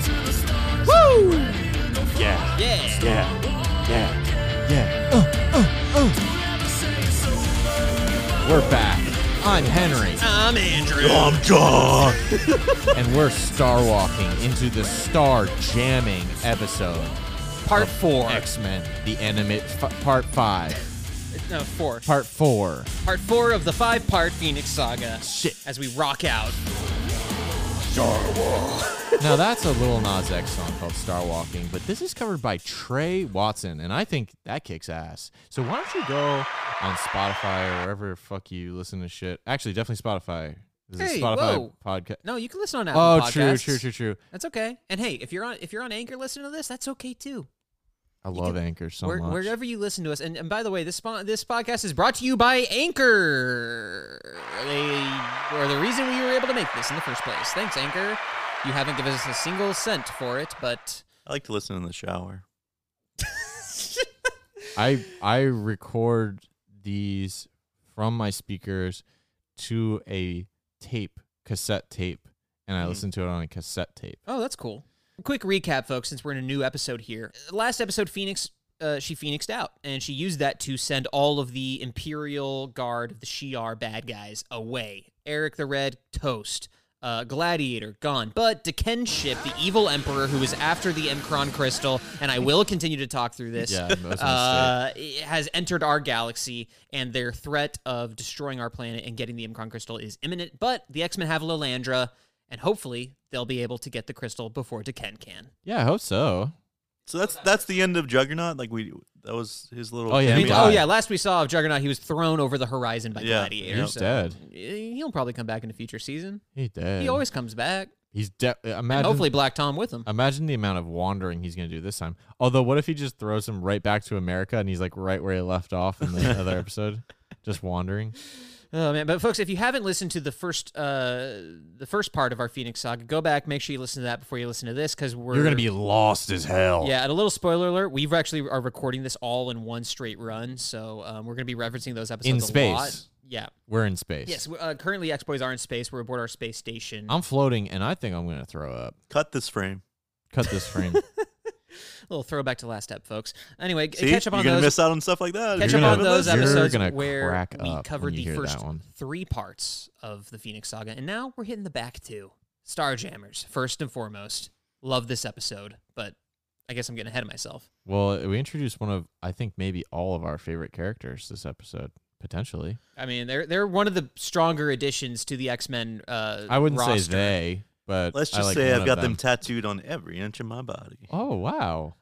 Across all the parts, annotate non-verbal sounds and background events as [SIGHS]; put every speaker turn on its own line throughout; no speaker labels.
Woo!
Yeah.
Yeah.
Yeah. Yeah. Yeah.
Uh, We're back. I'm Henry,
I'm Andrew.
I'm John.
and we're star walking into the star jamming episode.
Part four.
X Men, the animate f- part five,
No, four.
part four.
Part four of the five part Phoenix Saga.
Shit.
As we rock out.
Now that's a little Nas X song called Star Walking, but this is covered by Trey Watson, and I think that kicks ass. So why don't you go on Spotify or wherever the fuck you listen to shit? Actually, definitely Spotify. This is
Hey,
a Spotify
whoa.
podcast.
No, you can listen on Apple
Oh,
Podcasts.
true, true, true, true.
That's okay. And hey, if you're on if you're on Anchor listening to this, that's okay too.
I love
can-
Anchor so
Where,
much.
wherever you listen to us, and, and by the way, this spo- this podcast is brought to you by Anchor. They were the reason we were able to make this in the first place. Thanks, Anchor. You haven't given us a single cent for it, but
I like to listen in the shower.
I I record these from my speakers to a tape, cassette tape, and
Hmm.
I listen to it on a cassette tape.
Oh, that's cool. Quick recap, folks, since we're in a new episode here. Last episode, Phoenix, uh, she phoenixed out, and she used that to send all of the Imperial Guard of the Shi'ar bad guys away. Eric the Red, toast. Uh, Gladiator, gone. But Deken Ship, the evil emperor who is after the Emkron crystal, and I will continue to talk through this
Yeah, that was a mistake.
uh, it has entered our galaxy, and their threat of destroying our planet and getting the Imcron crystal is imminent. But the X Men have Lilandra, and hopefully they'll be able to get the crystal before Deken can.
yeah, I hope so.
So that's that's the end of Juggernaut. Like we that was his little.
Oh, yeah,
cameo.
he died.
oh yeah, last we saw of Juggernaut, he was thrown over the horizon by
Yeah,
Gladiator.
he's
so
dead.
He'll probably come back in a future season.
He did.
He always comes back.
He's de-
And
imagine.
hopefully, Black Tom with him.
Imagine the amount of wandering he's gonna do this time. Although, what if he just throws him right back to America and he's like right where he left off in
[LAUGHS]
the other episode, just wandering?
Oh man, but folks, if you haven't listened to the first uh the first part of our Phoenix Saga, go back. Make sure you listen to that before you listen to this, because we're
You're gonna be lost as hell.
Yeah, and a little spoiler alert: we've actually are recording this all in one straight run, so um, we're going to be referencing those episodes
In
a
space.
lot. Yeah.
we're in space.
Yes. we- Uh, currently, X Boys are in space. We're aboard our space station.
I'm floating, and I think I'm gonna throw up.
Cut this frame.
Cut this
[LAUGHS]
frame.
a little throwback to last step, folks. Anyway, g-
See,
catch up
you're
on
gonna
those.
miss out on stuff like that.
catch
You're
up
gonna-
on those
you're
episodes
gonna
where
crack
we
up when
covered
you
the
hear
first
that one.
three parts of the Phoenix Saga, and now we're hitting the back two. Starjammers, first and foremost. Love this episode, but I guess I'm getting ahead of myself.
well, we introduced one of, I think maybe all of our favorite characters this episode, potentially.
I mean, they're they're one of the stronger additions to the X Men. Uh,
I wouldn't
roster.
say they, but
Let's
I
just
like
say
one
I've
of
got them. tattooed on every inch of my body.
oh wow!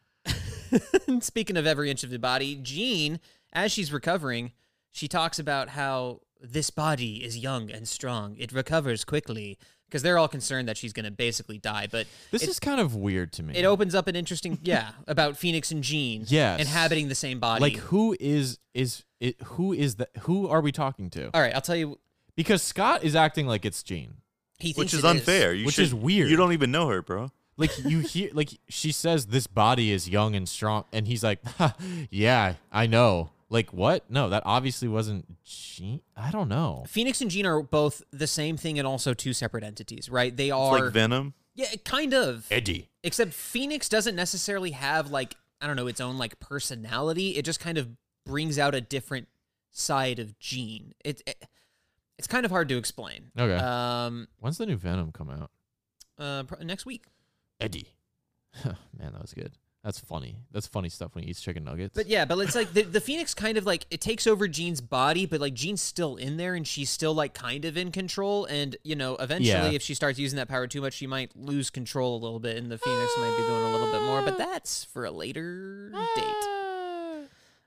And [LAUGHS] Speaking of every inch of the body, Jean, as she's recovering, she talks about how this body is young and strong. It recovers quickly because they're all concerned that she's going to basically die. But
This
it,
is kind of weird to me.
it opens up an
[LAUGHS]
interesting yeah about Phoenix and Jean
Yes.
inhabiting the same body.
like who is is it? Who is that? Who are we talking to?
all right, I'll tell you,
Because Scott is acting like it's Jean.
he thinks
Which is
it
unfair. You
Which
should-
is weird.
You don't even know her, bro.
Like you hear, [LAUGHS] like she says, "This body is young and strong," and he's like, [LAUGHS] ha, "Yeah, I know." Like what? No, that obviously wasn't Jean. I don't know.
Phoenix and Jean are both the same thing and also two separate entities, right? They
It's
are
like Venom.
yeah, kind of.
Eddie.
except Phoenix doesn't necessarily have like I don't know its own like personality. It just kind of brings out a different side of Jean. It, it it's kind of hard to explain.
Okay.
Um.
When's the new Venom come out?
Uh. pr- Next week.
Eddie. [LAUGHS] Man, that was good. That's funny. That's funny stuff when he eats chicken nuggets.
But yeah, but it's like the, the Phoenix kind of like it takes over Jean's body, but like Jean's still in there and she's still like kind of in control. And you know, eventually,
Yeah.
if she starts using that power too much, she might lose control a little bit, and the Phoenix might be doing a little bit more.
Ah.
But that's for a later date.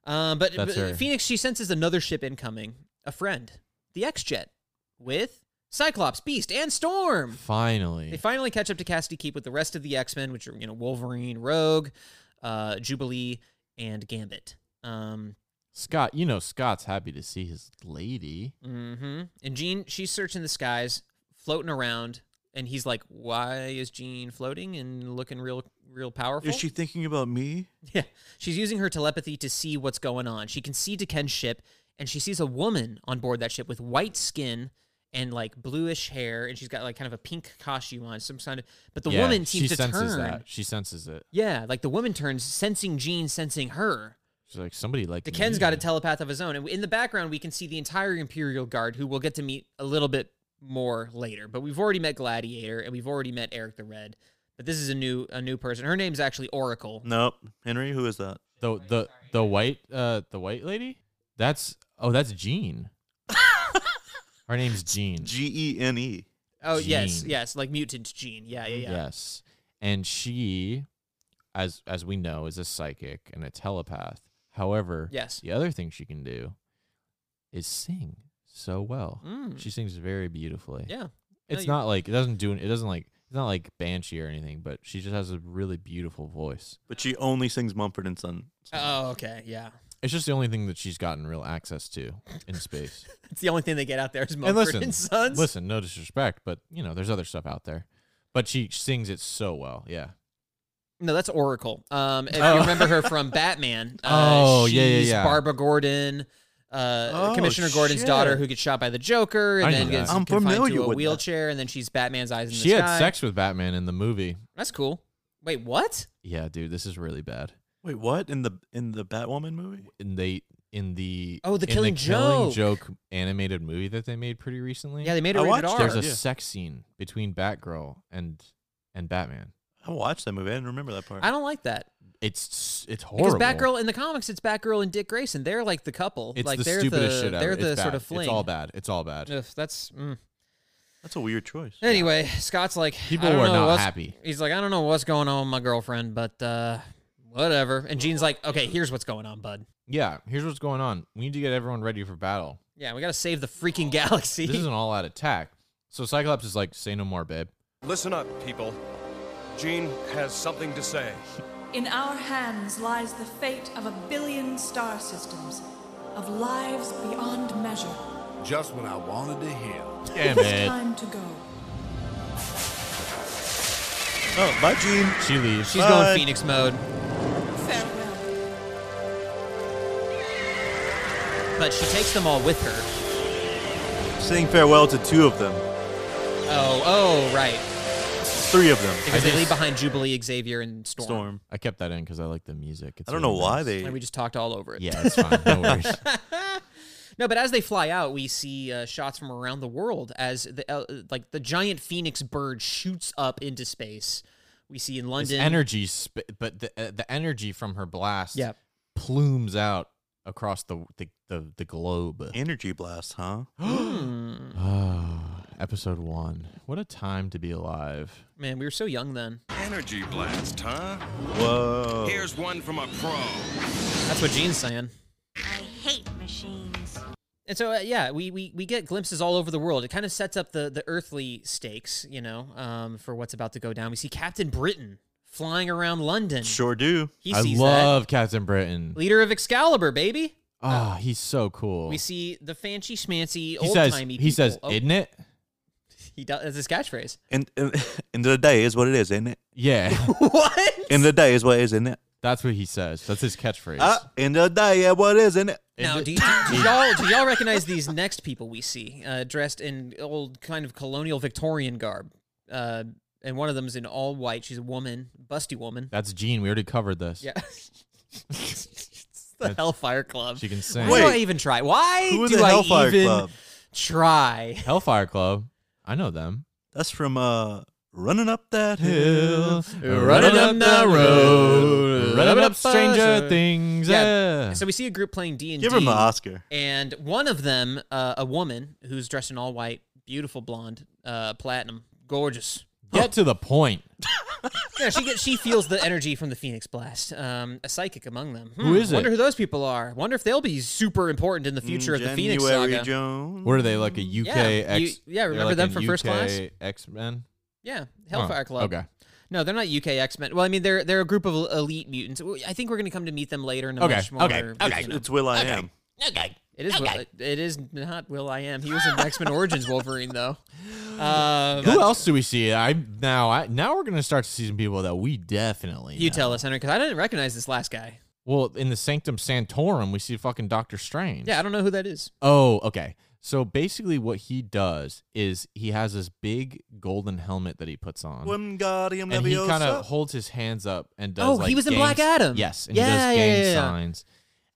Um, but,
That's
but
her.
Phoenix, she senses another ship incoming, a friend, the X Jet, with Cyclops, Beast, and Storm. They
Finally.
finally catch up to Cassidy Keep with the rest of the X Men, which are you know Wolverine, Rogue, uh, Jubilee, and Gambit. Um,
Scott, you know Scott's happy to see his lady.
hmm And Jean, she's searching the skies, floating around, and he's like, "Why is Jean floating and looking real, real powerful?"
Is she
[LAUGHS]
thinking about me?
Yeah. She's using her telepathy to see what's going on. She can see Deken's ship and she sees a woman on board that ship with white skin and like bluish hair, and she's got like kind of a pink costume on, some kind of. But the
Yeah,
woman
she
seems to
senses
turn.
that. She senses it.
Yeah, like the woman turns, sensing Jean, sensing her.
She's like, somebody like
The
me.
Ken's got a telepath of his own, and in the background we can see the entire Imperial Guard, who we'll get to meet a little bit more later. But we've already met Gladiator, and we've already met Eric the Red. But this is a new a new person. Her name's actually Oracle.
Nope. Henry, who is that?
the the the white uh the white lady. That's oh that's
[LAUGHS]
Jean. Her name's Jean.
G E N E.
Oh yes,
Jean.
yes, like mutant Jean. Yeah, yeah, yeah.
Yes, and she, as as we know, is a psychic and a telepath. However,
Yes.
the other thing she can do is sing so well.
Mm.
She sings very beautifully.
Yeah.
it's
you're-
not like it doesn't do it doesn't like it's not like banshee or anything, but she just has a really beautiful voice.
But she only sings Mumford and Son.
Oh, okay. Yeah. [LAUGHS]
It's just the only thing that she's gotten real access to in space.
It's the only thing they get out there is
and
Mumford
listen,
and Sons.
listen, no disrespect, but you know, there's other stuff out there. But she sings it so well, yeah.
No, that's Oracle. Um, if
Oh.
you
[LAUGHS]
remember her from Batman. Uh,
Oh,
she's
yeah, yeah, yeah.
Barbara Gordon, uh,
Oh,
Commissioner Gordon's
shit.
daughter, who gets shot by the Joker, and
I
then
knew that.
gets
I'm
confined to
familiar
a
with that.
wheelchair, and then she's Batman's eyes in
She
the
had
sky.
sex with Batman in the movie.
That's cool. Wait, what?
Yeah, dude, this is really bad.
Wait, what? In the in the Batwoman movie?
And they in the
Oh, the
in
Killing
Killing Joke animated movie that they made pretty recently.
Yeah, they made it
I
rated
watched-
R.
there's a
Yeah.
sex scene between Batgirl and and Batman.
I watched that movie. I didn't remember that part.
I don't like that
It's it's
because
horrible.
Batgirl in the comics, it's Batgirl and Dick Grayson. They're like the couple.
It's
like
the
they're
stupidest
the,
shit
They're
ever.
the
it's
sort
bad.
of fling.
It's all bad. It's all bad.
Ugh, that's. Mm.
That's a weird choice.
Anyway, Scott's like,
People
I don't
were
know
not
what's-
happy.
He's like, I don't know what's going on with my girlfriend, but uh, whatever. And Gene's like, okay, here's what's going on, bud.
Yeah, here's what's going on. We need to get everyone ready for battle.
Yeah, we gotta save the freaking [LAUGHS] galaxy.
This is an all-out attack. So Cyclops is like, "Say no more, babe."
Listen up, people. Jean has something to say.
In our hands lies the fate of a billion star systems, of lives beyond measure.
Just when I wanted to hear.
Damn
it's
it.
time to go.
Oh, bye, Gene.
She leaves.
She's
She's
going
Bud.
Phoenix mode,
Farewell.
but she takes them all with her.
Saying farewell to two of them.
Oh, oh, right,
Three of them.
because
I
they
just-
leave behind Jubilee, Xavier, and Storm.
Storm.
I kept that in because I like the music. It's
I don't know
really
why
nice.
they.
And we just talked all over it.
Yeah, it's fine.
[LAUGHS]
No worries.
No, but as they fly out, we see uh, shots from around the world as the uh, like the giant phoenix bird shoots up into space. We see in
This
London.
energy, sp- but the uh, the energy from her blast
Yeah.
plumes out across the the, the, the globe.
Energy
[GASPS]
blast, huh?
Oh, episode one. What a time to be alive.
Man, we were so young then.
Energy blast, huh?
Whoa.
Here's one from a pro.
That's what Gene's saying.
I hate machines.
And so, uh, yeah, we, we, we get glimpses all over the world. It kind of sets up the, the earthly stakes, you know, um, for what's about to go down. We see Captain Britain flying around London.
Sure do.
He
I
sees
love Captain Britain.
that. Leader of Excalibur, baby.
Ah, he's so cool.
We see Oh. the fancy schmancy
he
old
says,
timey.
he says, isn't it?
he does. That's his
[LAUGHS]
catchphrase.
And, and [LAUGHS] end of the day is what it is, isn't it?
Yeah,
[LAUGHS] what?
End of the day is what it is, isn't it?
that's what he says. That's his catchphrase.
Uh, end of the day, yeah, what it is, isn't it?
Now,
Isn't [LAUGHS]
do,
it?
you, do, y'all do y'all recognize these next people we see uh, dressed in old kind of colonial Victorian garb? Uh, and one of them's in all white. She's a woman, busty woman.
That's Gene. We already covered this.
Yeah. [LAUGHS] it's the Hellfire Club.
She can sing.
Why do I
Wait.
even try? Why
Who are
do
the
I
Hellfire
even
Club?
try?
Hellfire Club. I know them.
That's from uh, Running Up That Hill.
running up the road,
running up
Stranger
Stranger Things.
Yeah. So we see a group playing D and
Give him an
D,
Oscar.
and one of them, uh, a woman who's dressed in all white, beautiful blonde, uh, platinum, gorgeous.
Get to the point.
Yeah, she gets, she feels the energy from the Phoenix Blast. Um, a psychic among them.
Who
Hmm,
is it?
Wonder who those people are. Wonder if they'll be super important in the future of the Phoenix
Mm, January
Saga.
Jones.
What are they like a UK
Yeah, you-
X?
yeah,
they're
remember
like
them
an
from First
UK
Class?
X Men.
Yeah, Hellfire
Huh,
Club.
okay.
No, they're not UK X Men. Well, I mean, they're they're a group of el- elite mutants. We- I think we're going to come to meet them later in a
Okay,
much more.
okay, okay.
you know,
It's Will I Am.
It is. Will, it is not Will. I am. He was in X Men Origins Wolverine,
[LAUGHS]
though. Um,
Who else do we see? I now I now we're gonna start to see some people that we definitely
you
know.
tell us, Henry, because I didn't recognize this last guy.
Well, in the Sanctum Sanctorum, we see fucking Doctor Strange.
Yeah, I don't know who that is.
Oh, okay. So basically, what he does is he has this big golden helmet that he puts on.
Wingardium
and he kind of
Leviosa.
holds his hands up and does.
Oh,
like,
he was in
gang-
Black Adam.
Yes, and
Yeah,
he does
yeah,
gang
yeah, yeah.
signs,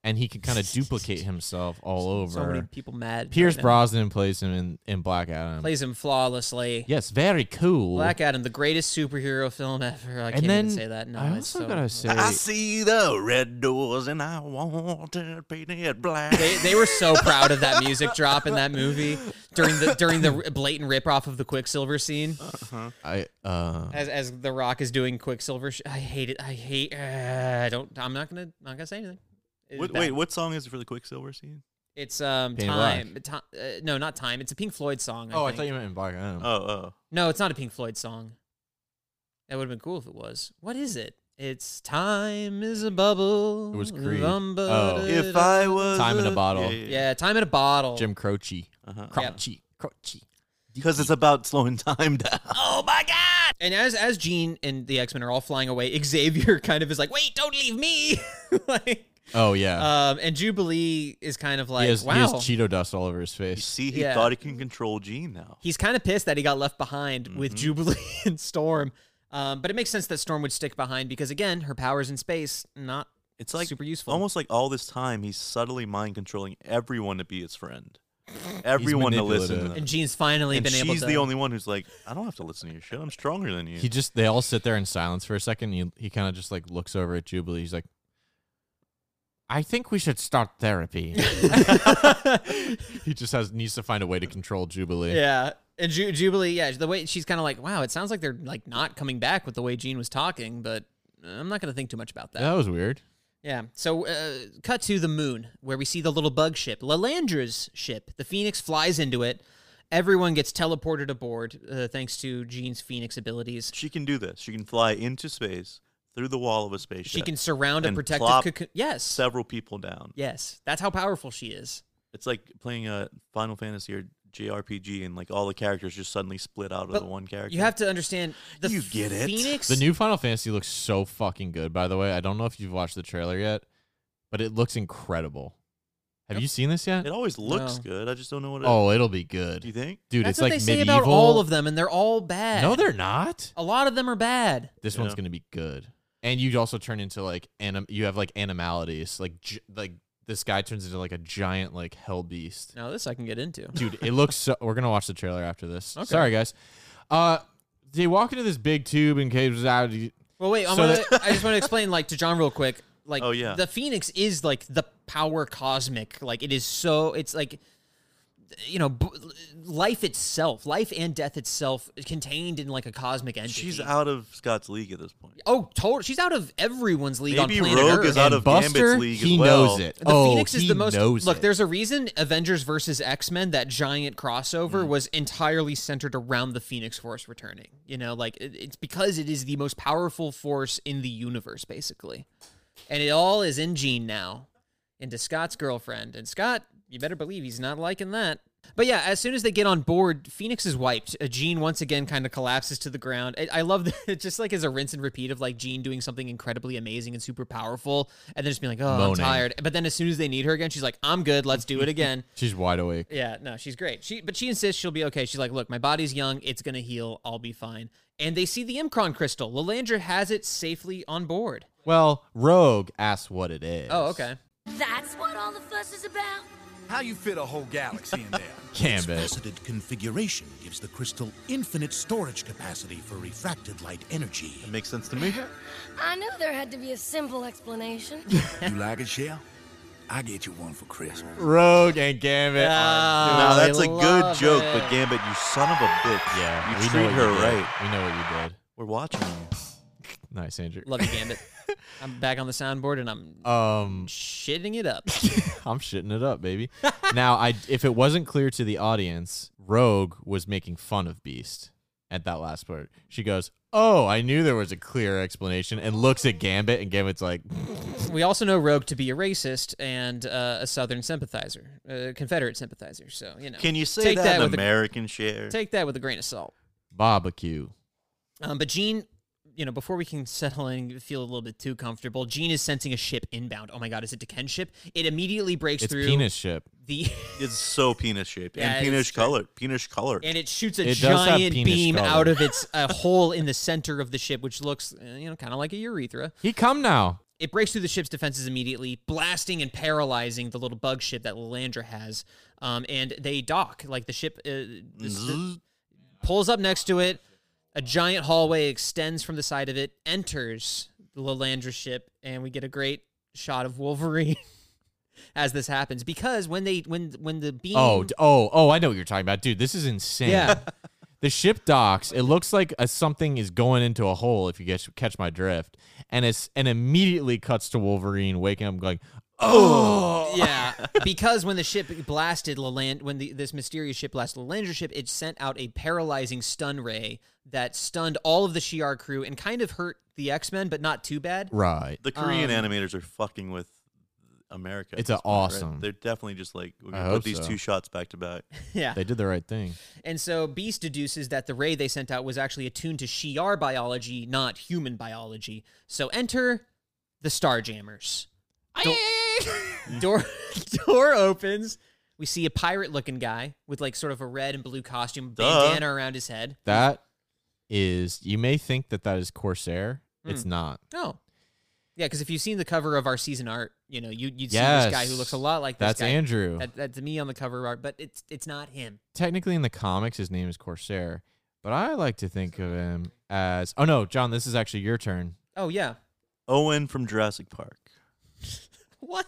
and he can
[LAUGHS]
kind of duplicate himself all over.
So many people mad.
Pierce
right now.
Brosnan plays him in, in Black Adam.
plays him flawlessly.
yes, very cool.
Black Adam, the greatest superhero film ever. I can't
and then
even say that. No,
I
it's
also
so,
gotta say,
I see the red doors and I want to paint it black.
They, they
[LAUGHS]
were so proud of that music drop in that movie during the during the blatant ripoff of the Quicksilver scene
I uh,
as as The Rock is doing Quicksilver. Sh- I hate it. I hate. Uh, I don't. I'm not gonna. Not gonna say anything. It's
Wait,
bad.
wait, what song is it for the Quicksilver scene?
It's um
Painted
time. ti- uh, no, not time. It's a Pink Floyd song.
oh, I
think.
thought you meant in Black Adam.
Oh, oh.
No, it's not a Pink Floyd song. That would have been cool if it was. What is it? It's time is a bubble.
It was Creed.
Rumba
Oh.
da
If
da.
I was
Time in a bottle.
yeah, time in a bottle.
Jim Croce,
Uh-huh.
Croce, Croce.
Because it's about slowing [LAUGHS] time down.
Oh my god! And as as Jean and the X Men are all flying away, Xavier [LAUGHS] kind of is like, "Wait, don't leave me!" [LAUGHS] like,
Oh yeah,
Uh,
um, and Jubilee is kind of like,
he, has,
"Wow."
he has Cheeto dust all over his
You
face.
see, he
Yeah.
thought he can control Gene now.
He's kind of pissed that he got left behind with Jubilee [LAUGHS] and Storm. Um, but it makes sense that Storm would stick behind because again, her powers in space not
It's like
super useful.
Almost like all this time, he's subtly mind controlling everyone to be his friend, everyone to listen to
manipulative.
them.
and Jean's finally
Uh, And
been able
she's
to
the only one who's like, I don't have to listen to your shit. I'm stronger than you.
He just they all sit there in silence for a second. He he kind of just like looks over at Jubilee. He's like, I think we should start
[LAUGHS]
therapy. he just has needs to find a way to control Jubilee.
[LAUGHS] Yeah. And Ju- Jubilee, yeah, the way she's kind of like, wow, it sounds like they're like not coming back with the way Gene was talking, but I'm not going to think too much about that.
That was weird.
Yeah. So, uh, cut to the moon where we see the little bug ship, Lalandra's ship. The Phoenix flies into it. Everyone gets teleported aboard uh, thanks to Gene's Phoenix abilities.
she can do this. She can fly into space through the wall of a spaceship.
She can surround a
and
protective
plop
cocoon. Yes.
several people down.
yes. That's how powerful she is.
It's like playing a Final Fantasy or JRPG, and like all the characters just suddenly split out of
But
the one character.
You have to understand the
You get it.
Phoenix.
The new Final Fantasy looks so fucking good. By the way, I don't know if you've watched the trailer yet, but it looks incredible. Have you seen this yet?
It always looks
No.
good. I just don't know what. It,
Oh, it'll be
do you
good,
think?
dude.
That's
it's
what
like
they say
medieval.
about all of them, and they're all bad.
No, they're not.
A lot of them are bad.
This
Yeah.
one's gonna be good. And you also turn into like anim. You have like animalities. Like gi- like this guy turns into like a giant like hell
[LAUGHS]
beast.
Now this I can get into.
Dude, it looks. so We're gonna watch the trailer after this.
Okay.
Sorry guys. Uh, they walk into this big tube and caves out.
Well, wait. I'm
So
gonna, I just want to explain, like, to John real quick. Like,
Oh, yeah.
the Phoenix is like the power cosmic. Like, it is so. It's like, you know, b- life itself, life and death itself, contained in like a cosmic entity.
She's out of Scott's league at this point.
Oh, total. She's out of everyone's league
Maybe
on planet
Rogue
Earth.
is out
And
of Gambit's
Buster,
league as
he
well.
knows it.
the
oh,
Phoenix is
he
the most.
Knows
Look,
it.
there's a reason Avengers versus X Men, that giant crossover,
Mm.
was entirely centered around the Phoenix Force returning. You know, like it, it's because it is the most powerful force in the universe, basically, and it all is in Jean now, into Scott's girlfriend, and Scott, you better believe he's not liking that. But yeah, as soon as they get on board, Phoenix is wiped. Uh, Jean once again kind of collapses to the ground. I, I love [LAUGHS] that it just like is a rinse and repeat of like Jean doing something incredibly amazing and super powerful, and then just being like, "Oh, I'm
Moaning.
tired." But then as soon as they need her again, she's like, "I'm good. Let's do it again."
She's wide awake.
yeah, no, she's great. She but she insists she'll be okay. She's like, "Look, my body's young. It's gonna heal. I'll be fine." And they see the Imcron crystal. Lalandra has it safely on board.
Well, Rogue asks what it is.
Oh, okay.
That's what all the fuss is about?
How you fit a whole galaxy in there?
Canvas.
Faceted configuration gives the crystal infinite storage capacity for refracted light energy.
It makes sense to me.
I knew there had to be a simple explanation.
you like it, Shell? I get you one for Christmas.
Rogue and Gambit. are
Ah,
doing-
now
they
that's a good
love
joke,
it.
but Gambit, you son of a bitch.
yeah,
you
we know
treat
what
her
you did.
right.
We know what you did.
We're watching you.
Nice, Andrew.
Love you,
[LAUGHS]
Gambit. I'm back on the soundboard and I'm
Um,
shitting it up.
I'm shitting it up, baby. [LAUGHS] now, I if it wasn't clear to the audience, Rogue was making fun of Beast at that last part. She goes, "Oh, I knew there was a clear explanation," and looks at Gambit, and Gambit's like,
We also know Rogue to be a racist and uh, a Southern sympathizer, a Confederate sympathier. So you know,
Can you say
take
that,
that,
in
with
American share?
a take that with a grain of salt?
"Barbecue."
Um, but Jean you know, before we can settle in and feel a little bit too comfortable, Gene is sensing a ship inbound. Oh my God, is it Deken's ship? It immediately breaks
It's
through
penis ship.
the [LAUGHS]
It's so penis shaped
Yeah,
and
it is
penis
true.
colored. Penis colored.
and it shoots a
It does have
giant
penis
beam
color. [LAUGHS]
out of its a hole in the center of the ship, which looks uh, you know kind of like a urethra.
He come now.
It breaks through the ship's defenses immediately, blasting and paralyzing the little bug ship that Lilandra has. Um, and they dock like the ship uh, this-
Zzz.
pulls up next to it. A giant hallway extends from the side of it, enters the Lilandra ship, and we get a great shot of Wolverine [LAUGHS] as this happens. Because when they when when the beam
Oh, d- oh, oh! I know what you're talking about, dude. This is insane.
Yeah.
the ship docks. It looks like a, something is going into a hole. If you get, catch my drift, and it's and immediately cuts to Wolverine waking up, going, "Oh,
yeah, because when the ship blasted Laland, when the, this mysterious ship blasted Lalander's ship, it sent out a paralyzing stun ray that stunned all of the Shi'ar crew and kind of hurt the X Men, but not too bad.
right."
the Korean
um,
animators are fucking with America. at
It's
this
a
point, right?
awesome.
They're definitely just like we're
I
gonna put
hope
these
so.
two shots back to back.
yeah,
They did the right thing.
and so Beast deduces that the ray they sent out was actually attuned to Shi'ar biology, not human biology. So enter the Starjammers. door door opens. We see a pirate looking guy with like sort of a red and blue costume,
Duh.
bandana around his head.
That is. You may think that that is Corsair. It's not.
Oh. Yeah, because if you've seen the cover of our season art, you know, you, you'd see
Yes.
this guy who looks a lot like this
That's
guy.
Andrew.
That, that's me on the cover art, but it's it's not him.
Technically, in the comics, his name is Corsair, but I like to think of him as. Oh no, John, this is actually your turn.
Oh, yeah. [LAUGHS]
Owen from Jurassic Park.
What?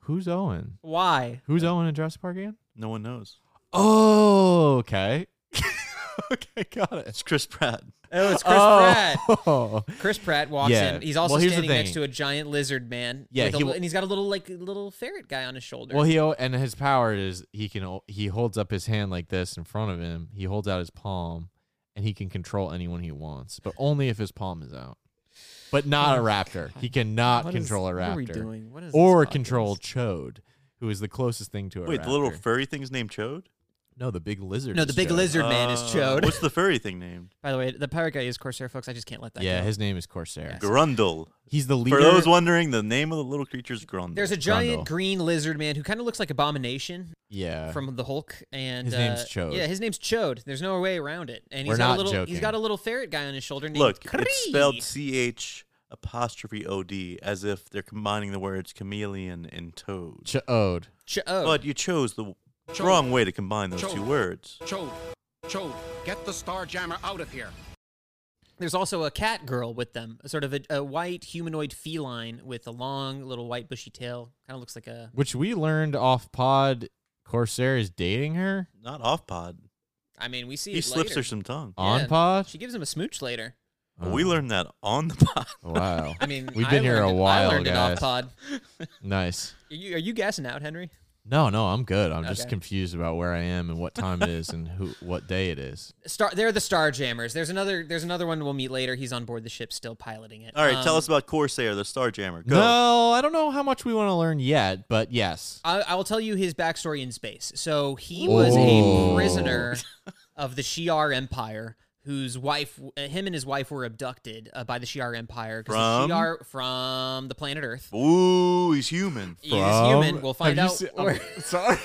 Who's Owen?
Why?
Who's Owen in Jurassic Park again?
No one knows.
Oh, okay. [LAUGHS] okay, got it.
It's Chris Pratt.
Oh,
Uh,
it's Chris Pratt. [LAUGHS]
Oh.
Chris Pratt walks
Yeah.
in. He's also
Well, here's the
standing next
thing.
to a giant lizard man.
Yeah,
with a
he
li-
wa-
and he's got a little like little ferret guy on his shoulder.
Well, he o- and his power is he can o- he holds up his hand like this in front of him. He holds out his palm, and he can control anyone he wants, but only if his palm is out. But not a raptor. He cannot
Oh What is-
control a
what
raptor.
are we doing? What is this
or
podcast?
control Chode, who is the closest thing to a
Wait, the little
raptor.
furry thing's named Chode.
no, the big lizard.
no, the
is
big
Chode.
lizard man is
Uh,
Chode.
What's the furry thing named?
By the way, the pirate guy is Corsair, folks. I just can't let that
Yeah,
go.
his name is Corsair.
Grundle.
He's the leader.
For those wondering, the name of the little creature is Grundle.
There's a giant
Grundle.
green lizard man who kind of looks like Abomination,
yeah,
from the Hulk, and
Uh, His
uh,
name's Chode.
Yeah, his name's Chode. There's no way around it. And he's
We're
got a
not
little he's
joking.
got a little ferret guy on his shoulder named
Look,
Kree.
it's spelled C H apostrophe O D as if they're combining the words chameleon and toad.
Chode.
Chode.
But you chose the
Chode.
wrong way to combine those
Chode.
two words.
Chode, Chode, get the Starjammer out of here.
There's also a cat girl with them, a sort of a, a white humanoid feline with a long little white bushy tail. Kind of looks like a
which we learned off pod corsair is dating her
Not off pod.
I mean, we see
He
it
slips
later. Uh,
her some tongue.
on
Yeah,
pod
She gives him a smooch later.
We
Oh,
learned that on the [LAUGHS] pod.
wow
I mean,
we've
I
been here
learned
a
it-
while
I learned it
guys
off pod.
nice
Are you, are you gassing out, Henry?
no no i'm good i'm
Okay.
just confused about where i am and what time it is and who what day it
[LAUGHS]
is
Star, they're the Star Jammers. There's another. There's another one we'll meet later. He's on board the ship, still piloting it.
All right, tell
Um,
us about Corsair, the Starjammer. Go.
no i don't know how much we want to learn yet but yes
I, I will tell you his backstory in space. So he was a
Ooh.
prisoner of the Shi'ar Empire, whose wife, uh, him and his wife, were abducted uh, by the Shi'ar Empire 'cause
From?
the Shi'ar from the planet Earth. [LAUGHS]
Ooh, he's human.
He is human.
From-
We'll find
have
out.
you seen-
where- [LAUGHS]
I'm [LAUGHS] sorry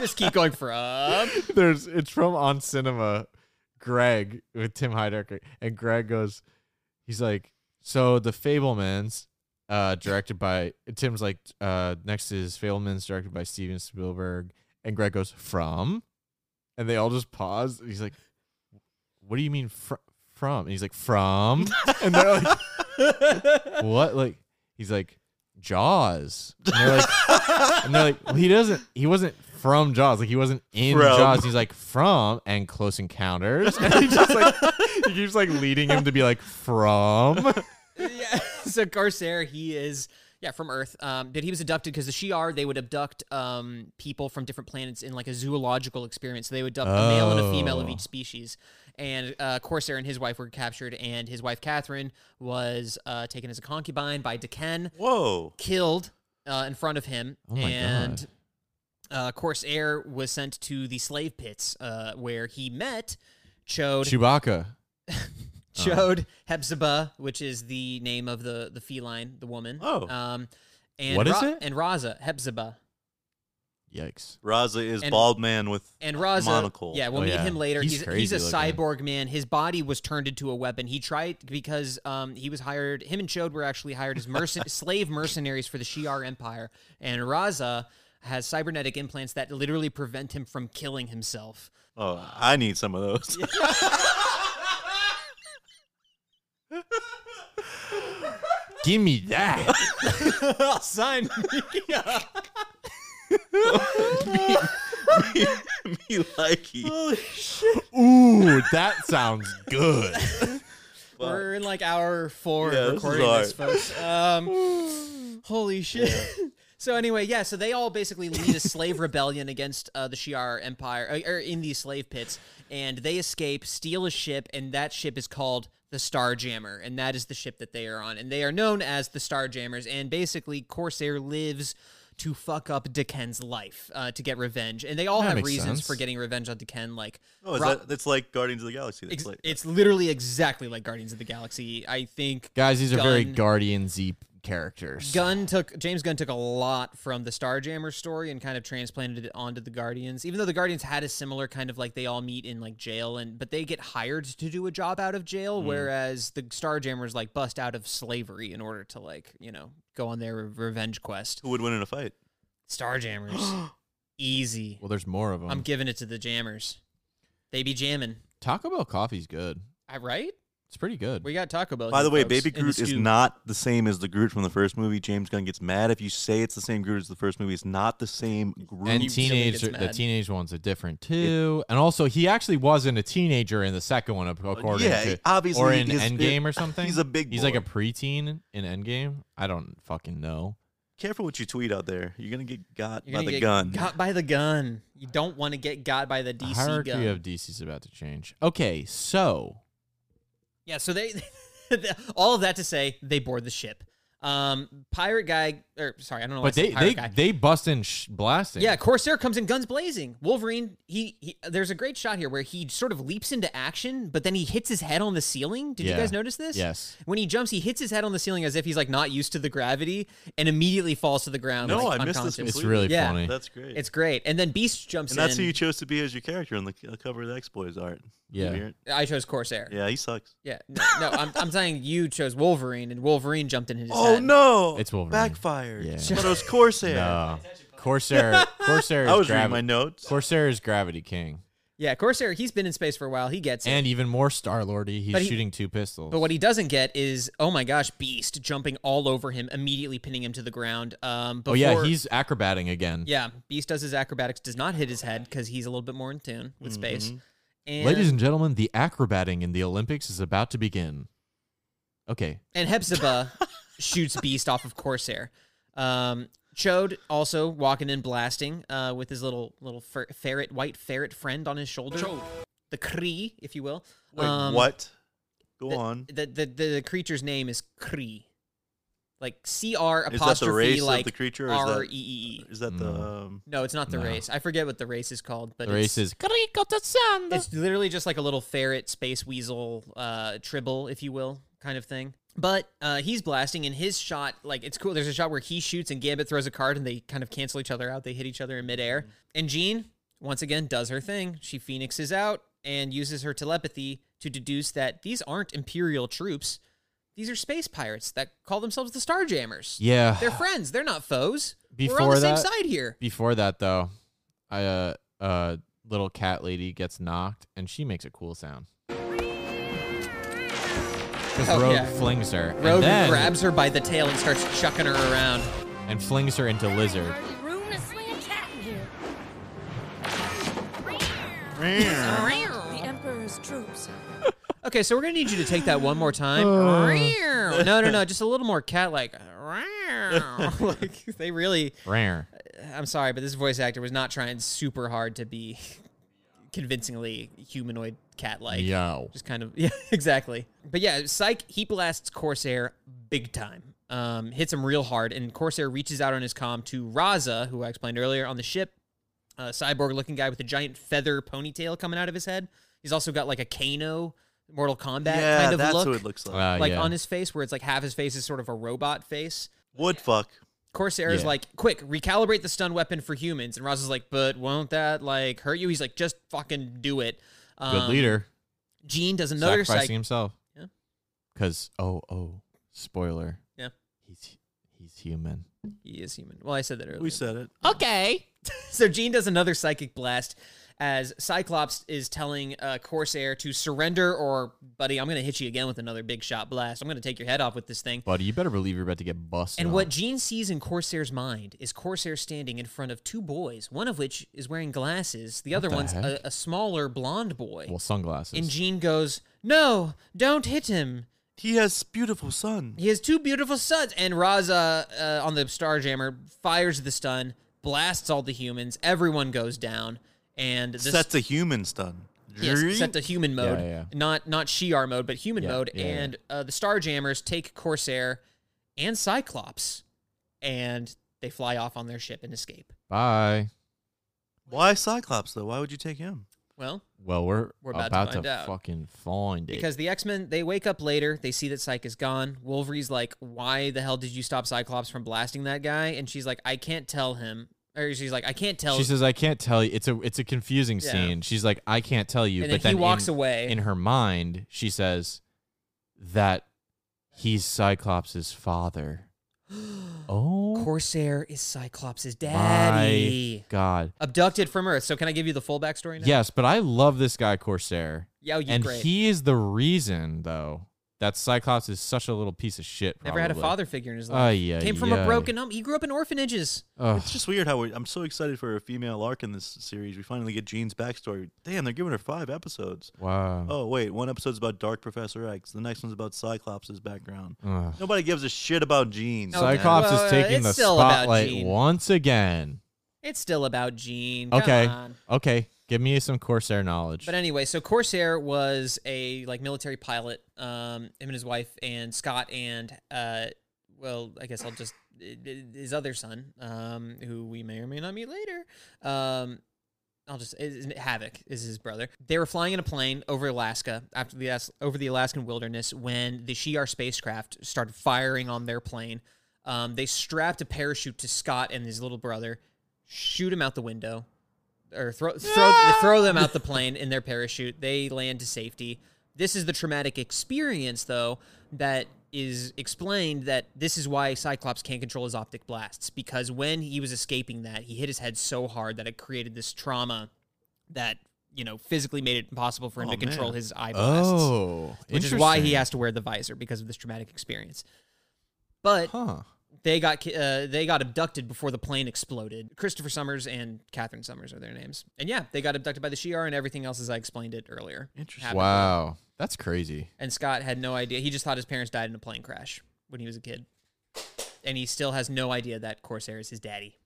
just keep going from.
there's it's from on cinema greg with tim heidecker and greg goes he's like so the fablemans uh directed by tim's like uh next is fablemans directed by steven spielberg and greg goes from and they all just pause and he's like what do you mean fr- from and he's like from and they're like what like he's like jaws and they're like and they're like, well, he doesn't. He wasn't from Jaws. Like he wasn't in
From.
Jaws. He's like from and Close Encounters. [LAUGHS] And he just like he keeps like leading him to be like from.
yeah. [LAUGHS] So Corsair, he is yeah from Earth. Um, but he was abducted because the Shi'ar they would abduct um people from different planets in like a zoological experiment. So they would abduct a male and a female of
Oh.
each species. And uh, Corsair and his wife were captured, and his wife Catherine was uh, taken as a concubine by Deken,
Whoa.
killed uh, in front of him,
Oh my
and.
God.
Uh, Corsair was sent to the slave pits, uh, where he met Chode.
Chewbacca.
showed Hepzibah, which is the name of the the feline, the woman.
Oh.
um, and
What is
Ra-
it?
And Raza, Hepzibah,
Yikes.
Raza is
And-
bald man with
and Raza.
monocle.
Yeah, we'll
Oh,
meet
yeah.
him later.
He's
He's he's,
crazy
a
looking.
cyborg man. His body was turned into a weapon. He tried because um he was hired. Him and Chode were actually hired as
[LAUGHS]
mercen- slave mercenaries for the Shi'ar Empire, and Raza has cybernetic implants that literally prevent him from killing himself.
Oh, I need some of those.
Give me that.
[LAUGHS] Sign me up.
Me likey.
Ooh, that sounds
[LAUGHS]
good.
We're in like hour four
Yeah,
of
this is
recording this,
hard.
folks.
[SIGHS]
Um, holy shit. [LAUGHS] So anyway, yeah. So they all basically lead a slave rebellion against uh, the Shi'ar Empire, or, or in these slave pits, and they escape, steal a ship, and that ship is called the Starjammer, and that is the ship that they are on, and they are known as the Starjammers. And basically, Corsair lives to fuck up Deken's life uh, to get revenge, and they all
That
have
makes
reasons
sense.
for getting revenge on Deken, like
Oh, is
Ra-
that, that's like Guardians of the Galaxy. That's
Ex-
like,
it's literally exactly like Guardians of the Galaxy. I think
Guys, these are very
Gun-
Guardian Z characters.
Gunn took James Gunn took a lot from the Starjammer story and kind of transplanted it onto the Guardians. Even though the Guardians had a similar kind of like they all meet in like jail and but they get hired to do a job out of
Mm.
jail, whereas the Starjammers like bust out of slavery in order to like you know go on their re- revenge quest.
who would win in a fight?
[GASPS]
Starjammers, easy.
Well, there's more of them.
I'm giving it to the Jammers. They be jamming.
Taco Bell coffee's good.
I right?
It's pretty good.
We got Taco Bell.
By
here,
the way,
folks,
Baby
in the
Groot is
scoop.
not the same as the Groot from the first movie. James Gunn gets mad if you say it's the same Groot as the first movie. It's not the same Groot.
and
You really
teenage
gets
the
mad.
teenage ones are different too. and also, he actually wasn't a teenager in the second one, ap- according
yeah,
to
obviously
or in
he's-
Endgame or something.
he's a big
He's like
boy.
a preteen in Endgame. I don't fucking know.
Careful what you tweet out there. You're gonna get got
You're
by
gonna
the
get
gun.
Got by the gun. You don't want to get got by the
The
DC
hierarchy
gun.
of DC is about to change. Okay, so
yeah, so they [LAUGHS] all of that to say they board the ship. Um, pirate guy, or sorry, I don't know. why I
but
said
they
pirate
they
guy.
they bust in sh- blasting.
Yeah, Corsair comes in guns blazing. Wolverine, he, he there's a great shot here where he sort of leaps into action, but then he hits his head on the ceiling. Did
Yeah.
you guys notice this?
Yes.
When he jumps, he hits his head on the ceiling as if he's like not used to the gravity and immediately falls to the ground.
No,
like,
I missed
unconscious.
this
it's
completely.
really
Yeah.
funny.
That's great.
It's great. And then Beast jumps
and that's who
in.
you chose to be as your character on the c- cover of the X Boys art.
Yeah.
Weird.
I chose Corsair.
Yeah, he sucks.
Yeah, no, no I'm, I'm saying you chose Wolverine, and Wolverine jumped in his
Oh
head.
no!
It's Wolverine.
Backfired.
Yeah.
But it was
[LAUGHS]
Corsair.
No.
[LAUGHS]
Corsair Corsair is
I was reading
gravi-
my notes.
Corsair is gravity king.
Yeah, Corsair, he's been in space for a while. He gets it.
And even more Star Lordy, he's
But he-
shooting two pistols.
but what he doesn't get is, oh my gosh, Beast jumping all over him, immediately pinning him to the ground. Um,
Oh
before,
yeah, he's acrobating again.
yeah. Beast does his acrobatics, does not hit his head because he's a little bit more in tune with
Mm-hmm.
space. And,
Ladies and gentlemen, the acrobating in the Olympics is about to begin. Okay. [LAUGHS]
and Hepzibah shoots Beast off of Corsair. Um, Chode also walking in blasting uh, with his little little fer- ferret, white ferret friend on his shoulder, the Kree, if you will.
Wait,
Um,
what? Go
the,
on.
The, the the the creature's name is Kree, like C R
the
apostrophe
race of
like
the creature, or is that-
R E E E.
Is that the? Um,
No, it's not the
No.
race. I forget what the race is called, but
the race
it's,
is Karikoto-san.
it's literally just like a little ferret, space weasel, uh, tribble, if you will, kind of thing. But uh, he's blasting, and his shot, like, it's cool. There's a shot where he shoots and Gambit throws a card, and they kind of cancel each other out. They hit each other in midair.
Mm-hmm.
And Jean, once again, does her thing. She phoenixes out and uses her telepathy to deduce that these aren't Imperial troops. These are space pirates that call themselves the Starjammers.
Yeah.
They're friends. They're not foes. We're on
Before
the
that-
same side here.
Before that though, I uh uh little cat lady gets knocked and she makes a cool sound. Because
Oh,
Rogue
yeah.
flings her.
Rogue
and then,
grabs her by the tail and starts chucking her around.
and flings her into Lizard.
Hardly room to swing a cat in here.
The Emperor's troops.
Okay, so we're gonna need you to take that one more time. Meow. no, no, no, just a little more cat like. [LAUGHS] meow. like they really.
Rare.
I'm sorry, but this voice actor was not trying super hard to be convincingly humanoid cat like.
Yo.
Just kind of [LAUGHS] yeah, exactly. But yeah, Psych he blasts Corsair big time. Um, hits him real hard, and Corsair reaches out on his comm to Raza, who I explained earlier on the ship, a cyborg looking guy with a giant feather ponytail coming out of his head. He's also got like a Kano Mortal Kombat
yeah,
kind of
that's
look,
what it looks like.
Uh,
like
yeah.
on his face, where it's like half his face is sort of a robot face.
Would fuck.
Corsair is
Yeah.
like, quick, recalibrate the stun weapon for humans. And Roz is like, but won't that like hurt you? He's like, just fucking do it. Um,
Good leader.
Gene does another
sacrificing
psych.
himself.
Yeah.
Because oh oh, spoiler.
Yeah.
He's he's human.
He is human. Well, I said that earlier.
We said it.
Okay.
[LAUGHS] so Gene does another psychic blast as Cyclops is telling uh, Corsair to surrender or, buddy, I'm going to hit you again with another big shot blast. I'm going to take your head off with this thing.
Buddy, you better believe you're about to get busted.
And
on.
what Jean sees in Corsair's mind is Corsair standing in front of two boys, one of which is wearing glasses, the other
the
one's a,
heck?
a smaller blonde boy.
Well, sunglasses.
and Jean goes, No, don't hit him.
He has beautiful son.
He has two beautiful sons. And Raza uh, on the Starjammer fires the stun, blasts all the humans. Everyone goes down. And this
Sets a human stun.
Yes, set to human mode,
Yeah, yeah, yeah.
not not Shi'ar mode, but human
Yeah,
mode.
yeah, yeah.
and Uh, the Starjammers take Corsair and Cyclops, and they fly off on their ship and escape.
Bye.
Why Cyclops though? Why would you take him?
Well,
Well, we're,
We're about to find out.
fucking find it.
because the X Men they wake up later, they see that Psyche is gone. Wolverine's like, "Why the hell did you stop Cyclops from blasting that guy?" And she's like, "I can't tell him." Or she's like, "I can't tell."
she says, "I can't tell you." It's a it's a confusing
Yeah.
scene. She's like, "I can't tell you,"
And
but
then
then
he walks
in-
away.
In her mind, she says that he's Cyclops'
[GASPS]
father. oh,
Corsair is Cyclops'
my
daddy,
God.
abducted from Earth. So can I give you the full backstory now?
Yes, but I love this guy Corsair,
yeah, oh, you
and
great.
he is the reason though that Cyclops is such a little piece of shit.
Never had a
probably.
father figure in his life.
Ay,
Came
ay,
from a
ay.
broken home. He grew up in orphanages.
Ugh.
It's just weird how we I'm so excited for a female arc in this series. We finally get Jean's backstory. Damn, they're giving her five episodes.
Wow.
Oh wait, one episode's about Dark Professor X. The next one's about Cyclops' background.
Ugh.
Nobody gives a shit about Jean.
No,
Cyclops
well,
is taking
it's
the
still about
spotlight
Jean.
once again.
It's still about Jean. Come
Okay.
on.
Okay. Give me some Corsair knowledge.
But anyway, so Corsair was a like military pilot. Um, him and his wife and Scott and uh, well, I guess I'll just i- i- his other son, um, who we may or may not meet later. Um, I'll just is is- Havoc is his brother. They were flying in a plane over Alaska after the As- over the Alaskan wilderness when the Shi'ar spacecraft started firing on their plane. Um, they strapped a parachute to Scott and his little brother, shoot him out the window, or throw throw throw them out the plane in their parachute. They land to safety. This is the traumatic experience, though, that is explained that this is why Cyclops can't control his optic blasts because when he was escaping that, he hit his head so hard that it created this trauma that you know physically made it impossible for him
Oh,
to control
man.
his eye blasts
oh,
which is why he
interesting.
has to wear the visor because of this traumatic experience. But
Huh.
they got ki- uh, they got abducted before the plane exploded. Christopher Summers and Catherine Summers are their names, and yeah, they got abducted by the Shi'ar and everything else as I explained it earlier.
Interesting.
happened to them.
Wow. That's crazy.
And Scott had no idea. He just thought his parents died in a plane crash when he was a kid, and he still has no idea that Corsair is his daddy.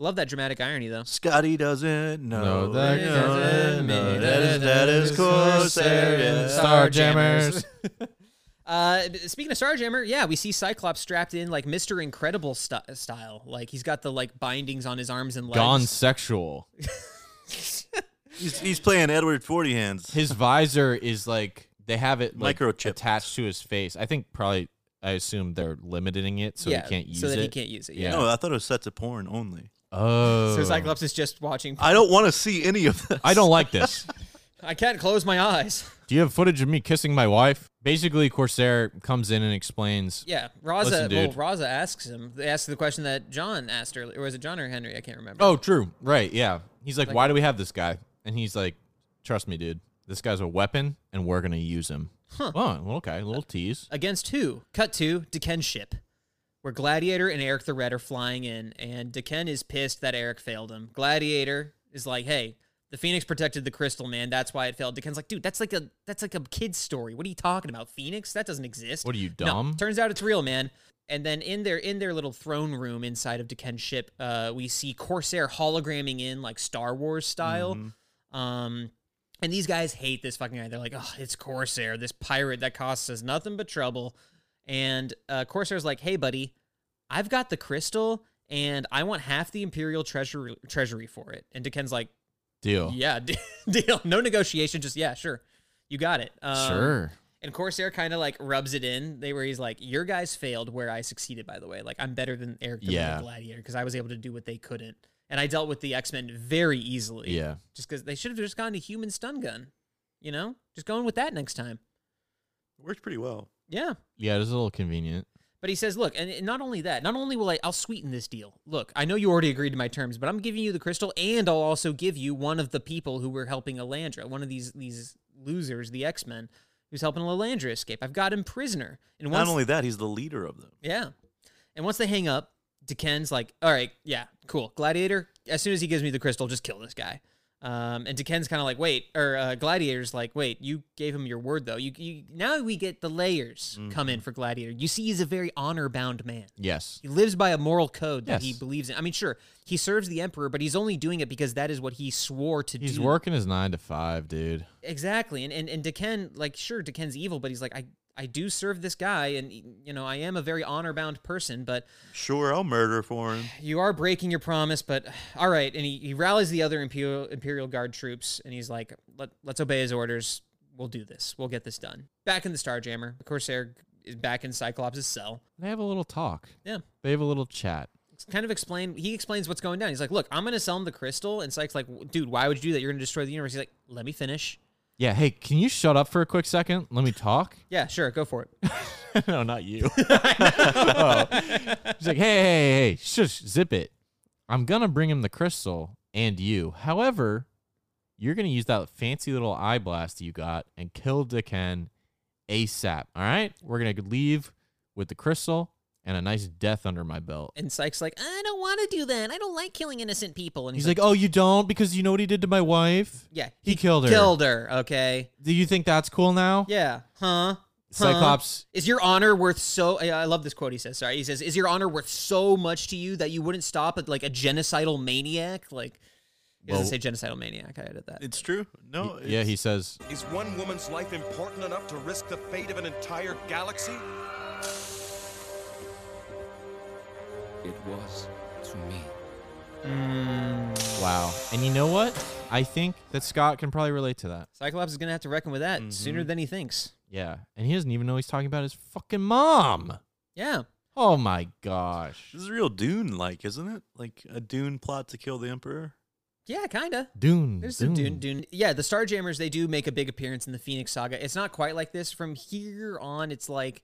Love that dramatic irony though.
Scotty doesn't know.
No, that
Yeah.
doesn't mean
that is that is Corsair.
Corsair.
yeah.
[LAUGHS] Starjammers.
Uh, d- speaking of Starjammer, yeah, we see Cyclops strapped in like Mister Incredible st- style. Like he's got the like bindings on his arms and legs.
Gone sexual.
He's, he's playing Edward Forty Hands.
His visor is like they have it like,
Microchip.
attached to his face. I think probably I assume they're limiting it so
yeah,
he can't use
so that
it.
he can't use it. Yeah.
Yeah.
No, I thought it was set to porn only.
Oh.
So Cyclops is just watching.
I don't want to see any of this.
I don't like this. [LAUGHS]
I can't close my eyes. [LAUGHS]
Do you have footage of me kissing my wife? Basically, Corsair comes in and explains.
Yeah, Raza.
Listen,
well,
dude.
Raza asks him. They ask the question that John asked earlier. Or was it John or Henry? I can't remember.
Oh, true. Right. Yeah. He's like,
Like-
why do we have this guy? And he's like, trust me, dude. This guy's a weapon, and we're gonna use him. Huh. Oh, well, okay. A little tease.
against who? Cut to Deken's ship, where Gladiator and Eric the Red are flying in, and Deken is pissed that Eric failed him. Gladiator is like, "Hey, the Phoenix protected the crystal, man. That's why it failed." Deken's like, "Dude, that's like a that's like a kid's story. What are you talking about? Phoenix? That doesn't exist."
What are you
No,
dumb?
turns out it's real, man. And then in their in their little throne room inside of Deken's ship, uh, we see Corsair hologramming in like Star Wars style.
Mm-hmm.
Um, and these guys hate this fucking guy. They're like, oh, it's Corsair, this pirate that costs us nothing but trouble. And uh, Corsair's like, hey, buddy, I've got the crystal and I want half the Imperial treasury, treasury for it. And Deken's like,
Deal.
[LAUGHS] yeah, deal. No negotiation, just yeah, sure. You got it. Um,
sure.
And Corsair kind of like rubs it in. They where he's like, "Your guys failed where I succeeded." By the way, like I'm better than Eric the
Yeah.
yeah. Gladiator because I was able to do what they couldn't, and I dealt with the X Men very easily.
Yeah.
just because they should have just gone to human stun gun. You know, just going with that next time.
worked pretty well.
Yeah.
Yeah, it was a little convenient.
But he says, "Look, and and not only that, not only will I, I'll sweeten this deal. Look, I know you already agreed to my terms, but I'm giving you the crystal, and I'll also give you one of the people who were helping Elandra, one of these these losers, the X Men, who's helping Elandra escape. I've got him prisoner, and
Not
once,
only that, he's the leader of them.
yeah, and once they hang up, Deken's like, all right, yeah, cool, Gladiator. As soon as he gives me the crystal, just kill this guy. Um, and Deken's kind of like, wait, or uh, Gladiator's like, wait, you gave him your word though. You, you now we get the layers come
Mm-hmm.
in for Gladiator. You see, he's a very honor bound man.
Yes.
He lives by a moral code that he
Yes.
believes in. I mean, sure, he serves the emperor, but he's only doing it because that is what he swore to
He's
do.
working his nine to five, dude.
Exactly. And and and Deken, like, sure, Deken's evil, but he's like, I I do serve this guy, and you know, I am a very honor bound person, but
Sure, I'll murder for him.
you are breaking your promise. But [SIGHS] all right, and he, he rallies the other imperial imperial guard troops, and he's like, Let let's obey his orders. We'll do this. We'll get this done. Back in the Starjammer, the Corsair is back in Cyclops' cell.
They have a little talk.
Yeah.
They have a little chat.
kind of explain he explains what's going down he's like look i'm gonna sell him the crystal and Syke's like dude why would you do that you're gonna destroy the universe he's like let me finish
Yeah. Hey, can you shut up for a quick second? Let me talk.
yeah sure go for it
[LAUGHS]
[LAUGHS]
no, not you. Oh. [LAUGHS] He's like, hey, hey, hey, hey, shush, zip it. I'm gonna bring him the crystal and you. However, you're gonna use that fancy little eye blast you got and kill Deken ASAP. All right, we're gonna leave with the crystal and a nice death under my belt.
and Syke's like i don't want to do that i don't like killing innocent people and
He's like, oh, you don't because you know what he did to my wife.
yeah
he killed her.
killed her okay
Do you think that's cool now?
yeah huh Huh?
Cyclops.
is your honor worth so i I love this quote he says sorry he says is your honor worth so much to you that you wouldn't stop at like a genocidal maniac like he doesn't
Well-
say genocidal maniac i edit that
It's true. No, it's,
Yeah, he says
Is one woman's life important enough to risk the fate of an entire galaxy?
It was to me.
Wow. And you know what? I think that Scott can probably relate to that.
cyclops is gonna have to reckon with
Mm-hmm.
that sooner than he thinks
Yeah. And he doesn't even know he's talking about his fucking mom.
yeah
Oh my gosh.
this is real Dune like, isn't it? Like a Dune plot to kill the Emperor.
yeah kinda
Dune.
There's some Dune, Dune. Yeah, the Starjammers, they do make a big appearance in the Phoenix Saga. It's not quite like this. From here on, it's like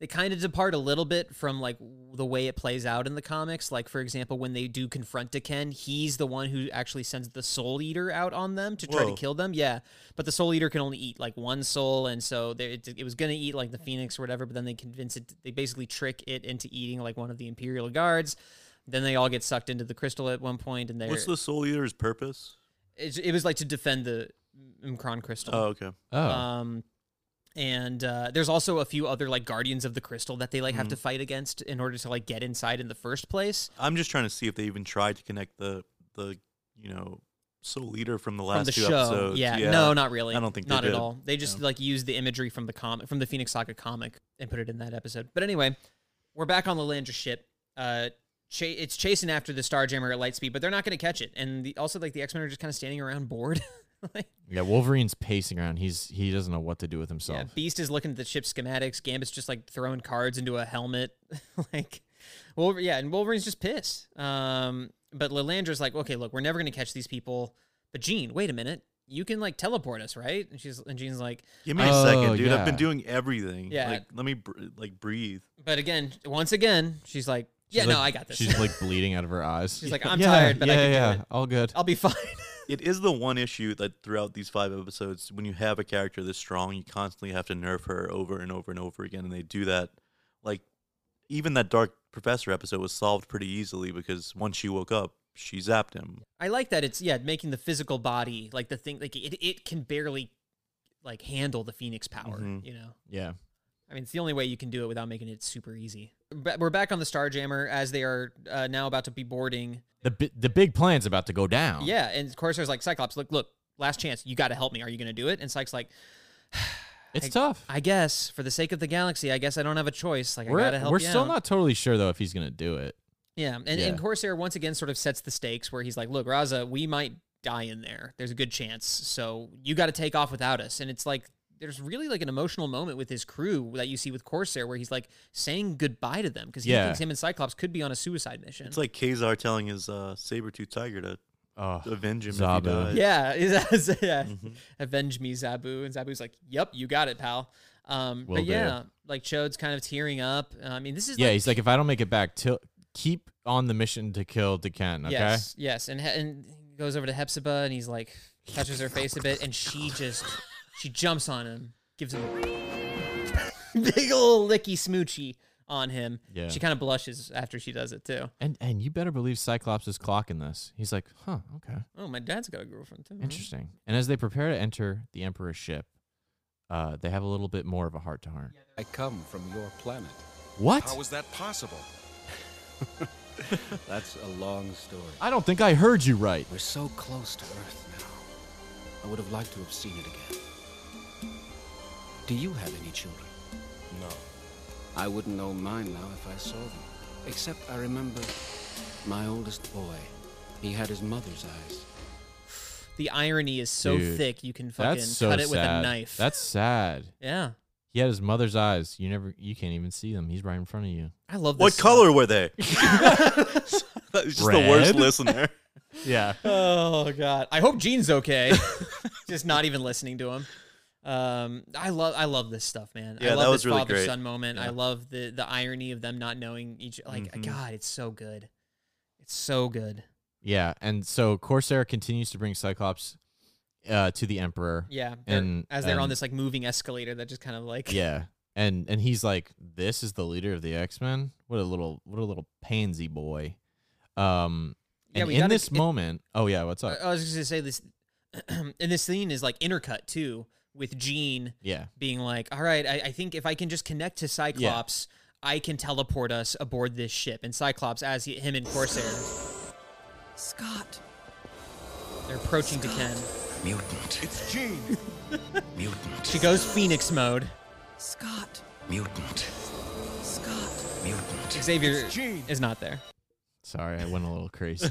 they kind of depart a little bit from like w- the way it plays out in the comics. Like, for example, when they do confront Deken, he's the one who actually sends the Soul Eater out on them to try
Whoa.
to kill them. Yeah, but the Soul Eater can only eat like one soul, and so they, it, it was gonna eat like the Phoenix or whatever. But then they convince it. They basically trick it into eating like one of the Imperial guards. Then they all get sucked into the crystal at one point, and they're
What's the Soul Eater's purpose?
it, it was like to defend the Mkron crystal.
Oh, okay.
Oh.
Um, and uh, there's also a few other like guardians of the crystal that they like
Mm.
have to fight against in order to like get inside in the first place
I'm just trying to see if they even tried to connect the the you know Soul Eater from the last
from the
two
show.
episodes.
Yeah, no, not really.
I don't think they
not at
did.
all. They just like used the imagery from the comic from the Phoenix Saga comic and put it in that episode. But anyway, we're back on the Lander ship. Uh, cha- it's chasing after the Starjammer at light speed, but they're not going to catch it. And the, also, like the X Men are just kind of standing around bored. [LAUGHS] like,
yeah, Wolverine's pacing around. He's he doesn't know what to do with himself.
Yeah, Beast is looking at the ship schematics. Gambit's just like throwing cards into a helmet. [LAUGHS] like, Wolver- yeah, and Wolverine's just pissed. Um, but Lilandra's like, okay, look, we're never gonna catch these people. But Jean, wait a minute, you can like teleport us, right? And she's and Jean's like,
Give me a
Oh,
second, dude. I've
yeah.
been doing everything.
Yeah.
Like, let me br- like breathe.
but again, once again, she's like,
She's
yeah, no, I
like-
got this.
She's like bleeding out of her eyes.
She's like, I'm
Yeah,
tired, but I
yeah,
can do
yeah,
it. Oh.
All good.
[LAUGHS] I'll be fine. [LAUGHS]
It is the one issue that throughout these five episodes, when you have a character this strong, you constantly have to nerf her over and over and over again, and they do that. Like, even that Dark Professor episode was solved pretty easily because once she woke up, she zapped him.
I like that it's yeah, making the physical body like the thing like it it can barely like handle the Phoenix power,
Mm-hmm.
Mhm.
you know.
yeah.
I mean, it's the only way you can do it without making it super easy. But we're back on the Starjammer as they are uh, now about to be boarding.
The bi- the big plan's about to go down.
Yeah, and Corsair's like, Cyclops, look, look, last chance. You got to help me. Are you going to do it? And Sykes like,
It's
I-
tough.
I guess for the sake of the galaxy, I guess I don't have a choice. Like,
we're
I got to help
we're
you
still
out."
not totally sure though if he's gonna do it.
Yeah, and,
Yeah.
and Corsair once again sort of sets the stakes where he's like, look, Raza, we might die in there. There's a good chance. So you got to take off without us. And it's like, there's really like an emotional moment with his crew that you see with Corsair where he's like saying goodbye to them because he
Yeah.
thinks him and Cyclops could be on a suicide mission.
It's like Kazar telling his uh, saber-tooth tiger to
Oh,
avenge him if
Zabo.
he dies.
yeah, [LAUGHS]
[LAUGHS]
is that- yeah.
Mm-hmm.
Avenge me, Zabu, and Zabu's like, "Yep, you got it, pal." Um,
Will
but
do.
yeah, like Chode's kind of tearing up. Uh, I mean, this is
yeah.
like,
He's like, if I don't make it back, till keep on the mission to kill Dekan. Okay.
Yes, yes, and he- and he goes over to Hepzibah and he's like touches her face a bit, and she just she jumps on him, gives him a [LAUGHS] big ol' licky smoochie on him.
Yeah.
she kind of blushes after she does it too.
And and you better believe Cyclops is clocking this. He's like, huh, okay,
Oh, my dad's got a girlfriend too. huh?
interesting. And as they prepare to enter the Emperor's ship, uh, they have a little bit more of a heart to heart.
I come from your planet.
How
What?
is that possible?
That's a long story.
I don't think I heard you right.
We're so close to Earth now. I would have liked to have seen it again. Do you have any children?
No.
I wouldn't know mine now if I saw them. Except I remember my oldest boy. He had his mother's eyes.
The irony is so
Dude,
thick you can fucking
That's so
cut it
sad.
with a knife.
That's sad.
yeah,
He had his mother's eyes. You never, you can't even see them. He's right in front of you.
I love this
What
song.
color
[LAUGHS]
were they? [LAUGHS] That's just the worst
Red?
listener.
Yeah.
Oh god. I hope Gene's
[LAUGHS]
okay. Just not even listening to him. Um, I love I love this stuff, man. I
Yeah,
love
that was
this
really
father
great.
son moment. I love the the irony of them not knowing each like
Mm-hmm.
God, it's so good. It's so good.
[LAUGHS] Yeah, and so Corsair continues to bring Cyclops uh, to the Emperor.
Yeah. they're-
and
as they're on
and-
this like moving escalator that just kind of like
Yeah, and and he's like, "This is the leader of the X Men. What a little, what a little pansy boy." Um,
Yeah,
and
we
in
gotta- Uh,
this
it-
moment, oh yeah, what's
I,
up?
[LAUGHS] I was just gonna say this [CLEARS THROAT] and this scene is like intercut too, with Gene
yeah,
being like, all right, I, I think if I can just connect to Cyclops, I can teleport us aboard this ship. And Cyclops, as he, him and Corsair,
Scott.
they're approaching to Ken.
Mutant.
It's Jean.
She
[LAUGHS] Mutant.
goes Phoenix mode.
Scott.
Mutant.
Scott.
Mutant.
Xavier
Jean.
is not there.
sorry, I went a little
[LAUGHS]
crazy,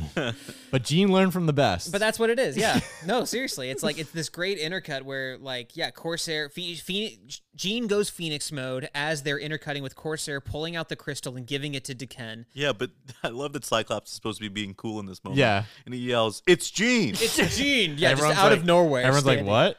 but Jean learned from the best.
But that's what it is. Yeah. [LAUGHS] No, seriously. It's like it's this great intercut where like yeah, Corsair Phe- Phoenix Jean goes Phoenix mode as they're intercutting with Corsair pulling out the crystal and giving it to Deken.
Yeah, but [LAUGHS] I love that Cyclops is supposed to be being cool in this moment.
Yeah.
And he yells, It's Gene. [LAUGHS]
It's Jean. Yeah, just
Everyone's
out of
like-
nowhere.
Everyone's
standing.
like,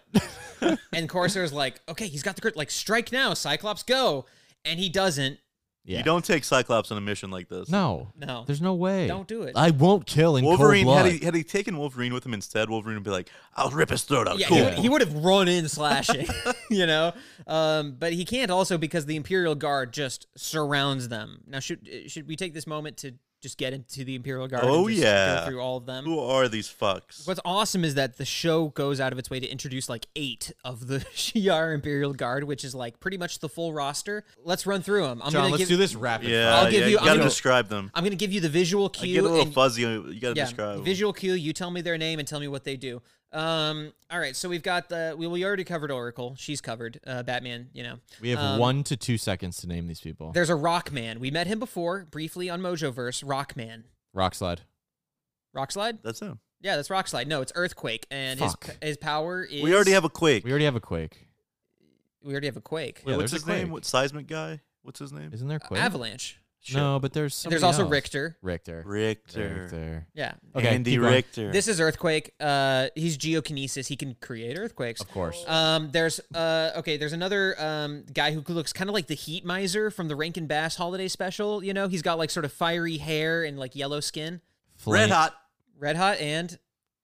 "What?"
And Corsair's like, okay, he's got the crit. Like, strike now, Cyclops, go. And he doesn't.
[LAUGHS] yeah,
You don't take Cyclops on a mission like this.
No,
No.
there's no way.
Don't do it.
I won't kill in
Wolverine
cold
had
blood.
he, had he taken Wolverine with him instead, Wolverine would be like, I'll rip his throat out.
Yeah,
Oh, cool.
he, would, he would have run in
[LAUGHS]
slashing, [LAUGHS] you know. Um, but he can't also because the Imperial Guard just surrounds them. Now, should uh, should we take this moment to just get into the Imperial Guard? and
Oh,
just
yeah.
go through all of them.
Who are these fucks?
What's awesome is that the show goes out of its way to introduce like eight of the [LAUGHS] Shi'ar Imperial Guard, which is like pretty much the full roster. Let's run through them. I'm
John,
gonna
let's
give,
do this rapid.
Yeah,
I'll give
yeah,
you-
you
I'm
gotta
gonna-
describe them.
I'm gonna give you the visual
I
cue.
get a little
and-
fuzzy. You gotta describe them.
Visual cue. You tell me their name and tell me what they do. Um, all right. So we've got the we, we already covered Oracle. She's covered. Uh, Batman. You know.
We have
Um,
one to two seconds to name these people.
There's a Rockman. We met him before briefly on Mojoverse. Rockman.
Rock slide.
Rockslide.
That's him.
Yeah, that's Rockslide. No, it's Earthquake, and his
Fuck.
his power is.
We already have a Quake.
We already have a quake.
we already have a quake.
Yeah,
What's
there's
his
a
name?
Quake.
What seismic guy? What's his name?
Isn't there a quake?
Avalanche.
Shit.
No, but there's somebody
There's also
else.
Richter.
Richter.
Richter.
Richter.
Yeah.
Okay,
Andy
keep going.
Richter.
This is Earthquake. Uh, he's geokinesis. He can create earthquakes.
Of course.
Um, there's uh, okay. There's another um, guy who looks kind of like the heat miser from the Rankin Bass holiday special. You know, he's got like sort of fiery hair and like yellow skin.
Flame,
Red Hot.
Red Hot and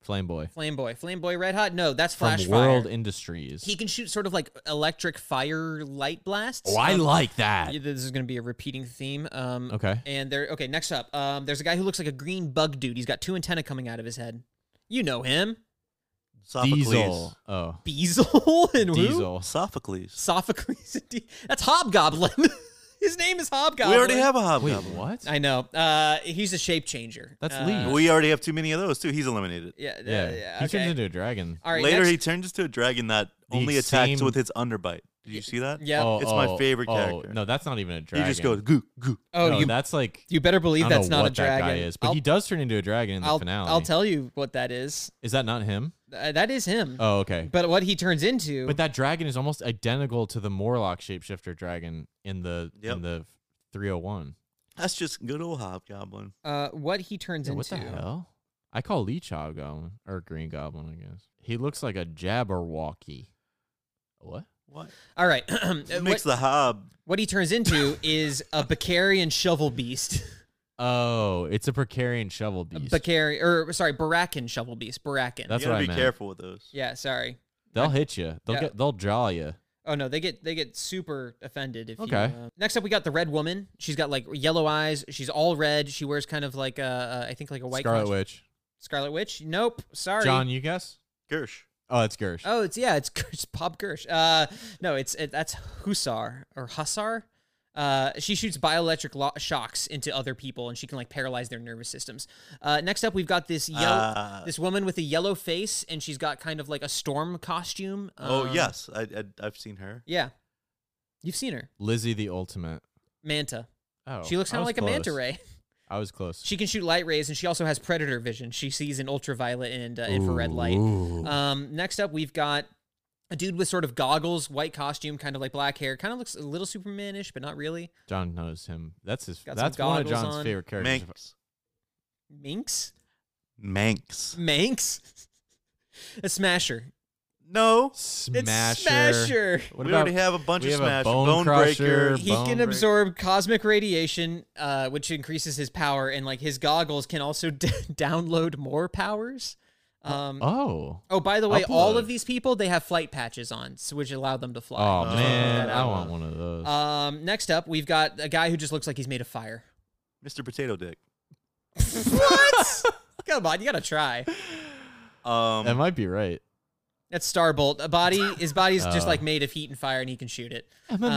Flame Boy.
Flame Boy. Flame Boy Red Hot. No, that's Flash
From World
Fire.
Industries.
He can shoot sort of like electric fire light blasts.
oh, I
Um,
like that.
yeah, This is going to be a repeating theme. Um,
Okay.
And there. Okay. Next up, um, there's a guy who looks like a green bug dude. He's got two antennae coming out of his head. You know him,
Sophocles.
Diesel. Oh.
Beezle [LAUGHS] and who?
Diesel.
Sophocles.
Sophocles. [LAUGHS] indeed. That's Hobgoblin. [LAUGHS] His name is Hobgoblin.
We already have a
Wait,
hobgoblin.
what?
I know. Uh, he's a shape changer.
That's
uh,
Lee.
We already have too many of those too. He's eliminated.
Yeah. uh,
yeah.
yeah,
He
okay.
turns into a dragon.
All right.
Later,
next-
he turns into a dragon that
The
only attacks
same-
with its underbite. Did you see that?
Yeah.
Oh,
It's my
oh,
favorite
oh,
character.
No, that's not even a
He
dragon.
just goes goo goo.
oh,
no,
you.
that's like.
you better believe
I don't
that's
know
not
what
a dragon.
That guy is, but
I'll,
he does turn into a dragon in the
I'll,
finale.
I'll tell you what that is.
Is that not him?
Uh, that is him.
Oh, okay.
But what he turns into,
But that dragon is almost identical to the Morlock shapeshifter dragon in the
Yep.
in the 301.
That's just good old hobgoblin.
uh, what he turns
Yeah, what
into,
the hell? I call Lee Chow Goblin or Green Goblin, I guess. He looks like a Jabberwocky. What?
What?
all right, [CLEARS THROAT]
It
Uh, what,
makes the hob.
what he turns into is a Bakarian shovel beast,
Oh, it's a Precarian shovel
A
beast.
Bakari or sorry, Barakin shovel beast, Barakin.
That's
you gotta
what I
be
meant.
careful with those.
Yeah, sorry.
They'll hit you. They'll
Yeah.
get. They'll draw you.
Oh no, they get they get super offended if
Okay.
you. Uh... Next up, we got the red woman. She's got like yellow eyes. She's all red. She wears kind of like a, a I think like a white
Scarlet
costume.
Witch.
Scarlet Witch. Nope. Sorry.
John, you guess?
Gersh.
Oh, it's Gersh.
Oh, it's yeah, it's, [LAUGHS] Gersh- Bob Gersh. Uh, no, it's it, that's Hussar or Hussar. Uh, she shoots bioelectric lo- shocks into other people, and she can like paralyze their nervous systems. Uh, next up, we've got this yellow,
Ah.
this woman with a yellow face, and she's got kind of like a storm costume.
Oh
Um,
yes, I, I I've seen her.
yeah. You've seen her,
Lizzie the Ultimate.
Manta.
Oh,
she looks
I
kind of
was
like a manta
close.
ray.
I was close.
She can shoot light rays, and she also has predator vision. She sees in ultraviolet and uh, infrared light.
Ooh.
Um, next up, we've got a dude with sort of goggles, white costume, kind of like black hair. Kind of looks a little Supermanish, but not really.
John knows him. That's his.
Got some
That's one of
goggles
John's
on.
favorite characters.
Manx.
Minx,
Manx.
Manx, a smasher.
No.
Smasher.
It's Smasher.
What
we
about
already have a bunch
we
of
have a
smash.
bone crusher,
breaker.
He
Bone
can
break.
absorb cosmic radiation, uh, which increases his power, and like his goggles can also [LAUGHS] d- download more powers. Um,
Oh.
Oh, by the way, all
Upload.
of these people they have flight patches on, so which allow them to fly.
Oh
Just wanted to point
man,
that
I
out.
want one of those.
Um, next up, we've got a guy who just looks like he's made of
[LAUGHS]
fire.
Mr. Potato Dick.
What? Come on, you gotta try.
Um,
that might be right.
That's Starbolt. A body, his body's just
Oh.
Uh.
like made of heat and fire, and he can shoot it.
I'm a
Um,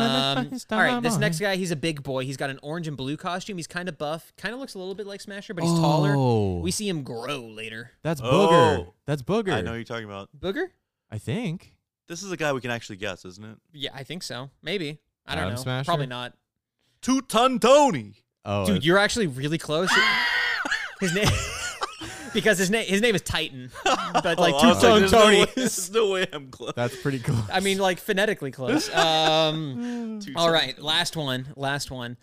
motherfucking
all right, this
Starbolt.
next guy, he's a big boy. He's got an orange and blue costume. He's kind of buff, kind of looks a little bit like Smasher, but he's taller.
Oh.
We see him grow later.
That's booger.
Oh.
That's booger.
I know you're talking about.
Booger?
I think.
This is a guy we can actually guess, isn't it?
Yeah, I think so. Maybe. I don't
Adam
know.
Smasher?
Probably not.
Two ton Tony.
Oh,
Dude, you're actually really close.
[LAUGHS]
his name, [LAUGHS] because his name, his name is Titan,
[LAUGHS]
but like
Oh, I
two
was like,
tone
there's no
Tony.
way- [LAUGHS] There's no way I'm close.
that's pretty cool.
[LAUGHS] I mean, like phonetically
[LAUGHS]
close. Um,
Two
all
ton
right, last one, last one.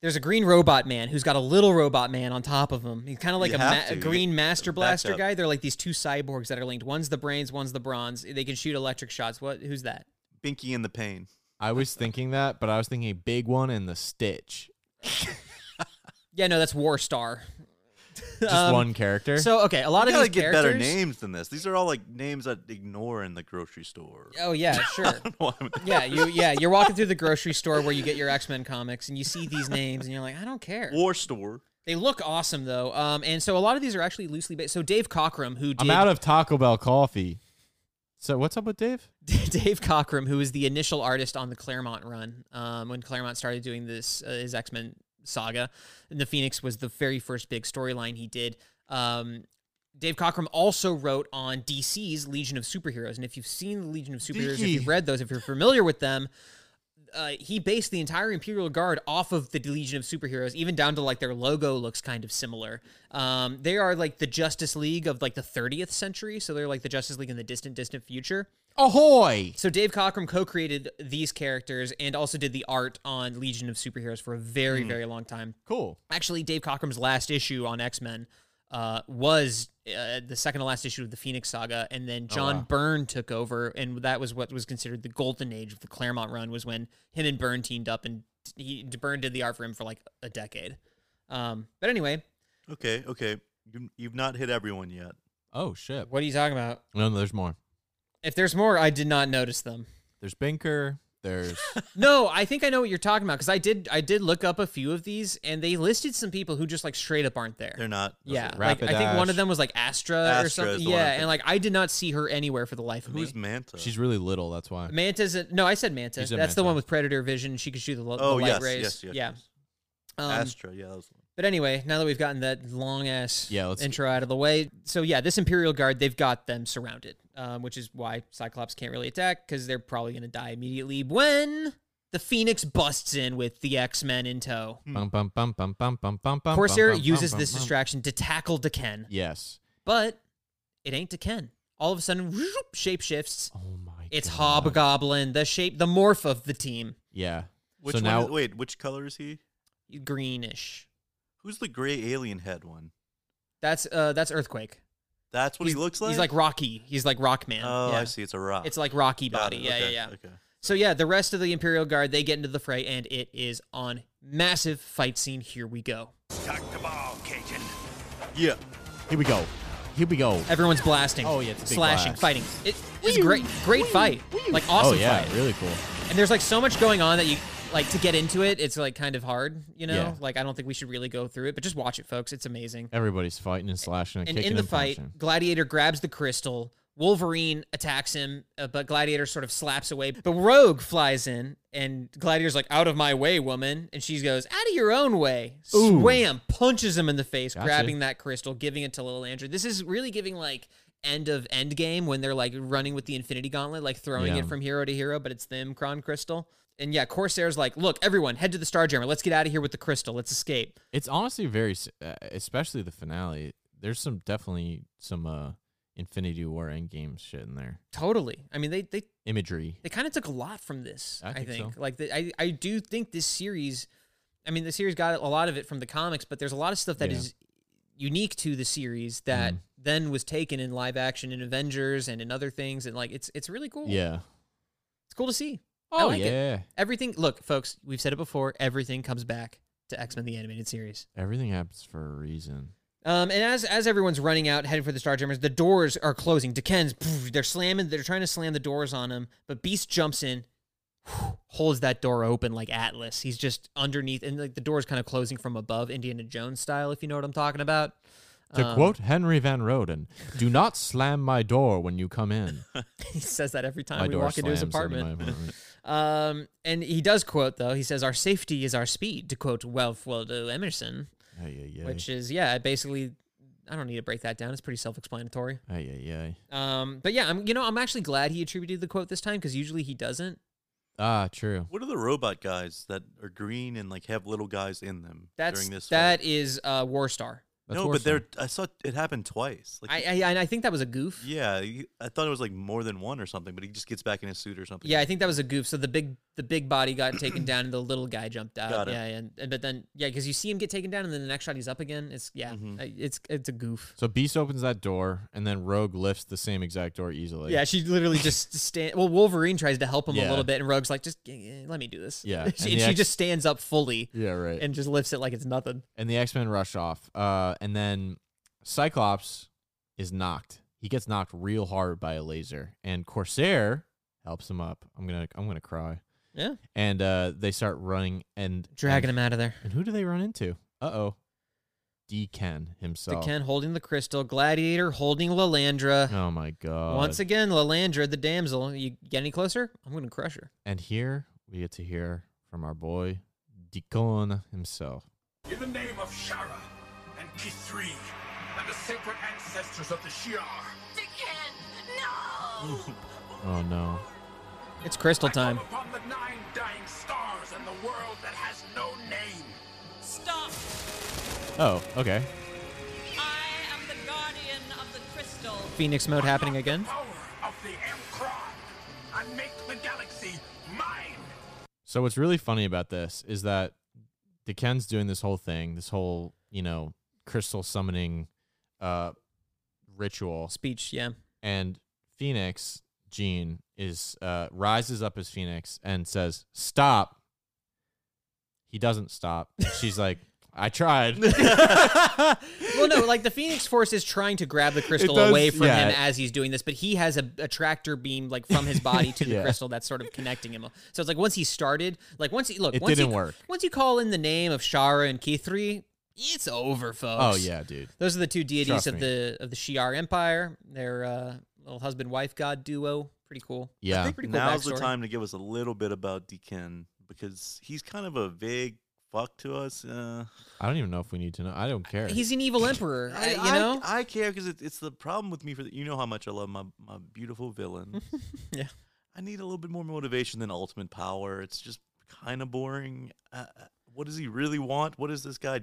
There's a green robot man who's got a little robot man on top of him. He's kind of like
You
a,
have
ma- a
to.
green master
Backed
blaster
up.
guy. They're like these two cyborgs that are linked. One's the brains, one's the bronze. They can shoot electric shots. What? Who's that?
Binky and the Pain.
I was thinking that, but I was thinking a big one and the stitch.
Yeah, no, that's War
[LAUGHS]
Star.
Just
Um,
one character.
So okay, a lot
I
of
gotta
these
get
characters.
better names than this. These are all like names I'd ignore in the grocery store. [LAUGHS]
Oh yeah, sure.
Why would-
[LAUGHS] Yeah, you yeah, you're walking through the grocery store where you get your X-Men comics and you see these names and you're like, I don't care.
War store.
They look awesome though. Um and so a lot of these are actually loosely based. So Dave Cockrum who did
I'm out of Taco Bell coffee. So what's up with Dave?
[LAUGHS] Dave Cockrum who was the initial artist on the Claremont run um when Claremont started doing this uh, his X-Men saga and the Phoenix was the very first big storyline he did. Um Dave Cockrum also wrote on DC's Legion of Superheroes, and if you've seen the Legion of Superheroes, if you've
Dickie.
read those, if you're familiar with them, uh, he based the entire Imperial Guard off of the Legion of Superheroes, even down to like their logo looks kind of similar. Um, they are like the Justice League of like the 30th century, so they're like the Justice League in the distant, distant future.
Ahoy!
So Dave Cockrum co-created these characters and also did the art on Legion of Superheroes for a very, very long time.
Cool.
Actually, Dave Cockrum's last issue on X Men uh, was uh, the second to last issue of the Phoenix Saga, and then John Byrne took over, and that was what was considered the golden age of the Claremont run. Was when him and Byrne teamed up, and he Byrne did the art for him for like a decade. Um, but anyway,
Okay, okay. You, you've not hit everyone yet.
Oh shit.
what are you talking about?
No, no, there's more.
If there's more, I did not notice them.
There's Binker. [LAUGHS] There's
No, I think I know what you're talking about because I did. I did look up a few of these, and they listed some people who just like straight up aren't there.
They're not.
yeah,
it
like, I think one
Rapidash?
of them was like Astra, or
Astra is
something.
the one I'm
Yeah,
thinking.
and like I did not see her anywhere for the life of
Who's
me.
Manta?
she's really little. That's why.
Manta's a, no, I said Manta.
You
That's
said
the
Manta.
one with predator vision. She can shoot the, lo- the
oh
light
yes,
rays.
yes, yes.
yeah.
yes.
Um,
Astra. Yeah, that was one.
but anyway, now that we've gotten that long ass
Yeah, let's-
intro out of the way, so yeah, this Imperial Guard they've got them surrounded, um, which is why Cyclops can't really attack because they're probably gonna die immediately when the Phoenix busts in with the X Men in tow.
Bum, bum, bum, bum, bum, bum, bum, bum,
Hmm. Corsair
bum, bum,
uses
bum,
this
bum.
distraction to tackle Deken,
Yes.
but it ain't Deken. all of a sudden whoop, shapeshifts.
Oh my.
It's
God.
Hobgoblin, the shape, the morph of the team,
Yeah.
Which
so
one
now
is- wait, which color is he?
greenish.
Who's the gray alien head one?
That's uh, that's earthquake.
That's what he
He's-
looks like.
He's like Rocky. He's like Rockman.
Oh,
yeah.
I see. It's a rock.
It's like Rocky
Got
body.
it,
Yeah,
okay,
yeah, yeah.
Okay.
So yeah, the rest of the Imperial Guard they get into the fray, and it is on massive fight scene. Here we go.
Yeah.
here we go. Here we go.
Everyone's blasting.
Oh, yeah, it's a big
slashing,
blast.
fighting. It- it's great, great fight. Like awesome
oh yeah,
fight.
really cool.
And there's like so much going on that you like to get into it. It's like kind of hard, you know.
Yeah.
Like I don't think we should really go through it, but just watch it, folks. It's amazing.
Everybody's fighting and slashing and,
and
kicking
in the
and
fight,
punching.
Gladiator grabs the crystal. Wolverine attacks him, uh, but Gladiator sort of slaps away. But Rogue flies in, and Gladiator's like, "Out of my way, woman!" And she goes, "Out of your own way!"
Ooh.
Swam, punches him in the face,
Gotcha.
grabbing that crystal, giving it to Lilandra. This is really giving like end of end game when they're like running with the Infinity Gauntlet, like throwing
Yeah.
it from hero to hero, but it's the Imkron crystal. And yeah, Corsair's like, "Look, everyone, head to the Starjammer. Let's get out of here with the crystal. Let's escape."
It's honestly very, s- uh, especially the finale. There's some definitely some uh Infinity War Endgame shit in there.
Totally. I mean, they they
Imagery.
they kind of took a lot from this.
I
I think,
think so.
like the, I I do think this series. I mean, the series got a lot of it from the comics, but there's a lot of stuff that
Yeah. Mm-hmm.
is unique to the series that then was taken in live action in Avengers and in other things, and like it's it's really cool.
Yeah.
it's cool to see. I
Oh
like it.
yeah.
Everything. Look, folks, we've said it before. Everything comes back to X Men: The Animated Series.
Everything happens for a reason.
Um, and as as everyone's running out, heading for the Starjammers, the doors are closing. Deken's, pff, they're slamming, they're trying to slam the doors on him, but Beast jumps in, whew, holds that door open like Atlas. He's just underneath, and like the door's kind of closing from above, Indiana Jones style, if you know what I'm talking about. [LAUGHS]
To
Um,
quote Henry Van Roden,
[LAUGHS]
"Do not slam my door when you come in."
he says that every time
my
we
door
walk into his
slams into my
apartment.
apartment.
[LAUGHS] Um, and he does quote though. He says, "Our safety is our speed," to quote Ralph Waldo Emerson,
Ay, ay, ay.
which is yeah, basically. I don't need to break that down. It's pretty self-explanatory.
Ay, ay, ay.
Um, but yeah, I'm you know I'm actually glad he attributed the quote this time because usually he doesn't.
Ah, true.
What are the robot guys that are green and like have little guys in them
That's
during this?
that
fight?
is uh, Warstar.
That's
no,
Warstar.
but they're. I saw it happen twice. Like,
I, I and I think that was a goof. Yeah.
yeah, he- I thought it was like more than one or something, but he just gets back in his suit or something.
I think that was a goof. So the big the big body got taken down and the little guy jumped out.
Got it.
Yeah, and, and but then yeah, because you see him get taken down and then the next shot he's up again. It's yeah, uh, it's it's a goof.
So Beast opens that door, and then Rogue lifts the same exact door easily.
yeah, she literally just stand. Well, Wolverine tries to help him a
Yeah.
little bit, and Rogue's like, "Just eh, eh, let me do this."
Yeah,
and,
and
[LAUGHS] she,
the ex-
just stands up fully
yeah, right.
and just lifts it like it's nothing.
and the X Men rush off. Uh, and then Cyclops is knocked. He gets knocked real hard by a laser, and Corsair helps him up. I'm gonna I'm gonna cry.
Yeah,
And uh, they start running and
dragging
and,
him out of there.
And who do they run into? Uh oh, D Ken
The
himself.
Ken holding the crystal, Gladiator holding Lalandra.
Oh my god.
Once again, Lalandra, the damsel. You get any closer? I'm gonna crush her.
and here we get to hear from our boy Deacon himself.
In the name of Shara and Kithri and the sacred ancestors of the Shi'ar,
Oh no.
It's crystal
I come
time.
upon the nine dying stars and the world that has no name.
Stop!
Oh, okay.
I am the guardian of the crystal.
Phoenix mode happening
Unlock
again.
The power of the Emkron and make the galaxy mine.
So what's really funny about this is that Deken's doing this whole thing, this whole, you know, crystal summoning uh ritual
Speech, yeah.
and Phoenix Jean is uh rises up as Phoenix and says, "Stop." He doesn't stop.
[LAUGHS]
She's like, "I tried."
Well, no, like the Phoenix Force is trying to grab the crystal
does-
away from
yeah.
him as he's doing this, but he has a, a tractor beam like from his
[LAUGHS]
body to the
Yeah.
crystal that's sort of connecting him. So it's like once he started, like once he look,
It
once
didn't
you-
work.
Once you call in the name of Shara and Kithri, it's over, folks.
oh yeah, dude.
Those are the two deities
Trust
of
me.
the of the Shi'ar Empire. They're uh, little husband wife god duo. Pretty cool.
Yeah.
I think
Pretty cool
now's
backstory.
the time to give us a little bit about Deacon because he's kind of a vague fuck to us. Uh,
I don't even know if we need to know. I don't care.
He's an evil emperor, uh, you
I-
know.
I, care because it, it's the problem with me for the, you know how much I love my my beautiful villain.
[LAUGHS] Yeah.
I need a little bit more motivation than ultimate power. It's just kind of boring. Uh, uh, what does he really want? What is this guy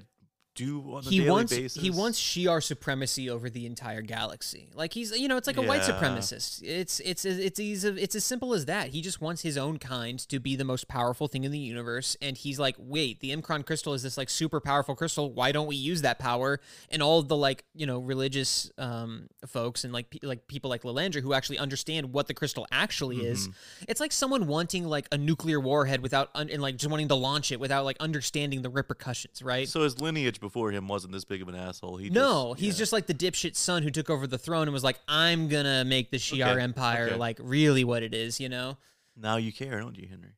do on a
he
daily
wants
basis.
he wants Shi'ar supremacy over the entire galaxy. Like he's you know it's like a white
Yeah.
supremacist. It's it's it's he's a, it's as simple as that. He just wants his own kind to be the most powerful thing in the universe. And he's like, wait, the Imkron crystal is this like super powerful crystal. Why don't we use that power? And all of the like you know religious um folks and like pe- like people like Lalanger who actually understand what the crystal actually is.
Mm-hmm.
It's like someone wanting like a nuclear warhead without un- and like just wanting to launch it without like understanding the repercussions, right?
So his lineage before him wasn't this big of an asshole. He
no,
just,
he's just like the dipshit son who took over the throne and was like, "I'm gonna make the Shi'ar
Okay,
Empire
okay.
like really what it is," you know.
now you care, don't you, Henry?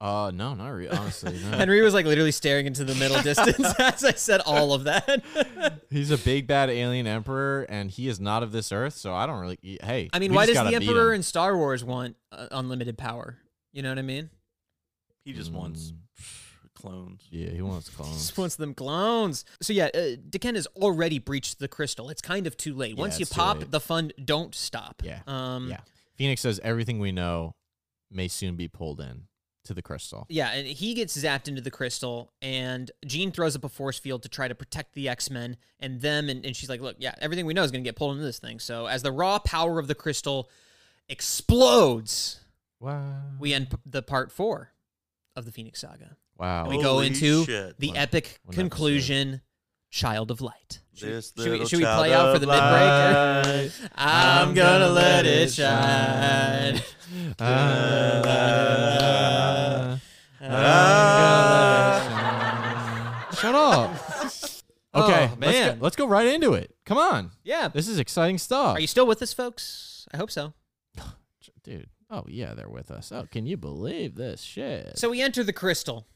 Uh, no, not really. Honestly,
[LAUGHS]
no.
Henry was like literally staring into the
[LAUGHS]
middle distance [LAUGHS] as I said all of that.
He's a big bad alien emperor, and he is not of this earth. So I don't really. e, Hey,
I mean,
we
why
just
does the
gotta beat
Emperor
him.
in Star Wars want uh, unlimited power? You know what I mean?
He just wants
Mm.
clones.
Yeah, he
[LAUGHS]
wants
He
clones.
Just wants them clones. So yeah, uh, Deken has already breached the crystal. It's kind of too late.
Yeah,
Once you
it's too
pop,
late.
the fun don't stop.
Yeah,
Um,
yeah. Phoenix says everything we know may soon be pulled in to the crystal.
Yeah, and he gets zapped into the crystal, and Jean throws up a force field to try to protect the X Men and them. And, and she's like, Look, yeah, everything we know is going to get pulled into this thing. So, as the raw power of the crystal explodes,
Wow.
we end p- the part four of the Phoenix Saga.
Wow.
we go
Holy
into
shit.
the
Wow.
epic
One episode.
conclusion Child of Light.
This
should we-
little
should we
child
play out for
of
the mid-break,
light.
[LAUGHS] I'm gonna let it shine.
Ah,
Uh, Ah.
Shut
[LAUGHS]
up.
Oh,
Okay, Let's
man.
go, let's go right into it. Come on.
Yeah.
This is exciting stuff.
Are you still with us, folks? I hope so.
Dude. Oh, yeah, they're with us. Oh, can you believe this shit?
So we enter the crystal.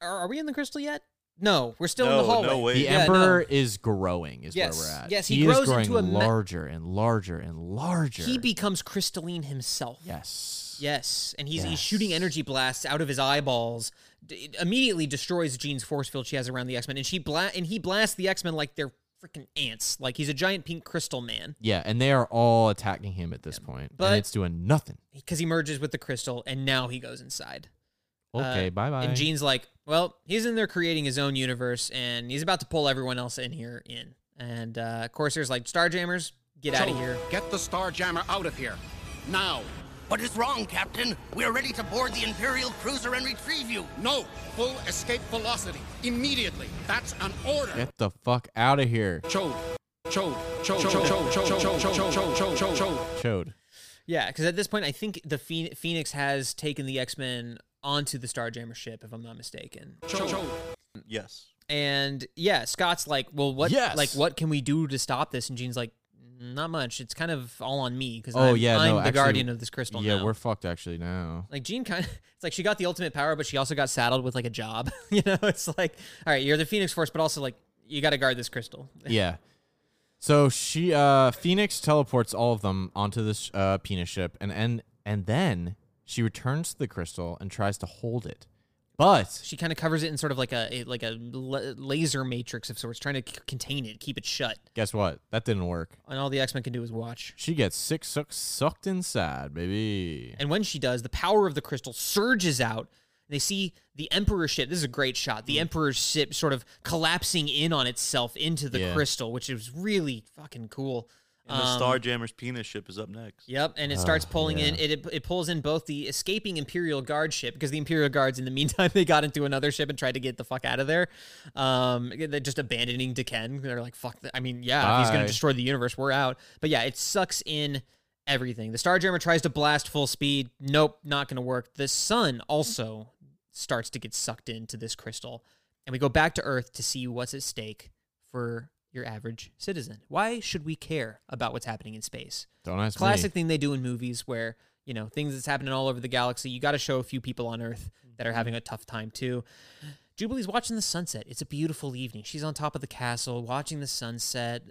Are, are we in the crystal yet? No, we're still in the
No,
hallway.
no way.
the
Yeah,
Emperor is growing, is
Yes,
where we're at.
yes, he
is
grows
growing
into a ma-
larger and larger and larger.
He becomes crystalline himself.
Yes.
Yes, and he's he's
Yes.
shooting energy blasts out of his eyeballs. D- it immediately destroys Jean's force field she has around the X Men, and she bla- and he blasts the X Men like they're freaking ants. Like he's a giant pink crystal man
Yeah, and they are all attacking him at this point.
but-
and it's doing nothing.
because he merges with the crystal, and now he goes inside. Uh,
Okay, bye bye.
And Jean's like, well, he's in there creating his own universe, and he's about to pull everyone else in here in. And uh, Corsair's like, Starjammers, get out of here.
Get the Starjammer out of here. Now.
What is wrong, Captain? We are ready to board the Imperial cruiser and retrieve you.
No. Full escape velocity. Immediately. That's an order.
Get the fuck out of here.
Chode. Chode. Chode. Chode. Chode. Chode. Chode. Chode. Chode. Chode. Chode. Chode.
Chode.
Yeah, because at this point, I think the Phoen- Phoenix has taken the X Men onto the Starjammer ship, if I'm not mistaken.
Yes.
And yeah, Scott's like, well, what,
Yes.
like, what can we do to stop this? And Jean's like, not much. It's kind of all on me because
Oh
I'm,
yeah,
I'm
no,
the
actually-
guardian of this crystal.
Yeah,
now.
we're fucked actually
[LAUGHS]
now.
Like Jean kind of, it's like she got the ultimate power, but she also got saddled with like a job. [LAUGHS] you know, it's like, all right, you're the Phoenix Force, but also like you got to guard this crystal.
yeah. So she uh Phoenix teleports all of them onto this uh penis ship and and and then she returns to the crystal and tries to hold it. But
She kind of covers it in sort of like a, a like a la- laser matrix of sorts, trying to c- contain it, keep it shut.
guess what? That didn't work.
And all the X Men can do is watch.
She gets sick suck, sucked inside, baby.
And when she does, the power of the crystal surges out. They see the Emperor's ship. This is a great shot. The Emperor's ship sort of collapsing in on itself into the
Yeah.
crystal, which is really fucking cool.
And the
Um,
Starjammer's penis ship is up next.
Yep, and it starts pulling in. It, it it pulls in both the escaping Imperial Guard ship because the Imperial Guards, in the [LAUGHS] meantime, they got into another ship and tried to get the fuck out of there. Um, they're just abandoning Deken. They're like, fuck. th- I mean, yeah, if he's gonna
Bye.
destroy the universe. We're out. But yeah, it sucks in everything. The Starjammer tries to blast full speed. Nope, not gonna work. The sun also starts to get sucked into this crystal, and we go back to Earth to see what's at stake for your average citizen. Why should we care about what's happening in space?
Don't ask
classic
me.
thing they do in movies where you know things that's happening all over the galaxy you got to show a few people on earth that are having a tough time too jubilee's watching the sunset it's a beautiful evening she's on top of the castle watching the sunset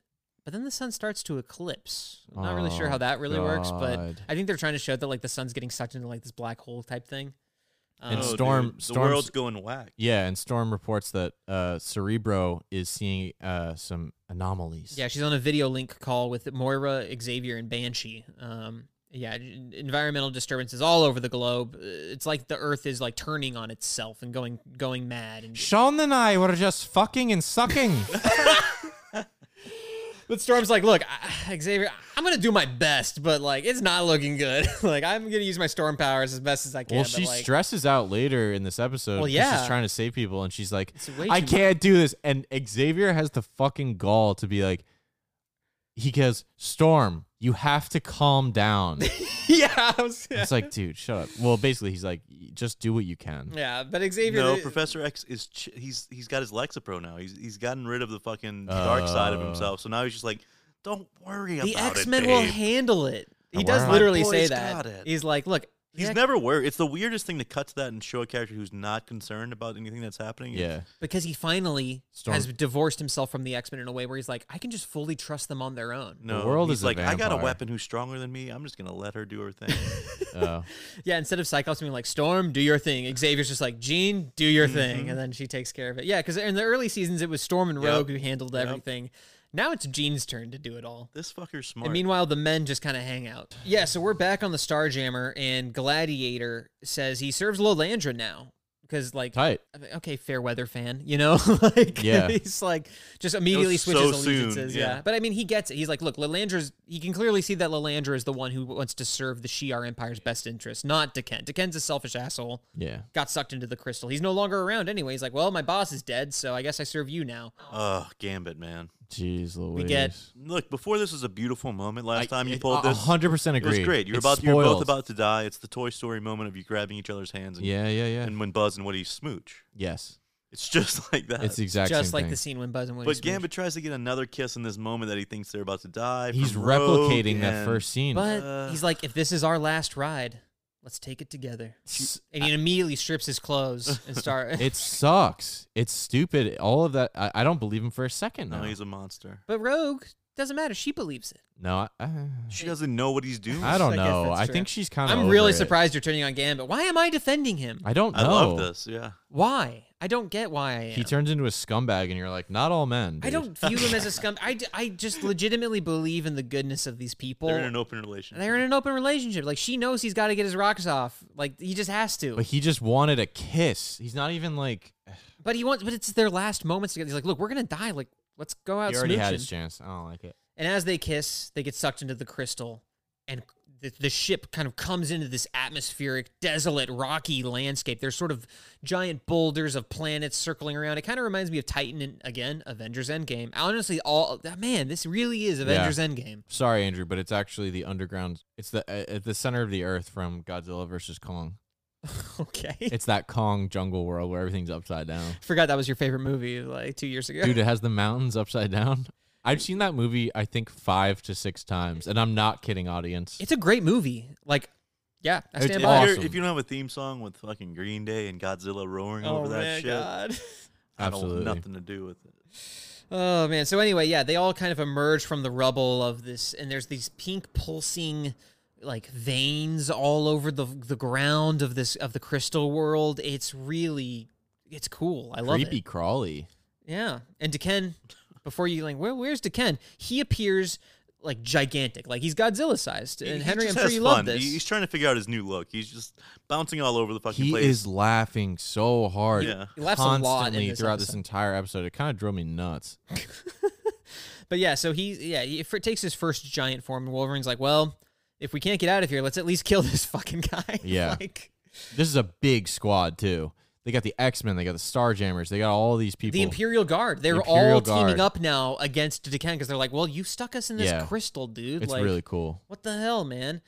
but then the sun starts to eclipse i'm not really sure
Oh,
how that really works but
God.
i think they're trying to show that like the sun's getting sucked into like this black hole type thing um,
And
No,
Storm-
Oh, dude, the
Storm's-
world's going whack.
Yeah, and Storm reports that uh Cerebro is seeing uh some anomalies.
yeah she's on a video link call with moira xavier and banshee um, Yeah, en- environmental disturbances all over the globe. Uh, It's like the Earth is like turning on itself and going going mad. And
Sean and I were just fucking and sucking.
[LAUGHS] but Storm's like, look, I, Xavier, I'm gonna do my best, but like it's not looking good. [LAUGHS] like I'm gonna use my storm powers as best as I can.
well,
but,
she
like,
stresses out later in this episode.
Well,
'cause
yeah.
she's trying to save people, and she's like,
way
"I
too
can't do this." And Xavier has the fucking gall to be like, "He goes, Storm, you have to calm
[LAUGHS]
down."
[LAUGHS] yeah, I was-
it's like, dude, shut up. Well, basically, he's like, "Just do what you can."
yeah, but Xavier.
no,
the-
Professor X is ch- he's he's got his Lexapro now. He's he's gotten rid of the fucking dark side of
Oh.
himself. So now he's just like, don't worry
the
about it.
X Men will
babe."
handle it. He
And
does
we're on.
literally
My
say
boy's
that.
got it.
He's like, look,
He's
yeah,
never worried. It's the weirdest thing to cut to that and show a character who's not concerned about anything that's happening. It's-
Yeah.
because he finally
Storm-
has divorced himself from the X Men in a way where he's like, I can just fully trust them on their own.
No,
world
he's
is a
like, I got a
vampire."
weapon who's stronger than me. I'm just gonna let her do her [LAUGHS] thing.
Oh.
Yeah, instead of Cyclops being like, Storm, do your thing, Xavier's just like, Jean, do
Mm-hmm.
your thing. And then she takes care of it. Yeah, because in the early seasons, it was Storm and
Yep.
Rogue who handled
Yep.
everything. Now it's Jean's turn to do it all.
this fucker's smart.
And meanwhile, the men just kind of hang out. Yeah, so we're back on the Starjammer, and Gladiator says he serves Lolandra now. Because, like,
Tight.
I mean, okay, fair weather fan, you know, [LAUGHS] like
Yeah.
he's like just immediately
was
switches
so
allegiances.
soon,
yeah.
yeah.
but I mean, he gets it. He's like, look, Lalandra's. He can clearly see that Lalandra is the one who wants to serve the Shi'ar Empire's best interest, not Deken. Deken's a selfish asshole.
Yeah.
Got sucked into the crystal. He's no longer around anyway. He's like, well, my boss is dead, so I guess I serve you now.
Ugh, Gambit, man.
Jeez, Louise.
get-
Look, before this was a beautiful moment. Last
I-
time you
it-
pulled
a
this,
100%
It
agree.
was great. You're
It's
about, you're both
spoiled.
about to die. It's the Toy Story moment of you grabbing each other's hands. And,
Yeah, yeah, yeah.
And when Buzz and Woody smooch,
yes.
it's [LAUGHS] just like that.
It's the exact
Just
same
like
thing.
the scene when Buzz and Woody.
But
smooch.
Gambit tries to get another kiss in this moment that he thinks they're about to die.
He's
from Rogue
replicating that
and-
first scene.
But
Uh,
he's like, if this is our last ride, let's take it together.
S-
And he immediately strips his clothes and
[LAUGHS]
start.
it sucks. It's stupid. All of that. I, I don't believe him for a second now.
No, he's a monster.
but Rogue doesn't matter. She believes it.
No, I,
She doesn't know what he's doing.
I don't
I guess
know.
that's
I
true.
think she's kind of.
I'm really surprised you're turning on Gambit. Why am I defending him?
I don't know.
I love this. Yeah.
Why? I don't get why I am.
He turns into a scumbag, and you're like, not all men.
I
dude.
don't view
[LAUGHS]
him as a scum. I, d- I just legitimately believe in the goodness of these people.
They're in an open relationship.
They're in an open relationship. Like she knows he's got to get his rocks off. Like he just has to.
But he just wanted a kiss. He's not even like.
But he wants. But it's their last moments together. He's like, look, we're gonna die. Like let's go out.
He already had
smooching."
his chance. I don't like it.
And as they kiss, they get sucked into the crystal, and the, the ship kind of comes into this atmospheric, desolate, rocky landscape. There's sort of giant boulders of planets circling around. It kind of reminds me of Titan and again, Avengers Endgame. Honestly, all man, this really is Avengers Endgame. [LAUGHS]
Sorry, Andrew, but it's actually the underground. It's the uh, at the center of the earth from Godzilla versus
[LAUGHS]
Kong.
Okay,
It's that Kong jungle world where everything's upside down.
forgot that was your favorite movie like two years [LAUGHS] ago.
Dude, it has the mountains upside down. I've seen that movie, I think, five to six times, and I'm not kidding, audience.
it's a great movie. Like, yeah, I
It's
stand
If,
by.
you're,
Awesome.
if you don't have a theme song with fucking Green Day and Godzilla roaring
oh
over that
my
shit,
god.
I don't
Absolutely.
want nothing to do with it.
Oh man. So anyway, yeah, they all kind of emerge from the rubble of this, and there's these pink pulsing like veins all over the the ground of this of the crystal world. It's really it's cool. I love
creepy
it.
crawly.
Yeah. And Deken, before you like, where where's Deken? He appears like gigantic, like he's Godzilla sized.
He-
And
he
Henry, I'm
just
sure
has
you love
fun.
this.
He- He's trying to figure out his new look. He's just bouncing all over the fucking
He
place.
is laughing so hard,
Yeah.
He laughs a lot in
constantly
this
throughout this
episode.
entire episode. It kind of drove me nuts.
But yeah, so he yeah he f- takes his first giant form, and Wolverine's like, well, if we can't get out of here, let's at least kill this fucking guy. [LAUGHS]
Yeah.
like,
This is a big squad too. They got the X Men, they got the Starjammers, they got all these people.
The Imperial Guard. They're
Imperial
all
Guard.
teaming up now against Deken because they're like, well, you stuck us in this
Yeah.
crystal, dude.
it's
like,
really cool.
What the hell, man?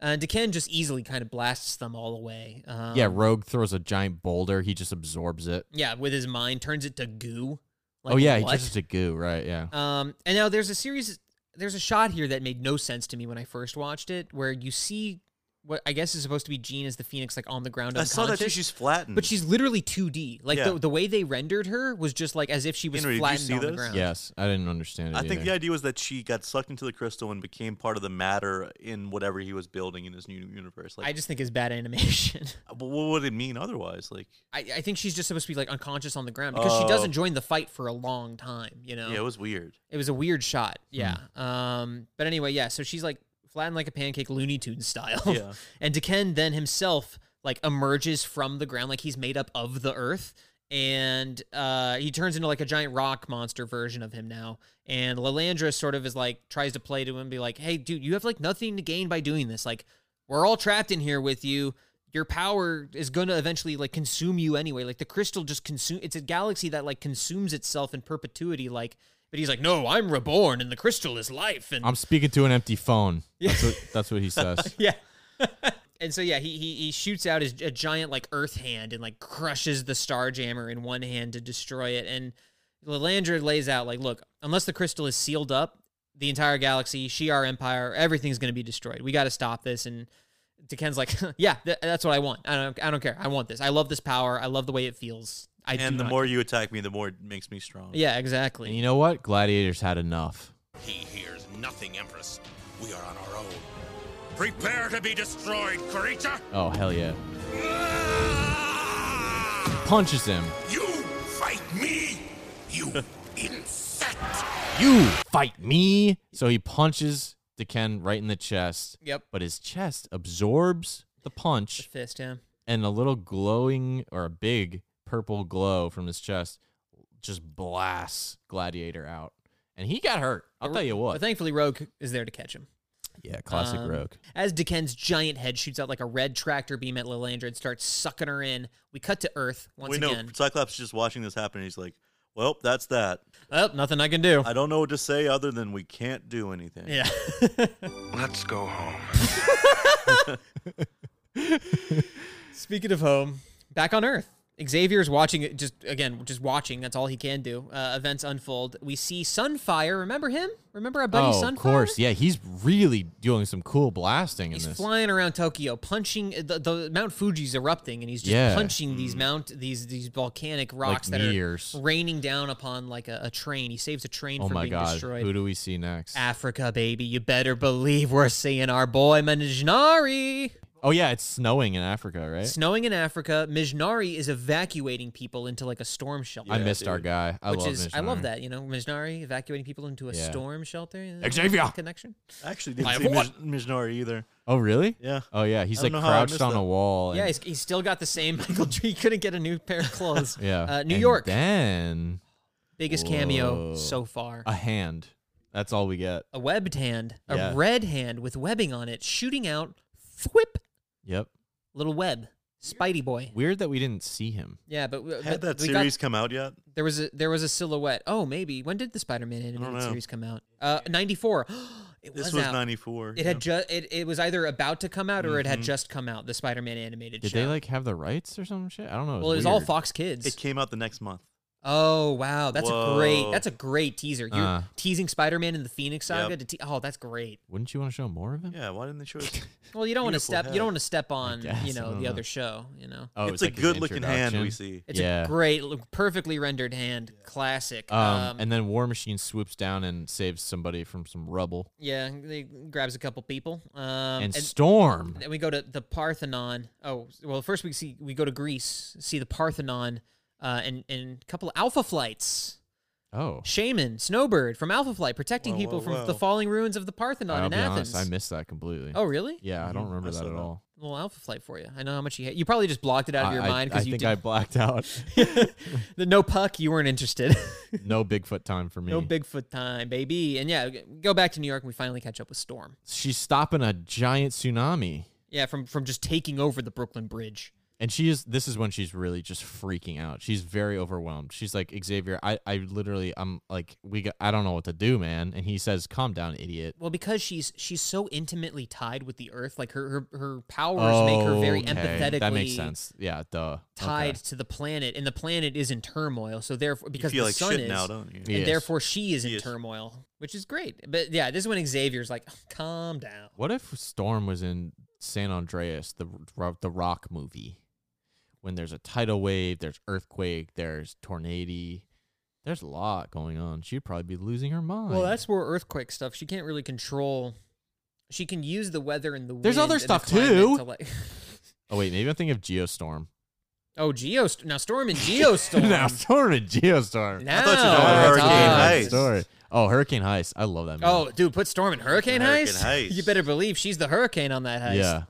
Uh, Deken just easily kind of blasts them all away. Um,
yeah, Rogue throws a giant boulder. He just absorbs it.
Yeah, with his mind, turns it to goo. Like,
oh yeah,
what?
he turns it to goo. Right? Yeah.
Um, and now there's a series, there's a shot here that made no sense to me when I first watched it, where you see what I guess is supposed to be Jean as the Phoenix, like on the ground.
I saw that too.
unconscious,
She's flattened.
But she's literally 2D. Like
Yeah.
the, the way they rendered her was just like as if she was
Henry, did you
flattened
see
on the
this?
ground.
yes, I didn't understand it.
I think
either.
the idea was that she got sucked into the crystal and became part of the matter in whatever he was building in this new universe. Like,
I just think it's bad animation. [LAUGHS]
wh- what would it mean otherwise? Like,
I, I think she's just supposed to be like unconscious on the ground because she
Oh.
doesn't join the fight for a long time. You know,
yeah, it was weird.
It was a weird shot. Yeah. Um. But anyway, yeah. So she's like flattened like a pancake, Looney Tunes style. [LAUGHS] Yeah. and Deken then himself like emerges from the ground like he's made up of the earth and uh, he turns into like a giant rock monster version of him now. And Lalandra sort of is like tries to play to him, be like, "Hey, dude, you have like nothing to gain by doing this. Like, we're all trapped in here with you. Your power is gonna eventually like consume you anyway. Like the crystal just consume. It's a galaxy that like consumes itself in perpetuity. Like." But he's like, no, I'm reborn, and the crystal is life. And
I'm speaking to an empty phone. That's, what, that's what he
[LAUGHS]
says.
yeah. and so yeah, he he, he shoots out his, a giant like earth hand and like crushes the Starjammer in one hand to destroy it. And Lalandra lays out like, look, unless the crystal is sealed up, the entire galaxy, Shi'ar Empire, everything's going to be destroyed. We got to stop this. And Deken's like, [LAUGHS] yeah, th- that's what I want. I don't I don't care. I want this. I love this power. I love the way it feels. I
and
do
the
not
more
care."
you attack me, the more it makes me strong.
yeah, exactly.
And you know what? Gladiators had enough.
He hears nothing, Empress. We are on our own. Prepare to be destroyed, creature!
Oh hell yeah!
Ah!
Punches him.
You fight me, you [LAUGHS] insect!
You fight me. So he punches Deken right in the chest.
Yep.
But his chest absorbs the punch.
Fist him.
and a little glowing or a big purple glow from his chest just blasts Gladiator out. And he got hurt. I'll tell you
But
what.
thankfully, Rogue is there to catch him.
Yeah, classic
Um,
Rogue.
As Deken's giant head shoots out like a red tractor beam at Lilandra and starts sucking her in, we cut to Earth once
we know
again.
Cyclops is just watching this happen. And he's like, "Well, that's that.
Well, Oh, nothing I can do.
I don't know what to say other than we can't do anything."
Yeah.
Let's go home.
Speaking of home, back on Earth, Xavier's watching it. Just again, just watching. That's all he can do. Uh, events unfold. We see Sunfire. Remember him? Remember our buddy
oh,
Sunfire?
of course. Yeah, he's really doing some cool blasting
He's
in this.
flying around Tokyo, punching uh, the, the Mount Fuji's erupting, and he's just
Yeah.
punching these mount these these volcanic rocks that
meteors.
are raining down upon like a, a train. He saves a train
oh
from
my
being
god.
destroyed.
Who do we see next?
Africa, baby, you better believe we're seeing our boy Manjnari.
Oh yeah, it's snowing in Africa, right?
Snowing in Africa, Mijnari is evacuating people into like a storm shelter.
I missed our guy. I
which
love
is I love
Mizunari.
that you know Mijnari evacuating people into a
Yeah.
storm shelter. Yeah,
Xavier!
connection.
I actually didn't
I
see
have
Mij- Mijnari either.
Oh really?
Yeah.
Oh yeah, he's
I don't
like
know how I
crouched
missed
on
that.
a wall.
Yeah,
and-
he's, he's still got the same [LAUGHS] Michael Tree. Couldn't get a new pair of clothes.
[LAUGHS] yeah.
uh, New
And
York,
Then
biggest cameo
Whoa.
so far.
a hand. That's all we get.
A webbed hand, a
Yeah.
red hand with webbing on it, shooting out, whip,
Yep.
little web, Spidey boy.
Weird that we didn't see him.
Yeah, but, we-
Had
but
that
we got-
series come out yet?
There was a there was a silhouette. Oh, maybe when did the Spider-Man animated
know.
series come out? Uh, ninety four. [GASPS] it
This
was,
was
out.
'94.
It had just it, it was either about to come out or it
Mm-hmm.
had just come out. The Spider-Man animated.
Did
show.
they like have the rights or some shit? I don't know.
Well, it was all
weird.
Fox Kids.
It came out the next month.
oh wow, that's a great
Whoa.
that's a great teaser. You're
Uh.
teasing Spider-Man in the Phoenix Saga.
Yep.
To te- oh, that's great.
Wouldn't you want to show more of him?
Yeah, why didn't
[LAUGHS]
they show it?
Well, you don't want to
Beautiful
step you
head.
don't want to step on
guess,
you
I
know
don't
the
know.
other show. You know,
Oh,
It's a
like his
good-looking hand we
introduction?
see.
it's
yeah.
a great, perfectly rendered hand, classic.
um, and then War Machine swoops down and saves somebody from some rubble.
yeah, he grabs a couple people. Um,
and, Storm.
Then we go to the Parthenon. Oh, well, first we see we go to Greece, see the Parthenon, uh, and and a couple of Alpha flights.
oh,
Shaman, Snowbird from Alpha Flight, protecting
Whoa,
people
whoa,
from
whoa.
the falling ruins of the Parthenon
I'll
in
be
Athens.
honest, I missed that completely.
oh, really?
yeah, I don't
Mhm,
remember
I
that
saw
at
that.
all.
Well, Alpha Flight for you. I know how much you hate. You probably just blocked it out of
I-
your
I,
mind
I
because you
think
did.
I blacked
[LAUGHS]
out. [LAUGHS]
the no puck, you weren't interested.
no Bigfoot time for me.
no Bigfoot time, baby. And yeah, go back to New York, and we finally catch up with Storm.
She's stopping a giant tsunami,
Yeah, from from just taking over the Brooklyn Bridge.
and she is. This is when she's really just freaking out. She's very overwhelmed. She's like, Xavier, I, I literally, I'm like, we, got, I don't know what to do, man. And he says, Calm down, idiot.
Well, because she's she's so intimately tied with the earth, like her her, her powers make her very
Oh, okay,
empathetically
That makes sense. Yeah, duh.
tied
Okay.
to the planet, and the planet is in turmoil. So therefore,
You
because
feel
the
like
sun
shit
is,
now, don't you?
and
Yes.
therefore she is in
Yes.
turmoil, which is great. But yeah, this is when Xavier's like, "Oh, calm down.
What if Storm was in San Andreas, the r- the Rock movie, when there's a tidal wave, there's earthquake, there's tornado, there's a lot going on. She'd probably be losing her mind.
Well, that's more earthquake stuff. She can't really control. She can use the weather and the
There's
wind
other
and the
stuff,
climate
too.
to, like-
oh wait, maybe I'm thinking of Geostorm.
[LAUGHS] Oh, Geostorm. Now, Storm and
[LAUGHS]
Geostorm.
now Storm and Geostorm.
Now I thought you were talking about
that's
Hurricane
a different
Heist.
Story. Oh, Hurricane Heist. I love that movie.
Oh, dude, put Storm in Hurricane,
Hurricane
Heist?
Heist.
You better believe she's the hurricane on that heist.
Yeah.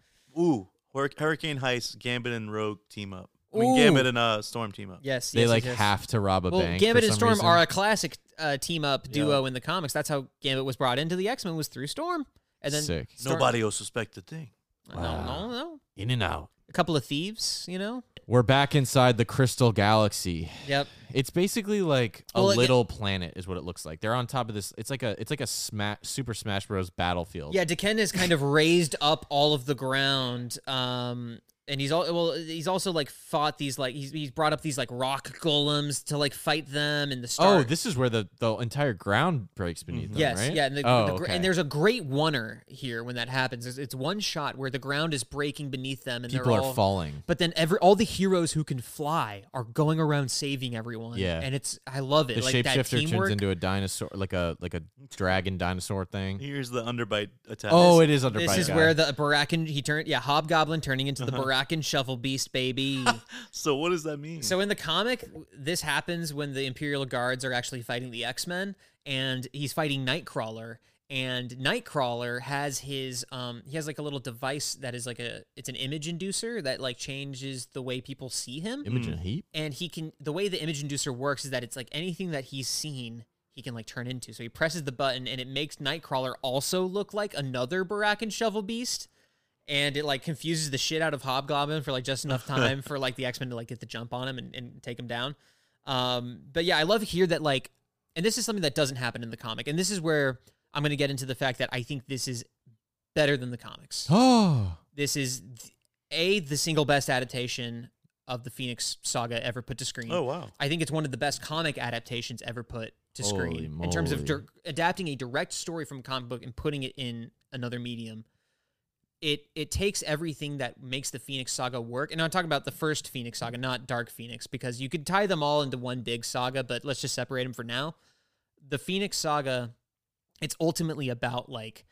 Ooh, Hur- Hurricane Heist, Gambit and Rogue team up. I
Ooh.
mean, Gambit and uh, Storm team up.
Yes,
They
yes,
like
yes, yes.
have to rob a
well,
bank.
Gambit
for
and
some
Storm
reason.
are a classic uh, team up duo in the comics. That's how Gambit was brought into the X Men was through Storm, and then
Sick.
Storm-
Nobody will suspect a thing.
No, no, no.
in and out.
A couple of thieves,
[SIGHS]
you know.
We're back inside the Crystal Galaxy.
Yep.
It's basically like a
Well, it-
little planet, is what it looks like. They're on top of this. It's like a it's like a sma- Super Smash Bros. battlefield.
Yeah, Deken has kind of raised up all of the ground. Um and he's all well he's also like fought these like he's, he's brought up these like rock golems to like fight them and the star
Oh, this is where the, the entire ground breaks beneath them,
Mm-hmm. Yes,
right?
yeah, and, the,
oh,
the gr-
okay.
and there's a great oneer here when that happens. It's, it's one shot where the ground is breaking beneath them, and
People
they're
are
all,
falling.
But then every all the heroes who can fly are going around saving everyone.
Yeah.
and it's I love it.
the
like that
shapeshifter
teamwork.
turns into a dinosaur, like a like a dragon dinosaur thing.
Here's the underbite attack.
Oh, it is underbite.
this is
guy. Uh-huh.
where the Barakin he turned yeah Hobgoblin turning into the Barakin Shuffle
[LAUGHS]
Beast baby.
So what does that mean?
So in the comic, w- this happens when the Imperial Guards are actually fighting the X Men, and he's fighting Nightcrawler. And Nightcrawler has his um he has like a little device that is like a it's an image inducer that like changes the way people see him.
image and
[GASPS]
heat.
And he can the way the image inducer works is that it's like anything that he's seen he can like turn into. So he presses the button and it makes Nightcrawler also look like another Barakin shovel beast. And it like confuses the shit out of Hobgoblin for like just enough time for like the X Men to like get the jump on him and, and take him down. Um, but yeah, I love here that like, and this is something that doesn't happen in the comic. And this is where I'm gonna get into the fact that I think this is better than the comics
Oh,
this is th- a the single best adaptation of the Phoenix Saga ever put to screen.
Oh, wow.
I think it's one of the best comic adaptations ever put to
Holy
screen in terms of
moly.
dir- adapting a direct story from a comic book and putting it in another medium. It it takes everything that makes the Phoenix Saga work, and I'm talking about the first Phoenix Saga, not Dark Phoenix, because you could tie them all into one big saga, but let's just separate them for now. The Phoenix Saga, it's ultimately about like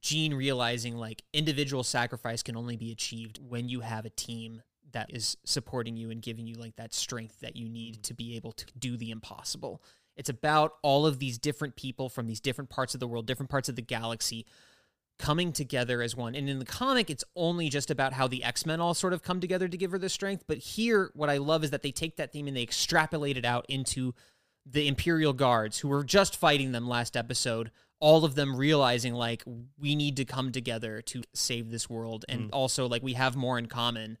Gene realizing like individual sacrifice can only be achieved when you have a team that is supporting you and giving you like that strength that you need to be able to do the impossible. It's about all of these different people from these different parts of the world, different parts of the galaxy coming together as one. And in the comic, it's only just about how the X Men all sort of come together to give her the strength. But here, what I love is that they take that theme and they extrapolate it out into the Imperial Guards who were just fighting them last episode. All of them realizing, like, we need to come together to save this world.
Mm.
And also, like, we have more in common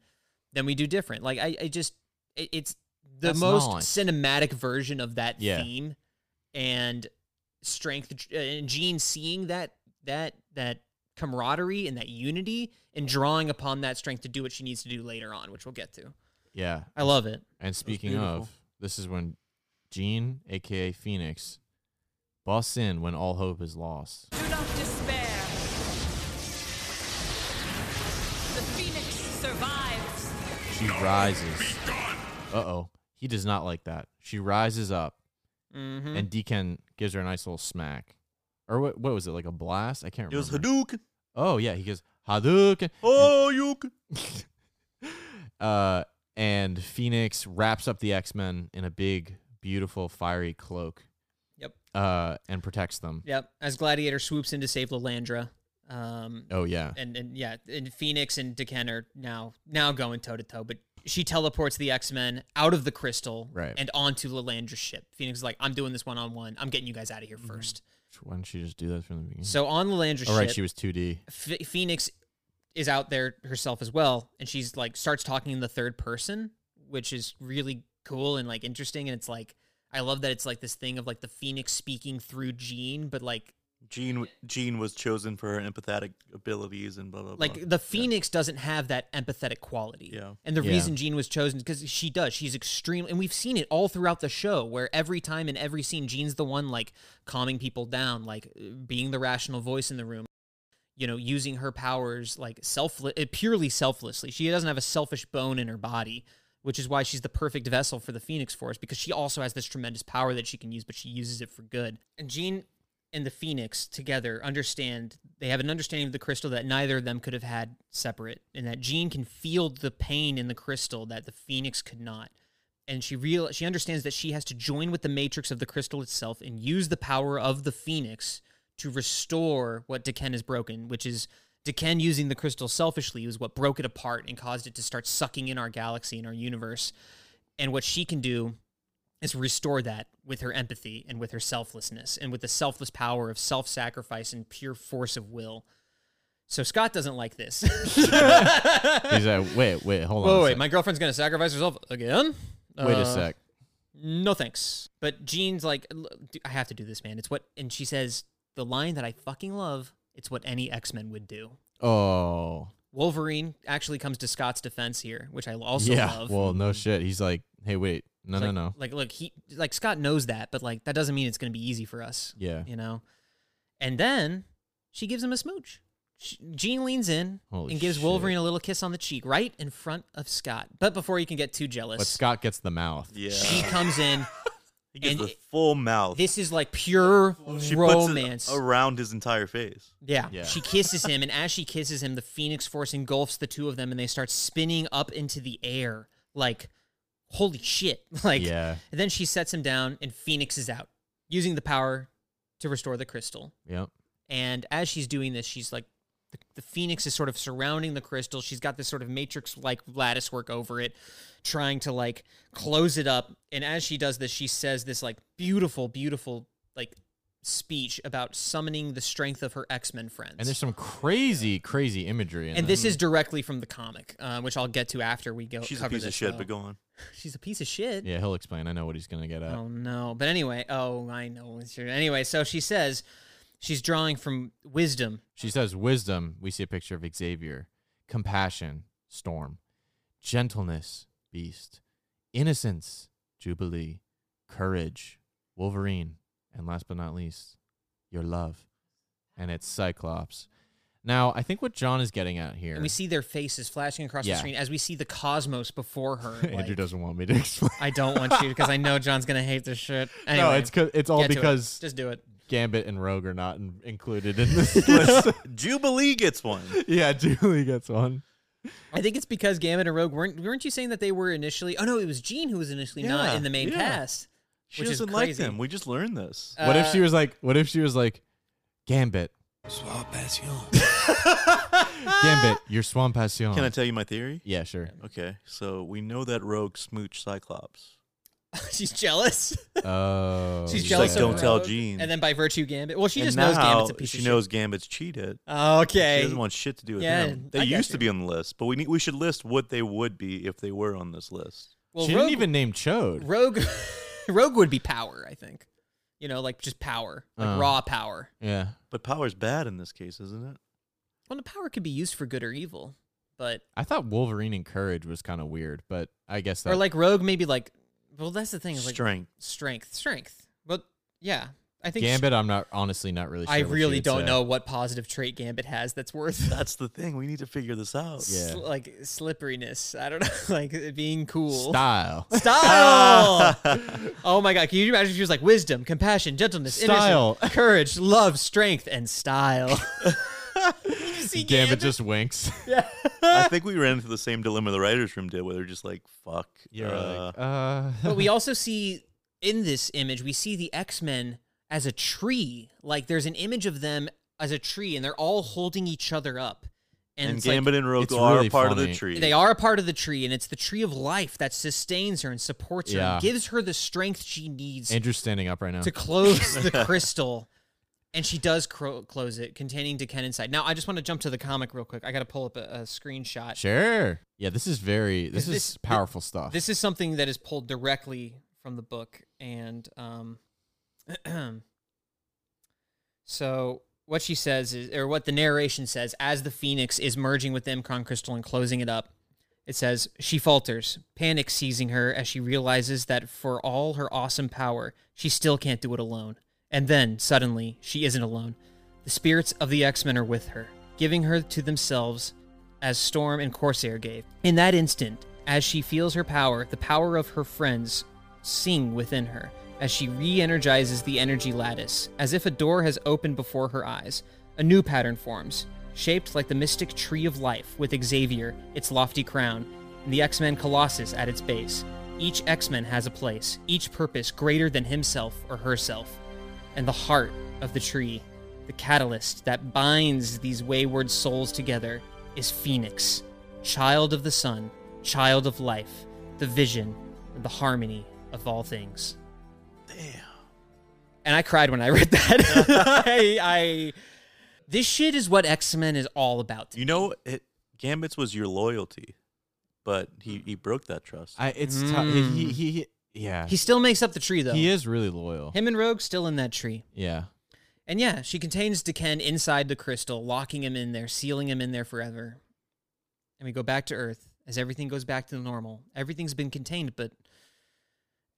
than we do different. Like, I, I just, it, it's the
That's
most
nice.
cinematic version of that
Yeah.
theme. And strength uh, and Gene seeing that that that camaraderie and that unity and drawing upon that strength to do what she needs to do later on, which we'll get to.
yeah.
I love it.
And speaking of,
beautiful.
this is when Jean, aka Phoenix, busts in when all hope is lost.
Do not despair. The phoenix survives.
She rises. Uh oh. He does not like that. She rises up,
Mm-hmm.
and Deacon gives her a nice little smack. Or what? What was it? Like a blast? I can't
it was
remember.
Hadouken.
Oh yeah, he goes Hadouken.
Oh, you.
Uh, and Phoenix wraps up the X Men in a big, beautiful, fiery cloak.
Yep.
Uh, and protects them.
Yep. As Gladiator swoops in to save Lalandra. Um
Oh yeah.
and, and yeah, and Phoenix and Deken are now now going toe to toe, but she teleports the X Men out of the crystal
Right.
and onto Lalandra's ship. Phoenix is like, I'm doing this one on one. I'm getting you guys out of here 1st
Why didn't she just do that from the beginning?
So on Lalandra's
All Oh, right,
ship,
she was
[LAUGHS]
2D.
Ph Phoenix is out there herself as well, and she's like starts talking in the third person, which is really cool and like interesting. And it's like I love that it's like this thing of like the Phoenix speaking through Jean, but like
Jean, w- Jean was chosen for her empathetic abilities and blah blah. blah.
like the Phoenix doesn't have that empathetic quality.
Yeah.
And the
Yeah.
reason Jean was chosen because she does. She's extremely, and we've seen it all throughout the show, where every time in every scene, Jean's the one like calming people down, like uh, being the rational voice in the room. You know, using her powers like selfless, purely selflessly. She doesn't have a selfish bone in her body, which is why she's the perfect vessel for the Phoenix Force because she also has this tremendous power that she can use, but she uses it for good. And Jean and the Phoenix together understand they have an understanding of the crystal that neither of them could have had separate, and that Jean can feel the pain in the crystal that the Phoenix could not. And she real she understands that she has to join with the matrix of the crystal itself and use the power of the Phoenix to restore what Deken has broken, which is Deken using the crystal selfishly was what broke it apart and caused it to start sucking in our galaxy and our universe. And what she can do is restore that with her empathy and with her selflessness and with the selfless power of self sacrifice and pure force of will. So Scott doesn't like this. He's
like, wait, wait, hold on.
[LAUGHS] Wait,
a
wait,
sec.
my girlfriend's gonna sacrifice herself again.
Wait a
Uh,
sec.
No thanks. But Jean's like, "L- d- I have to do this, man. It's what, and she says the line that I fucking love. It's what any X Men would do.
Oh.
Wolverine actually comes to Scott's defense here, which I also
yeah.
love.
Well, no shit. He's like, hey, wait. No, no,
like,
no.
Like, look, he like Scott knows that, but like that doesn't mean it's going to be easy for us.
Yeah.
you know. And then she gives him a smooch. She, Jean leans in
Holy
and gives
shit.
Wolverine a little kiss on the cheek, right in front of Scott. But before he can get too jealous,
But Scott gets the mouth.
Yeah.
she comes in.
He gets
and
the full mouth.
This is like pure
She
romance.
puts it around his entire face.
Yeah.
Yeah.
She kisses him, and as she kisses him, the Phoenix Force engulfs the two of them, and they start spinning up into the air. Like, holy shit. [LAUGHS] Like,
Yeah.
and then she sets him down, and Phoenix is out, using the power to restore the crystal.
Yep.
And as she's doing this, she's like, the, the Phoenix is sort of surrounding the crystal. She's got this sort of matrix like lattice work over it, trying to like close it up. And as she does this, she says this like beautiful, beautiful, like, speech about summoning the strength of her X-Men friends.
And there's some crazy, crazy imagery. In that.
And this is directly from the comic, uh, which I'll get to after we go.
She's a
cover
piece of
this,
shit,
though.
but go on.
[LAUGHS] She's a piece of shit.
Yeah, he'll explain. I know what he's gonna get at.
Oh no! But anyway, oh I know. it's your- Anyway, so she says she's drawing from wisdom.
She says, Wisdom, we see a picture of Xavier. Compassion, Storm. Gentleness, Beast. Innocence, Jubilee. Courage, Wolverine. And last but not least, your love. And it's Cyclops. Now, I think what John is getting at here. [LAUGHS]
And we see their faces flashing across
Yeah.
the screen as we see the cosmos before her.
Andrew
like-
doesn't want me to explain. [LAUGHS]
I don't want you because I know John's gonna hate this shit. Anyway,
no, it's 'cause- it's all
get to it.
because
just do it.
Gambit and Rogue are not in- included
[LAUGHS]
in this list. [LAUGHS]
Jubilee gets one.
yeah, Julie gets one.
I think it's because Gambit and Rogue weren't weren't you saying that they were initially? Oh no, it was Jean who was initially
Yeah,
not in the main
yeah.
cast. [LAUGHS]
She
which is
doesn't like
crazy.
them. We just learned this.
What if
Uh,
she was like? What if she was like, Gambit,
Sois patient.
[LAUGHS] Gambit, your Swan Passion.
Can I tell you my theory?
yeah, sure.
Okay, so we know that Rogue smooch Cyclops.
She's jealous.
Oh,
She's
She's
jealous.
like,
of
"Don't tell
Rogue,"
Jean.
And then by virtue of Gambit, well, she
And
just
now
knows Gambit's a piece
she
of
knows Gambit's cheated.
shit. Okay.
She doesn't want shit to do with
Yeah,
them. They
I got
used
you.
to be on the list, but we need we should list what they would be if they were on this list.
Well,
she
Rogue,
didn't even name Chode.
Rogue. [LAUGHS] Rogue would be power, I think. You know, like just power, like
Oh.
raw power.
Yeah,
But power's bad in this case, isn't it?
Well, the power could be used for good or evil, but
I thought Wolverine and Courage was kind of weird, but I guess that.
or like Rogue, maybe like. Well, that's the thing. Is like
Strength.
strength, strength. But yeah, I think
Gambit, I'm not honestly not really. sure
I
what she
really
would
don't
say.
know what positive trait Gambit has that's worth [LAUGHS]
That's the thing. We need to figure this out.
Yeah.
sl- like slipperiness. I don't [LAUGHS] know, like it being cool. [LAUGHS]
Style, [LAUGHS]
Style. oh my god! Can you imagine? She was like wisdom, compassion, gentleness,
Style.
innocence, courage, love, strength, and
[LAUGHS]
style. [LAUGHS] You see
Gambit, just winks.
[LAUGHS] I think we ran into the same dilemma the writers' room did, where they're just like, "Fuck."
You're
uh,
like, uh,
but
[LAUGHS]
we also see in this image, we see the X Men as a tree. Like there's an image of them as a tree, and they're all holding each other up. And,
and,
it's like-
Gambit and Rogue
It's
are
really
part of the
funny.
tree.
They are a part of the tree, and it's the tree of life that sustains her and supports her,
Yeah.
and gives her the strength she needs
Andrew's standing up right now.
to close
[LAUGHS]
the crystal. And she does cro- close it, containing Deken inside. Now, I just want to jump to the comic real quick. I got to pull up a, a screenshot.
Sure. Yeah, this is very. This
Is
is
this-
powerful stuff.
This is something that is pulled directly from the book, and um, [CLEARS THROAT] so what she says is, or what the narration says, as the phoenix is merging with the Imcon crystal and closing it up. It says she falters, panic seizing her as she realizes that for all her awesome power, she still can't do it alone. And then suddenly, she isn't alone. The spirits of the X Men are with her, giving her to themselves as Storm and Corsair gave. In that instant, as she feels her power, the power of her friends sing within her, as she re energizes the energy lattice, as if a door has opened before her eyes. A new pattern forms, shaped like the mystic Tree of Life, with Xavier, its lofty crown, and the X Men Colossus at its base. Each X Men has a place, each purpose greater than himself or herself. And the heart of the tree, the catalyst that binds these wayward souls together, is Phoenix, child of the sun, child of life, the vision, and the harmony of all things.
Damn.
And I cried when I read that. [LAUGHS] I, I, this shit is what X Men is all about.
You know, it, Gambits was your loyalty, but he,
Hmm.
he broke that trust.
I, it's tough. He, he, he, he- yeah.
He still makes up the tree though.
He is really loyal.
Him and Rogue still in that tree.
Yeah.
And yeah, she contains Deken inside the crystal, locking him in there, sealing him in there forever. And we go back to Earth as everything goes back to normal. Everything's been contained, but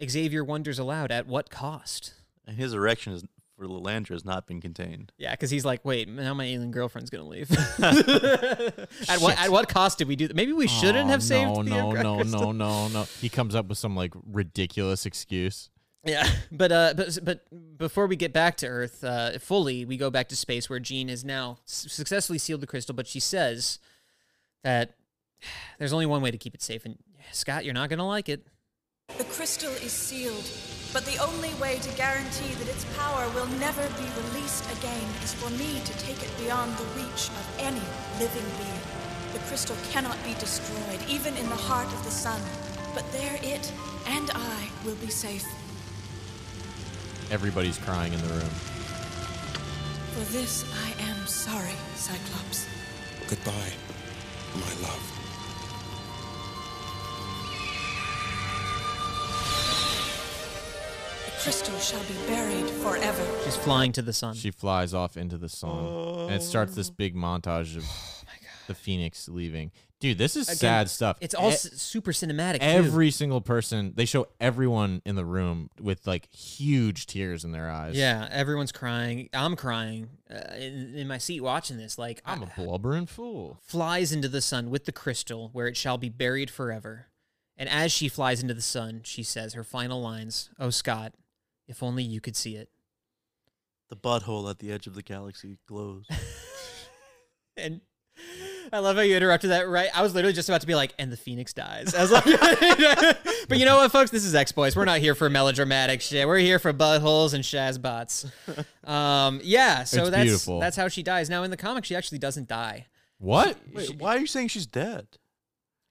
Xavier wonders aloud at what cost?
And his erection is, for Lalandra has not been contained.
Yeah, because he's like, wait, now my alien girlfriend's gonna [LAUGHS] leave. at what at what cost did we do that? Maybe we shouldn't
Oh,
have saved
No,
the
no,
Emperor
no,
Crystal.
no, no, no. He comes up with some like ridiculous excuse.
Yeah, [LAUGHS] but uh, but but before we get back to Earth uh, fully, we go back to space where Jean has now s- successfully sealed the crystal. But she says that [SIGHS] there's only one way to keep it safe, and Scott, you're not gonna like it.
The crystal is sealed, but the only way to guarantee that its power will never be released again is for me to take it beyond the reach of any living being. The crystal cannot be destroyed, even in the heart of the sun, but there it and I will be safe.
Everybody's crying in the room.
For this I am sorry, Cyclops.
Goodbye, my love.
The crystal shall be buried forever.
She's flying to the sun.
She flies off into the sun, and it starts this big montage
[SIGHS]
of the phoenix leaving. Dude, this is
Oh Again,
sad stuff.
It's all
E-
s- super cinematic. too.
every single person. They show everyone in the room with like huge tears in their eyes.
yeah, everyone's crying. I'm crying uh, in, in my seat watching this. Like [SIGHS]
I'm a blubbering fool.
flies into the sun with the crystal, where it shall be buried forever. And as she flies into the sun, she says her final lines Oh, Scott, if only you could see it.
The butthole at the edge of the galaxy
[LAUGHS]
glows.
And I love how you interrupted that, right? I was literally just about to be like, And the phoenix dies. I was like, [LAUGHS] But you know what, folks? This is X Boys. We're not here for melodramatic shit. We're here for buttholes and shazbots. Um, yeah, so
It's
that's
beautiful.
that's how she dies. Now, in the comic, she actually doesn't die
What?
Wait, why are you saying she's dead?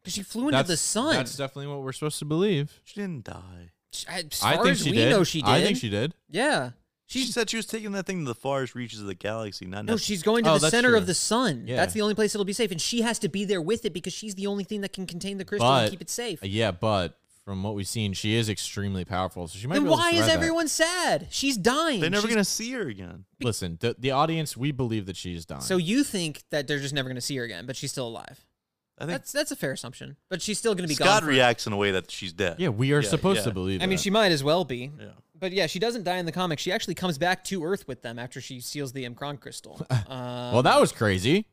because she flew into the sun.
That's definitely what we're supposed to believe.
She didn't die.
As
I
far
think
as
she
we
did.
know, she did.
I think she did.
Yeah.
She said she was taking that thing to the farthest reaches of the galaxy. Not
No,
necess-
she's going to
Oh,
the
that's
center
true.
of the sun.
Yeah.
That's the only place it'll be safe, and she has to be there with it because she's the only thing that can contain the crystal
but uh,
and keep it safe.
Yeah, but from what we've seen, she is extremely powerful. So she might.
Then
be able to
why is
survive that.
everyone sad? She's dying.
They're never
She's-
gonna see her again.
Listen, the, the audience, we believe that she is dying.
So you think that they're just never gonna see her again, but she's still alive.
I think
that's that's a fair assumption. But she's still gonna be
Scott
gone. for-
reacts in a way that she's dead.
yeah, we are
Yeah,
supposed
yeah.
to believe.
I mean,
that.
she might as well be.
Yeah.
But yeah, she doesn't die in the comic. She actually comes back to Earth with them after she seals the
[LAUGHS]
Mkron crystal. Um,
well, that was crazy.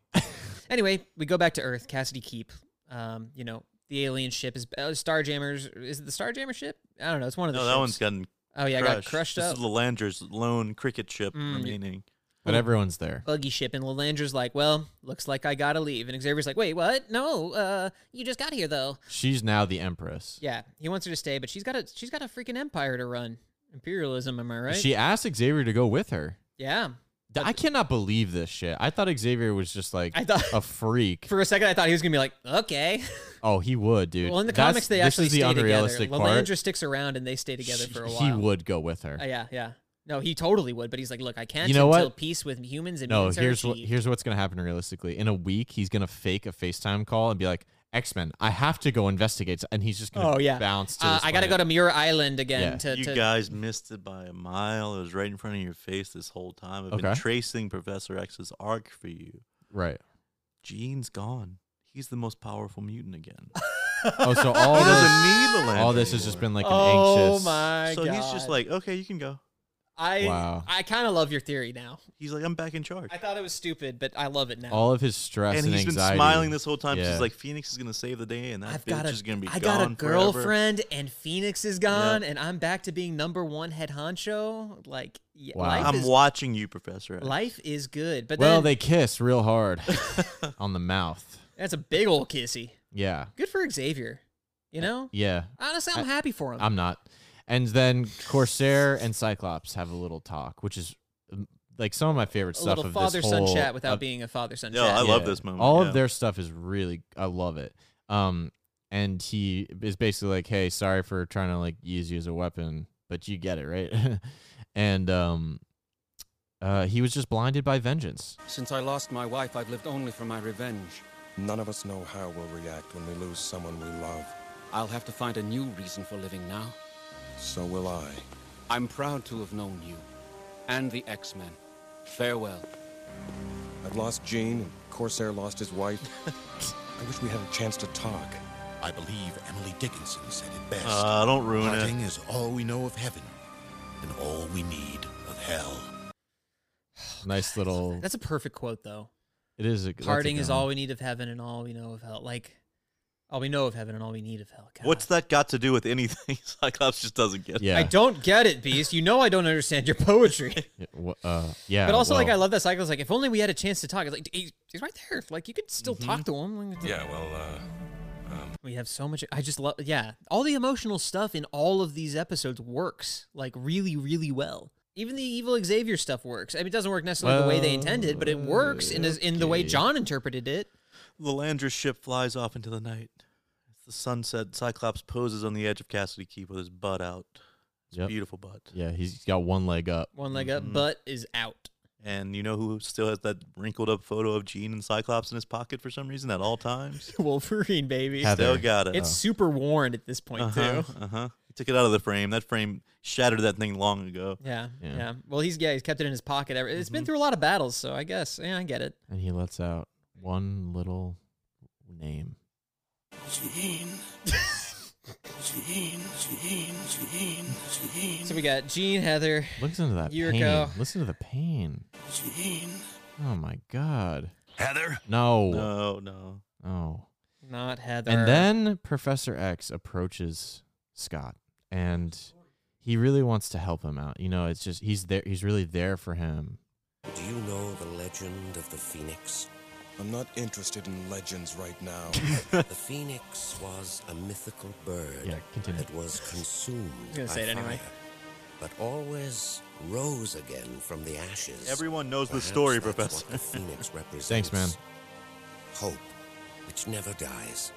Anyway, we go back to Earth. Cassidy Keep. Um, you know, the alien ship is uh, Starjammers. Is it the Starjammer ship? I don't know. It's one of the.
No,
ships.
that one's gotten.
Oh, yeah, I got
crushed.
crushed
This
up.
is Lalandra's lone cricket ship
Mm.
remaining.
But everyone's there.
buggy ship and Lalandra's like, "Well, looks like I gotta leave." And Xavier's like, "Wait, what? No, uh, you just got here though."
She's now the empress.
Yeah, he wants her to stay, but she's got a she's got a freaking empire to run. Imperialism, am I right?
She asked Xavier to go with her.
yeah.
Th- I cannot believe this shit. I thought Xavier was just like
I thought-
a freak.
[LAUGHS] For a second, I thought he was gonna be like, "Okay."
Oh, he would, dude.
well, in the
That's-
comics, they
this
actually
is the
stay
unrealistic
together.
part.
Lalandra sticks around, and they stay together for a
She-
while.
He would go with her.
Uh, yeah, yeah. No, he totally would, but he's like, "Look, I can't
know
until
what?
peace with humans and
No,
mutants are
here's what
achieved."
here's what's gonna happen realistically. In a week, he's gonna fake a FaceTime call and be like, X Men, I have to go investigate, and he's just gonna
Oh yeah,
bounce to.
Uh,
this
I gotta go
planet.
to Muir Island again
Yeah.
to,
you
to
guys missed it by a mile. It was right in front of your face this whole time. I've been
Okay.
tracing Professor X's arc for you.
right.
Jean's gone. He's the most powerful
[LAUGHS]
mutant again.
Oh, so all
he doesn't
this,
need the land.
all this has just been like an
oh
anxious.
my
so
god.
he's just like, okay, you can go.
I
Wow.
I kind of love your theory now.
He's like, I'm back in charge.
I thought it was stupid, but I love it now.
All of his stress
and
and,
he's
anxiety.
been smiling this whole time.
Yeah.
She's like, Phoenix is gonna save the day, and that
I've
bitch
got
is gonna
a,
be
I got
gone
a
forever."
girlfriend, and Phoenix is gone, and I'm back to being number one head honcho. Like, yeah,
Wow.
life
I'm
is,
watching you, Professor. X.
life is good, but
well,
then,
they kiss real
[LAUGHS]
hard on the mouth.
that's a big old kissy.
Yeah.
Good for Xavier, you know.
Yeah.
Honestly, I'm
I-
happy for him.
I'm not. And then Corsair and Cyclops have a little talk, which is um, like some of my favorite
a
stuff
little
of
father
this
son
whole
chat without
of-
being a father son
No,
chat.
I love this moment,
All
yeah.
of their stuff is really I love it. Um and he is basically like, "Hey, sorry for trying to like use you as a weapon, but you get it, right?" [LAUGHS] and um uh he was just blinded by vengeance.
Since I lost my wife, I've lived only for my revenge.
None of us know how we'll react when we lose someone we love.
I'll have to find a new reason for living now.
So will I.
I'm proud to have known you and the X-Men. Farewell.
I've lost Jean, and Corsair lost his wife. I wish we had a chance to talk.
I believe Emily Dickinson said it best.
Ah.
Uh, don't ruin it.
Parting is all we know of heaven, and all we need of hell.
nice little
That's a perfect quote, though.
It is a that's a
Parting
good
is
one.
all we need of heaven and all we know of hell. Like, all we know of heaven and all we need of hell. God.
What's that got to do with anything? [LAUGHS] Cyclops just doesn't get. it.
Yeah.
I don't get it, Beast. You know I don't understand your poetry.
[LAUGHS] Yeah, wh- uh, yeah.
but also, like, I
well,
love that cycle. It's like, if only we had a chance to talk. It's like, he's, he's right there. Like, you could still talk
Mm-hmm.
to him.
Yeah, well, uh,
um,
We have so much. I just love, yeah. All the emotional stuff in all of these episodes works, like, really, really well. Even the evil Xavier stuff works. I mean, it doesn't work necessarily the way they intended, but it works in, the- in the way
okay.
John interpreted it.
The Landra ship flies off into the night. It's the sunset. Cyclops poses on the edge of Cassidy Keep with his butt out. His
Yep.
beautiful butt.
Yeah, he's got one leg up.
One leg up,
Mm-hmm.
butt is out. [LAUGHS]
And you know who still has that wrinkled up photo of Jean and Cyclops in his pocket for some reason at all times?
Wolverine, baby.
Have uh, Oh.
Still
Heather.
got it.
It's super worn at this point,
uh-huh,
too.
uh-huh. He took it out of the frame. That frame shattered that thing long ago.
Yeah, yeah,
Yeah. Mm-hmm.
Well, he's yeah, he's kept it in his pocket. Ever. It's been through a lot of battles, so I guess yeah, I get it.
And he lets out one little name.
Jean. Jean, Jean, Jean, Jean,
So we got Gene, Heather.
Listen to that
Yuriko.
pain. Listen to the pain.
Jean.
Oh my god.
Heather?
No.
No, no.
Oh.
Not Heather.
And then Professor X approaches Scott and he really wants to help him out. You know, it's just he's there he's really there for him.
Do you know the legend of
[LAUGHS]
the Phoenix? I'm not interested in legends right now.
the phoenix was a mythical bird
Yeah, continue.
that was consumed
was gonna
by
say it anyway.
fire, but always rose again from the ashes.
Everyone knows the
Perhaps
story,
that's
Professor.
What
[LAUGHS]
the phoenix represents.
Thanks, man.
Hope, which never dies.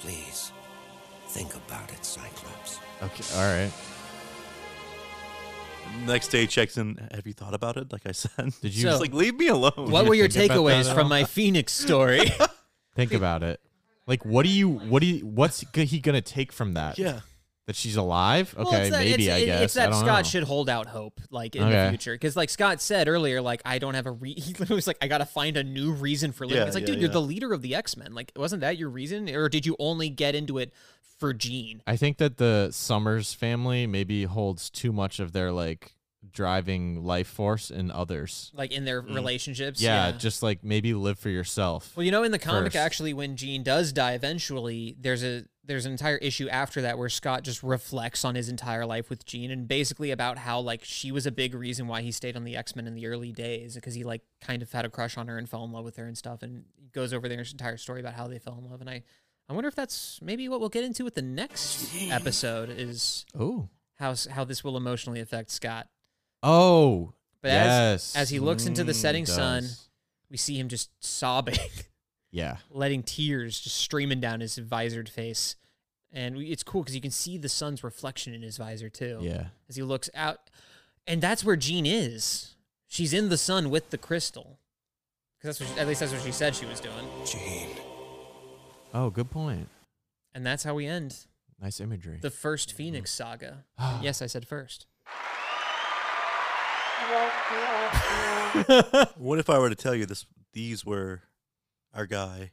Please, think about it, Cyclops.
Okay. All right.
Next day he checks in. Have you thought about it? Like I said.
[LAUGHS] Did you
It's like leave me alone.
what were your
think about that
takeaways
at
from
all?
my Phoenix story?
think about it? Like what do you what do you what's g- he going to take from that?
[LAUGHS] Yeah.
[LAUGHS] That she's alive? [LAUGHS] Okay,
Well, it's that-
maybe
it's,
I
it-
guess.
it's
I
that
don't
Scott
know.
should hold out hope, like in the
Okay.
future, because like Scott said earlier, like I don't have a re. [LAUGHS] He literally was like, I gotta find a new reason for living.
Yeah,
it's like,
yeah,
dude, you're
yeah.
the leader of the X Men. Like, wasn't that your reason, or did you only get into it for Gene?
I think that the Summers family maybe holds too much of their like driving life force in others.
Like in their relationships?
Mm. Yeah, just like maybe live for yourself.
Well, you know, in the comic,
first.
actually, when Jean does die eventually, there's a there's an entire issue after that where Scott just reflects on his entire life with Jean and basically about how like she was a big reason why he stayed on the X Men in the early days because he like kind of had a crush on her and fell in love with her and stuff and he goes over their entire story about how they fell in love and I I wonder if that's maybe what we'll get into with the next episode is
Oh.
how s- how this will emotionally affect Scott.
Oh.
But
yes.
as as he looks into the
Mm,
setting
it
sun,
does.
we see him just sobbing. [LAUGHS]
Yeah.
letting tears just streaming down his visored face. And we- it's cool because you can see the sun's reflection in his visor too.
Yeah.
As he looks out. And that's where Jean is. She's in the sun with the crystal. 'Cause that's what she, at least that's what she said she was doing.
Jean.
Oh, good point.
And that's how we end
Nice imagery.
the first Phoenix saga. And yes, I said first.
What if I were to tell you this? These were our guy,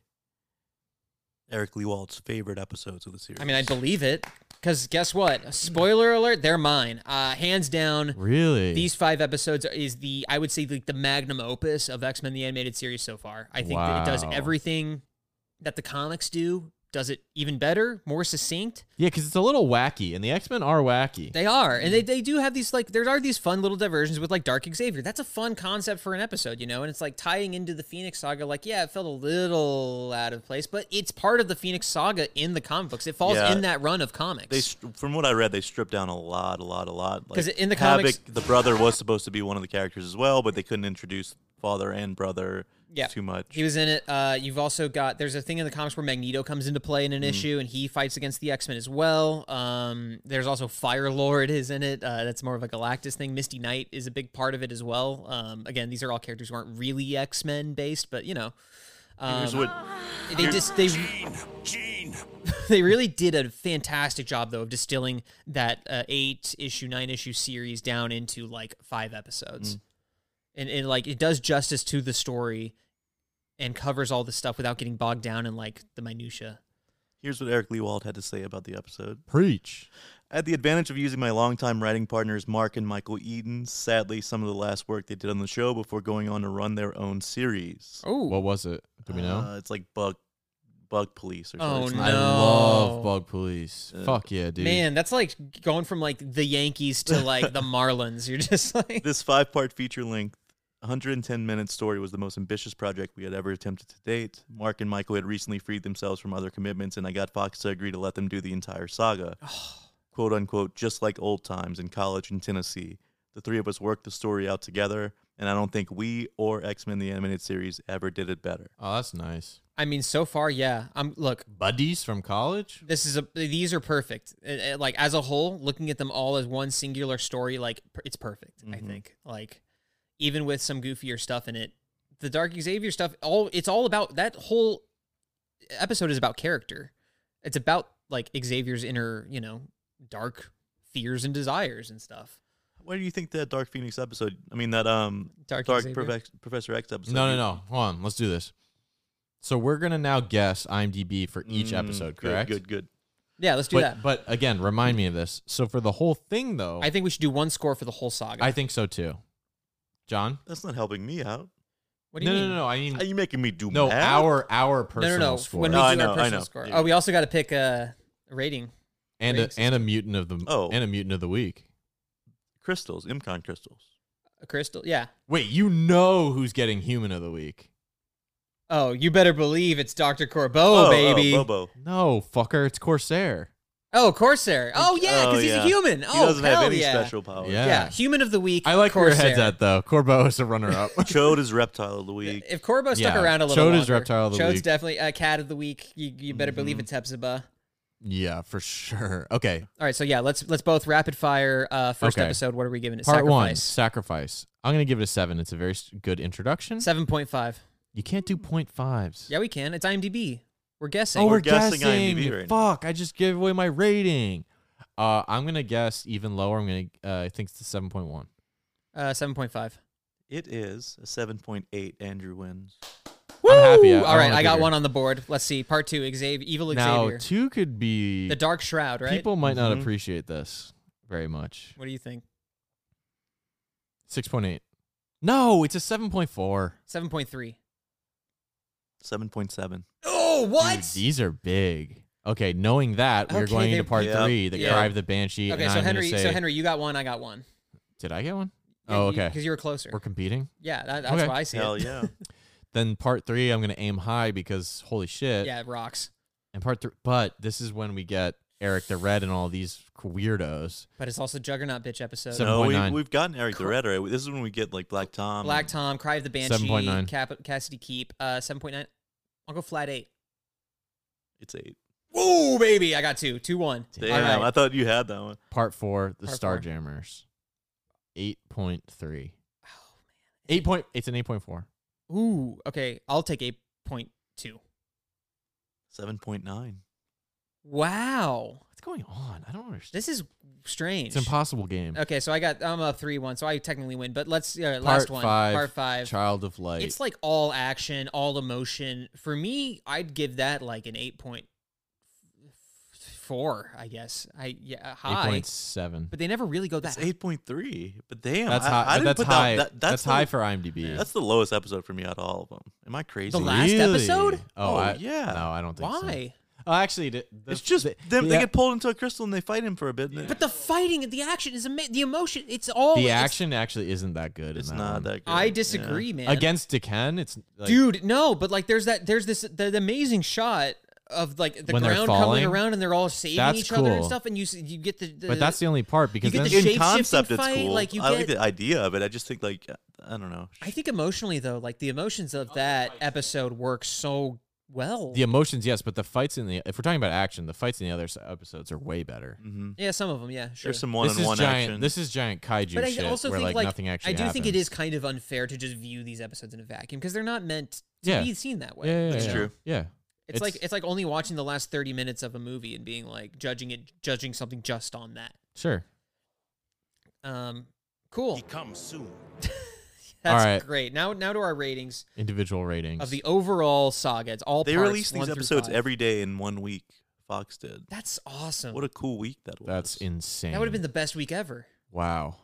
Eric Lee Walt's favorite episodes of the series.
I mean, I believe it. Because guess what? Spoiler alert, they're mine. Uh, hands down.
Really?
These five episodes are- is the, I would say, like the magnum opus of X Men the Animated Series so far. I think that it does
Wow.
everything that the comics do, does it even better, more succinct.
Yeah, because it's a little wacky, and the X Men are wacky.
They are, and they, they do have these like there are these fun little diversions with like Dark Xavier. That's a fun concept for an episode, you know. And it's like tying into the Phoenix Saga. Like, yeah, it felt a little out of place, but it's part of the Phoenix Saga in the comic books. It falls
Yeah.
in that run of comics.
They, str- from what I read, they stripped down a lot, a lot, a lot.
'Cause
Like,
in the
Havoc,
comics-
the brother was supposed to be one of the characters as well, but they couldn't introduce father and brother
Yeah.
too much.
He was in it. Uh, you've also got there's a thing in the comics where Magneto comes into play in an issue, and he fights against the X Men as well. Um, there's also Fire Lord is in it. Uh, that's more of a Galactus thing. Misty Knight is a big part of it as well. Um, again, these are all characters who aren't really X Men based, but you know, um,
Here's what-
they
here-
just they [LAUGHS] they really did a fantastic job though of distilling that uh, eight issue, nine issue series down into like five episodes, and and like it does justice to the story and covers all this stuff without getting bogged down in like the minutia.
Here's what Eric Lewald had to say about the episode.
Preach.
I had the advantage of using my longtime writing partners Mark and Michael Eaton. Sadly, some of the last work they did on the show before going on to run their own series.
Oh,
What was it? Do we know?
Uh, it's like Bug Bug Police or
Oh,
something.
no. Uh,
I love Bug Police. Fuck yeah, dude.
man, that's like going from like the Yankees to like the Marlins. You're just like
This five part feature length, 110 minute story was the most ambitious project we had ever attempted to date. Mark and Michael had recently freed themselves from other commitments, and I got Fox to agree to let them do the entire saga. Quote unquote, just like old times in college in Tennessee. The three of us worked the story out together, and I don't think we or X Men the Animated Series ever did it better.
Oh, that's nice.
I mean, so far, yeah. I'm look.
Buddies from college?
This is a these are perfect. Uh, uh, Like as a whole, looking at them all as one singular story, like per- it's perfect. I
Mm-hmm.
Mhm.
think like even with some goofier stuff in it, the Dark Xavier stuff. All it's all about that whole episode is about character. It's about like Xavier's inner, you know, dark fears and desires and stuff.
Why do you think that Dark Phoenix episode, I mean, that um,
Dark
Dark,
Xavier?
Profe- Professor X episode?
No, no, no. Hold on. Let's do this. So we're gonna now guess IMDb for each
Mm,
episode,
good,
correct?
Good, good.
Yeah, let's do
but,
that.
But again, remind me of this. So for the whole thing, though,
I think we should do one score for the whole saga.
I think so too. John?
That's not helping me out.
what do you
no,
mean?
no, no, no. I mean,
Are you making me do
no.
math?
Our our personal
no, no, no.
score
When we
No,
do
I
our
know, I
personal
know.
score.
Yeah.
Oh, we also got to pick a rating.
and
rating
a,
system.
and a mutant of the
Oh.
and a mutant of the week.
crystals, Imcon crystals.
a crystal. Yeah.
Wait, you know who's getting human of the week?
Oh, you better believe it's Dr. Corbeau, oh, baby. Oh,
Bobo.
No, fucker, it's Corsair.
Corsair. Oh, yeah, because
Oh,
he's
yeah.
a human.
He
Oh,
doesn't have
hell
any
yeah.
special powers.
Yeah.
Yeah. human of the week.
I like where your
Corsair.
head's at though. Corbo is a runner up.
[LAUGHS] Chode is reptile of the week.
[LAUGHS] If Corbo stuck
Yeah.
around a little
Chode
longer,
is Reptile of the
Chode's
Week. Mm-hmm.
definitely a cat of the week. You, you better believe it's Hepzibah.
[LAUGHS] yeah, for sure. Okay,
All right, so yeah, let's let's both rapid fire. Uh, first
Okay.
episode. What are we giving it?
part one,
Sacrifice.
sacrifice. I'm gonna give it a seven. It's a very s- good introduction.
Seven point five.
You can't do point fives.
Yeah, we can. It's IMDb. We're guessing.
Oh, we're,
We're
guessing,
guessing IMDb right now.
Fuck! I just gave away my rating. Uh, I'm gonna guess even lower. I'm gonna. Uh, I think it's the seven point one.
uh, seven point five.
It is a 7.8. Andrew wins.
I'm happy. I- I
All right,
wanna
I got
figure-
one on the board. Let's see. Part two. Xavier, evil
Now
Xavier.
two could be.
the Dark Shroud. Right.
People might not
Mhm.
appreciate this very much.
What do you think?
Six point eight. No, it's a seven point four.
Seven point three.
7.7.
Oh, what?
these are big. Okay, knowing that we're
Okay,
going
they-
into part
Yeah.
three, the
Yeah.
cry of the banshee.
okay,
and
so
I'm
Henry,
gonna say,
so Henry, you got one, I got one.
did I get one? oh, okay.
Because you were closer.
we're competing.
yeah, that, that's
Okay.
why I see
Hell
[LAUGHS]
it.
yeah.
Then part three, I'm gonna aim high because holy shit.
Yeah, it rocks.
and part three. But this is when we get Eric the Red and all these weirdos.
But it's also Juggernaut bitch episode.
So-
no, we,
7.9.
we've gotten Eric the Red already. This is when we get like Black Tom.
Black Tom, Cry of the Banshee,
7.9.
Cap- Cassidy Keep, uh, seven point nine. I'll go flat eight.
It's 8.
Whoa, baby! I got two, two one.
Damn.
All
I
right.
thought you had that one.
Part four, the
Part
Star
four.
Jammers, eight point three.
Oh,
Eight point. It's an eight point four.
Ooh, okay. I'll take eight point two.
7.9.
Wow,
What's going on? I don't understand.
this is strange.
It's an impossible game.
Okay, so I got I'm a three one, so I technically win. But let's uh,
part
last one,
Five,
part five.
Child of Light.
It's like all action, all emotion. For me, I'd give that like an eight point four, I guess. I yeah, uh, high.
8.7.
But they never really go that.
It's eight point three. But damn,
That's
I-
high-
I didn't
that's
put
high-
That, that,
that's high for IMDb.
That's the lowest episode for me out of all of them. Am I crazy?
The last
Really?
episode?
Oh,
Oh,
I-
yeah.
No, I don't think so.
Why?
Oh, actually, the, the-
It's just
the-
them.
the-
They get pulled into a crystal and they fight him for a bit. and
But the fighting, the action is amazing. The emotion, it's all
the
it's-
action actually isn't that good.
It's
in that
not
one.
that good.
I disagree, man.
Against Decan, it's like,
dude no but like there's that there's this the, the amazing shot of like the
When they're
ground
falling?
coming around and they're all saving
That's
each other and
cool.
stuff and you s- you get the, the
But that's the only part because
get
then
the
in
shape-shifting
concept, it's
fight,
cool.
like, you
I like
get-
the idea of it. I just think like I don't know.
i think emotionally though like the emotions of that episode work so well
the emotions, yes, but the fights in the if we're talking about action, the fights in the other s- episodes are way better.
yeah some of them yeah sure
There's some one
this
on
is
one
giant.
action.
This is giant kaiju
but
shit
i also
where
think
like, nothing actually.
i do think it
happens.
is kind of unfair to just view these episodes in a vacuum because they're not meant to
Yeah.
be seen that way
Yeah, yeah,
you
yeah,
know?
yeah. Yeah,
It's, like it's like only watching the last 30 minutes of a movie and being like judging it judging something just on that
sure.
um cool
He comes soon.
[LAUGHS] That's
All right.
great. Now, now to our ratings
Individual ratings
of the overall saga. It's all
They
parts,
released
one
these
through
episodes
five.
every day in one week. Fox did.
That's awesome.
What a cool week that was.
That's insane.
that would have been the best week ever.
wow.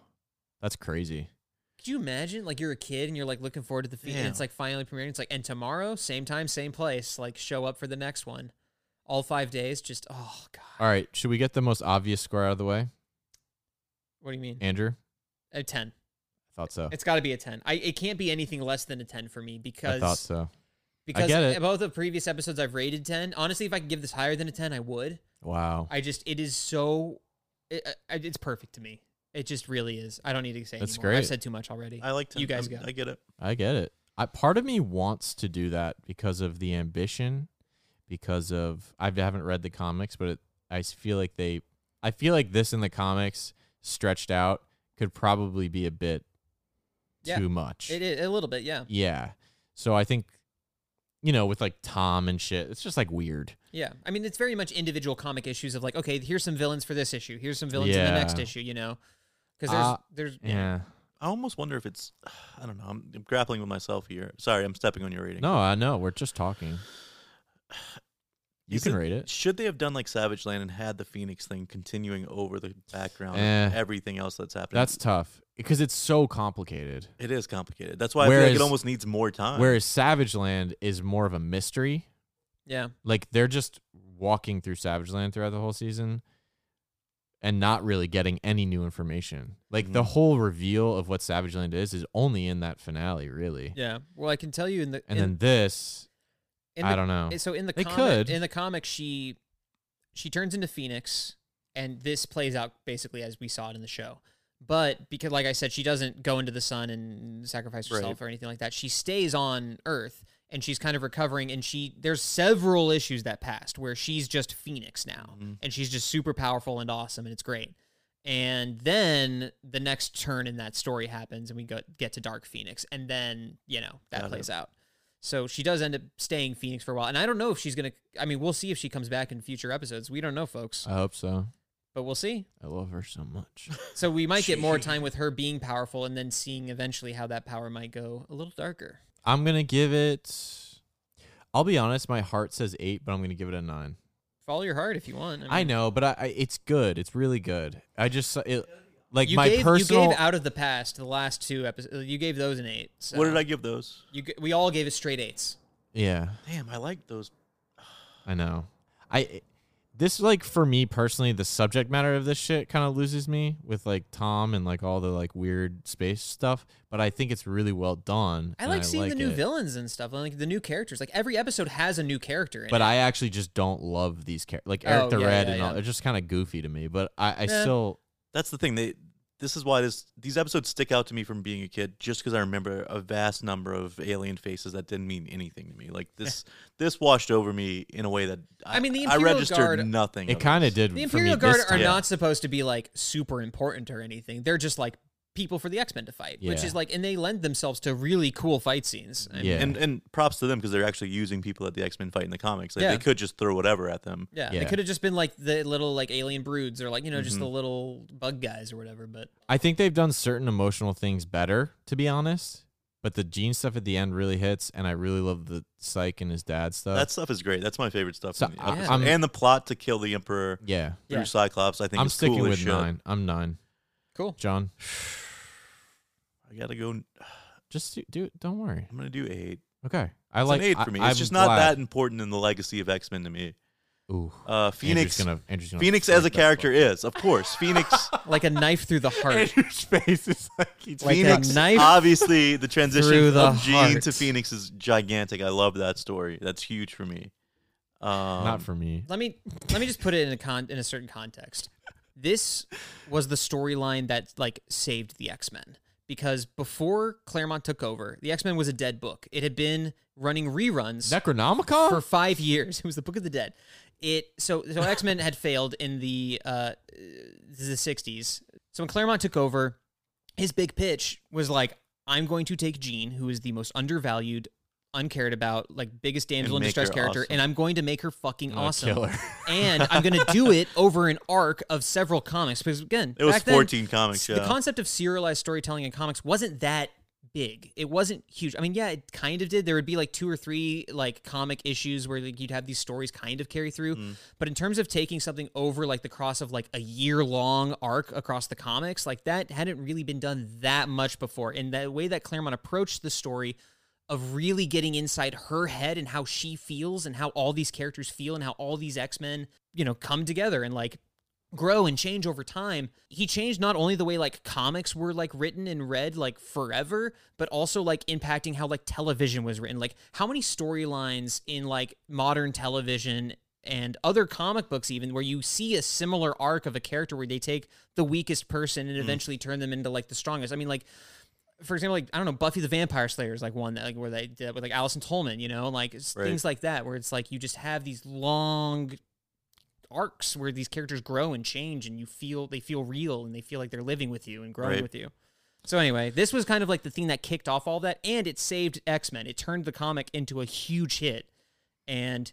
That's crazy.
Could you imagine? Like you're a kid and you're like looking forward to the feed, and it's
Yeah.
like finally premiering. It's like and tomorrow, same time, same place. Like show up for the next one. All five days. Just oh god.
All right, should we get the most obvious score out of the way,
What do you mean?
Andrew?
A ten.
I thought so.
It's got to be a ten. I it can't be anything less than a ten for me because
I thought so.
because
get it.
both the previous episodes I've rated ten. Honestly, if I could give this higher than a ten, I would.
Wow.
I just it is so it, uh, I- it's perfect to me. It just really is. I don't need to say
That's
anymore.
great.
I've said too much already.
I like.
you guys go.
I get it.
I get it. I, part of me wants to do that because of the ambition, because of I haven't read the comics, but it, I s- feel like they, I feel like this in the comics stretched out could probably be a bit
Yeah,
too much.
It is a little bit, yeah.
Yeah. So I think, you know, with like Tom and shit, it's just like weird.
Yeah. I mean, it's very much individual comic issues of like, okay, here's some villains for this issue. Here's some villains for the next
Yeah.
issue, you know. Cuz there's
Uh,
there's
Yeah.
I almost wonder if it's. I don't know. I'm, I'm grappling with myself here. Sorry, I'm stepping on your rating.
No, I know. We're just [SIGHS] talking. You
Is
can rate it.
Should they have done like Savage Land and had the Phoenix thing continuing over the background, of
Eh.
everything else that's happening?
That's tough because it's so complicated.
it is complicated. That's why I feel like
Whereas-
it almost needs more
Uh,
time.
Whereas Savage Land is more of a mystery.
yeah.
Like they're just walking through Savage Land throughout the whole season and not really getting any new information. Like the
Mm.
Mhm.
whole reveal of what Savage Land is is only in that finale, really.
Yeah. Well, I can tell you in the
And
in,
then this,
in
I
the- eh,
don't know.
So in the
They
comic,
could.
in the comic she she turns into Phoenix and this plays out basically as we saw it in the show. But because like I said she doesn't go into the sun and sacrifice
Right.
herself or anything like that. She stays on Earth and she's kind of recovering and she there's several issues that passed where she's just Phoenix now
Mhm.
and she's just super powerful and awesome and it's great. And then the next turn in that story happens and we go, get to Dark Phoenix and then, you know, that
Got it.
plays out. So she does end up staying Phoenix for a while. And I don't know if she's going to, I mean, we'll see if she comes back in future episodes. We don't know, folks,
I hope so.
but we'll see.
I love her so
[LAUGHS]
much.
So we might get more time with her being powerful and then seeing eventually how that power might go a little darker.
I'm going to give it, I'll be honest, my heart says eight, but I'm going to give it a nine.
Follow your heart if you want.
I, know, but I, I it's good. It's really good. I just, it, like
You
my
gave,
personal.
you gave Out of the Past, the last two episodes, you gave those an eight. So
what did I give those?
You, g- we all gave it straight eights.
yeah.
Damn, I like those.
I know. I this like for me personally, the subject matter of this shit kind of loses me with like Tom and like all the like weird space stuff. But I think it's really well done.
I
and
like seeing the new
it.
villains and stuff, like the new characters. Like every episode has a new character in
But
it.
I actually just don't love these characters, like
Oh,
Eric the
yeah,
Red
yeah,
and all.
yeah. Eh.
They're just kind of goofy to me. But I, I
Yeah.
still
That's the thing. They. This is why this these episodes stick out to me from being a kid, just because I remember a vast number of alien faces that didn't mean anything to me.
[LAUGHS]
Like this, this washed over me in a way that I,
I mean, the
I
Imperial
registered
Guard-
nothing.
it kind
of
of did.
The
for
Imperial
me
Guard
this
are
time.
not supposed to be like super important or anything. They're just like people for the X Men to fight, which
Yeah.
is like, and they lend themselves to really cool fight scenes. I mean,
Yeah.
And and props to them because they're actually using people that the X Men fight in the comics. Like
Yeah.
they could just throw whatever at them.
yeah,
Yeah. Mm-hmm.
It could have just been like the little like alien broods or like you know just the little bug guys or whatever. But
I think they've done certain emotional things better, to be honest. But the Gene stuff at the end really hits, and I really love the Psych and his dad stuff.
that stuff is great. That's my favorite stuff.
Uh, So
in the
I-
episode.
I'm-
and the plot to kill the Emperor
Yeah.
through
Yeah.
Cyclops, I think
I'm
is
sticking
cool as
with
shit.
nine. I'm nine.
Cool.
John,
I gotta go.
just do, do it. Don't worry.
I'm gonna do eight.
Okay. I
It's
like-
an eight
I-
for me.
I'm
it's just not
glad.
that important in the legacy of X Men to me.
Ooh.
Uh, Phoenix.
gonna- Andrew's gonna
Phoenix as a
break that
character is, of course. Phoenix.
like a knife through the heart.
[LAUGHS] Andrew's face is like he's
Like a
Phoenix.
knife
obviously,
through
the transition
the
of Jean to
heart.
Phoenix is gigantic. I love that story. That's huge for me. Um,
Not for
[LAUGHS]
me.
Let me let me just put it in a con in a certain context. This was the storyline that like saved the X Men because before Claremont took over, the X Men was a dead book. It had been running reruns
Necronomicon?
for five years. [LAUGHS] It was the Book of the Dead. It so so X Men had failed in the uh the sixties. So when Claremont took over, his big pitch was like, "I'm going to take Jean, who is the most undervalued, uncared about, like biggest damsel in
make
distress
her
character,
awesome.
and I'm going to make her fucking
gonna
awesome.
[LAUGHS]
kill her.
and I'm going to do it over an arc of several comics because again,
It was
back then,
14 comics,
The
yeah.
concept of serialized storytelling in comics wasn't that big. It wasn't huge. I mean, yeah, it kind of did. There would be like two or three like comic issues where like, you'd have these stories kind of carry through.
Mm.
But in terms of taking something over like the cross of like a year long arc across the comics, like that hadn't really been done that much before. And the way that Claremont approached the story of really getting inside her head and how she feels and how all these characters feel and how all these X-Men, you know, come together and like grow and change over time. He changed not only the way like comics were like written and read like forever, but also like impacting how like television was written. Like how many storylines in like modern television and other comic books even where you see a similar arc of a character where they take the weakest person and eventually turn them into like the strongest. I mean like for example, like I don't know, Buffy the Vampire Slayer is like one that like where they did that with like Allison Tolman, you know, like it's
Right.
things like that, where it's like you just have these long arcs where these characters grow and change, and you feel they feel real and they feel like they're living with you and growing
Right.
with you. So anyway, this was kind of like the thing that kicked off all that, and it saved X Men. It turned the comic into a huge hit, and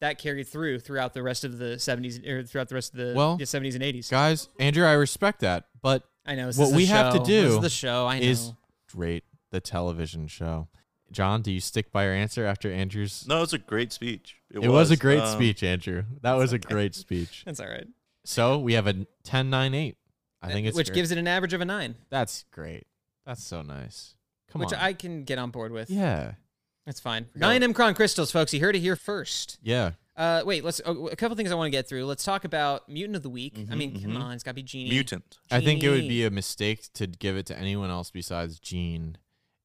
that carried through throughout the rest of the seventies or throughout the rest of the
Well,
seventies and eighties.
Guys, Andrew, I respect that, but
I know, this
what
is the
we have to
show.
do
This is the show, I
is
know.
rate the television show. John, do you stick by your answer after Andrew's?
No, it's a great speech. It,
It was, a great
um,
speech, Andrew. That was
[LAUGHS]
a great speech.
That's all right.
So we have a 10 9 8. I think it's
Uh, which
great.
gives it an average of a nine,
That's great. That's so nice. Come
which
on.
I can get on board with.
yeah.
That's fine. Nine Mcron crystals, folks. You heard it here first.
Yeah.
Uh, wait, let's oh, a couple things I want to get through. Let's talk about mutant of the week. I
Mm-hmm,
Mhm,
mean, come
mhm.
on, it's got to be genie.
Mutant.
I think it would
Genie.
be a mistake to give it to anyone else besides Gene.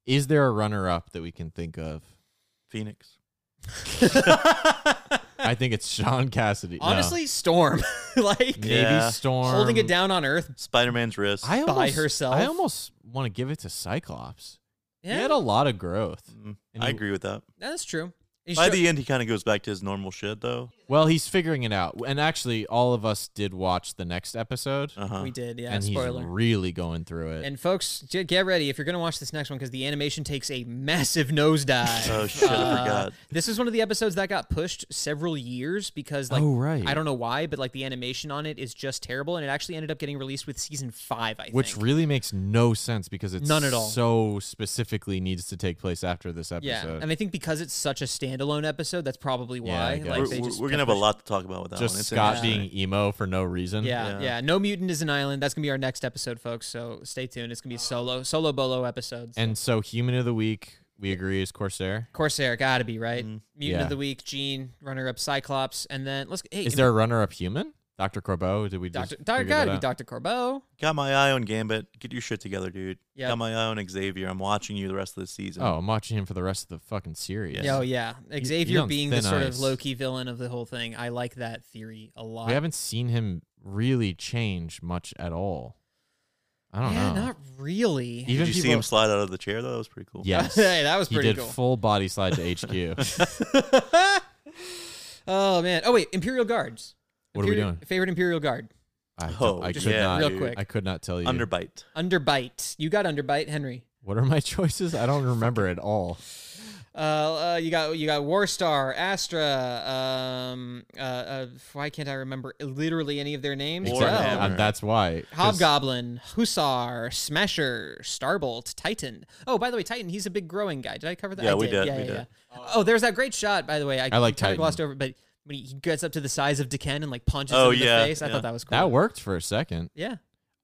Is there a runner up that we can think of?
Phoenix.
I think
[LAUGHS]
it's Sean Cassidy. No.
Honestly, Storm, [LAUGHS] like
maybe
Yeah.
Storm
holding it down on Earth.
Spider Man's wrist.
I
by
almost,
herself.
I almost want to give it to Cyclops.
Yeah,
He had a lot of growth.
Mm,
And
I
he-
agree with that.
that's true. He
By
showed-
the end, he kind of goes back to his normal shit, though.
Well, he's figuring it out. And actually, all of us did watch the next episode,
Uh huh.
we did, yeah.
and
spoiler.
he's really going through it.
and folks, j- get ready if you're going to watch this next one because the animation takes a
[LAUGHS]
massive nosedive.
Oh, shit, I
Uh,
forgot.
This is one of the episodes that got pushed several years because, like,
Oh, right.
I don't know why, but like the animation on it is just terrible, and it actually ended up getting released with season five. I
which
think.
really makes no sense because it's
None at all.
so specifically needs to take place after this episode.
Yeah, and I think because it's such a standalone episode, that's probably
Yeah, I
why.
guess.
like,
we're
they
we're-
just
we're
kept
gonna have a
pushing-
lot to talk about with that
Just
one. It's
Scott
interesting.
being emo for no reason.
Yeah, yeah,
Yeah.
No mutant is an island. That's gonna be our next episode, folks. So stay tuned. It's gonna be solo, solo bolo episodes.
And so, human of the week, we agree is Corsair.
Corsair gotta be right. Mutant
Mm-hmm. Yeah.
of the week, Gene, runner up, Cyclops, and then let's. Hey,
Is there a runner-up human? Dr. Corbeau? Did we
Doctor?
just
Doctor
figure that
gotta be
out?
Doctor Corbeau.
Got my eye on Gambit. Get your shit together, dude.
Yep.
Got my eye on Xavier. I'm watching you the rest of the season.
Oh, I'm watching him for the rest of the fucking series.
Yeah, Oh yeah,
he's
Xavier
on
being the
thin
sort
ice.
of Loki villain of the whole thing. I like that theory a lot.
We haven't seen him really change much at all. I don't
yeah,
know. [LAUGHS]
not really.
Did
Even
you see
people-
him slide out of the chair though? That was pretty cool.
[LAUGHS]
Yes.
Hey, that was pretty
He did
cool.
full body slide to
[LAUGHS]
HQ.
oh man. Oh wait, Imperial Guards.
What are we
Imperial-
doing?
Favorite Imperial Guard.
I,
Oh,
I
just
could
yeah,
not.
real quick.
I could not tell you.
Underbite.
Underbite. You got underbite, Henry.
[LAUGHS] What are my choices? I don't remember at all.
Uh, uh, you got you got Warstar, Astra. Um, uh, uh, why can't I remember literally any of their names?
Exactly.
Well,
Uh, that's why. 'cause-
Hobgoblin, Hussar, Smasher, Starbolt, Titan. Oh, by the way, Titan, he's a big growing guy. Did I cover that?
Yeah,
I
we did,
Yeah,
we
yeah,
did.
yeah. Oh. there's that great shot, by the way. I,
I like
kinda
Titan.
glossed over, but when he, he gets up to the size of Deken and like punches
Oh,
him in
yeah,
the face, I
yeah.
thought that was cool.
That worked for a second.
Yeah.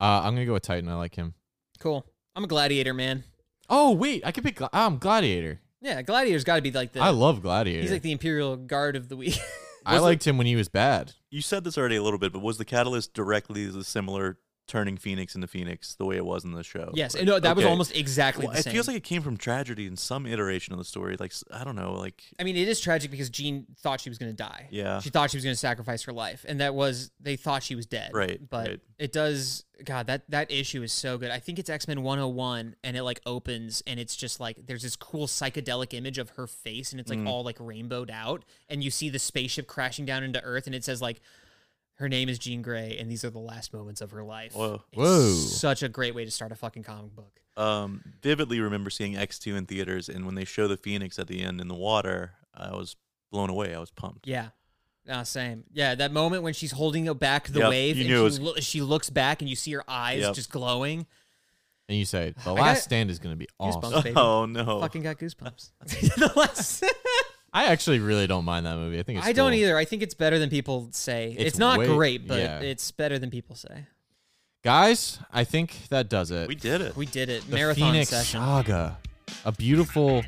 Uh, I'm gonna go with Titan. I like him.
Cool. I'm a gladiator, man.
Oh wait, I could pick. Gla- I'm Gladiator.
Yeah, gladiator's got to be like the.
I love Gladiator.
He's like the Imperial Guard of the week. [LAUGHS]
I
Was it-
liked him when he was bad.
You said this already a little bit, but was the catalyst directly the similar turning Phoenix into Phoenix the way it was in the show?
Yes,
Like,
no, that was almost exactly
Well,
the
it
same.
feels like it came from tragedy in some iteration of the story. Like s- I don't know, like
I mean, it is tragic because Jean thought she was going to die.
Yeah.
She thought she was going to sacrifice her life. And that was, they thought she was dead.
Right,
But
right.
it does, God, that, that issue is so good. I think it's X Men 101, and it like opens, and it's just like, there's this cool psychedelic image of her face, and it's like
Mm.
all like rainbowed out. And you see the spaceship crashing down into Earth, and it says like, her name is Jean Grey, and these are the last moments of her life.
Whoa.
It's
Whoa.
Such a great way to start a fucking comic book.
um, vividly remember seeing X2 in theaters, and when they show the Phoenix at the end in the water, I was blown away. I was pumped.
Yeah. No, same. Yeah, that moment when she's holding back the
Yep,
wave
you
and
knew
she,
it was-
loo- she looks back and you see her eyes
Yep.
just glowing.
And you say the
I
last
got-
stand is gonna be
Goosebumps,
awesome.
baby.
[LAUGHS] Oh no!
Fucking got goosebumps. [LAUGHS] The last- [LAUGHS]
I actually really don't mind that movie. I think it's
I don't
cool.
either. I think it's better than people say. It's,
It's
not
way-
great, but
yeah.
it's better than people say.
Guys, I think that does it.
We did it.
We did it.
the
Marathon
Phoenix
session.
Saga, a beautiful,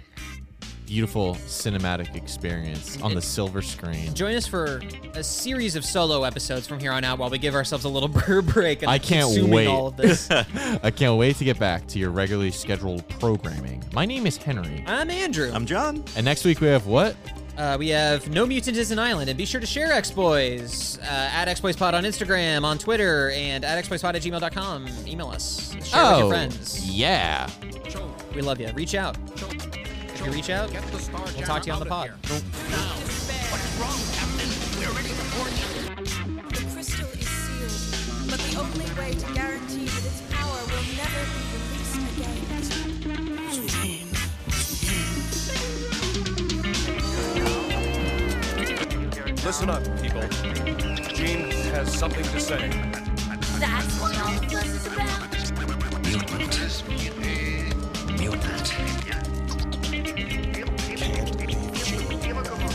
beautiful cinematic experience on the silver screen.
Join us for a series of solo episodes from here on out while we give ourselves a little [LAUGHS] brew break and
I can't
consuming
wait.
all of this.
I can't wait to get back to your regularly scheduled programming. My name is Henry,
I'm Andrew.
I'm John.
and next week we have what?
Uh, we have No Mutant is an Island, and be sure to share X Boys uh, at X Boys Pod on Instagram, on Twitter, and at xboyspod at gmail.com. Email us. Share with your
Oh.
friends.
yeah.
We love you. Reach out. If you reach out, we'll talk to you on the pod.
The crystal is sealed, but the only way to guarantee that its power will never be released again is
Listen up, people. Jean has something to say.
That's what all the fuss is about.
Mutant. Mutant.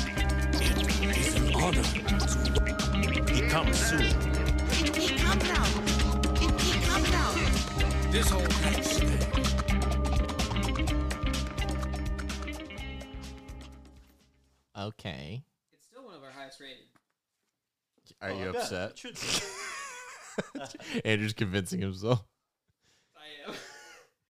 It's an order. He comes soon.
He come now. He come now.
This whole place.
Okay.
It's still one of our highest rated.
Are you
I bet.
Oh,
upset?
It should be.
Andrew's convincing himself.
[LAUGHS]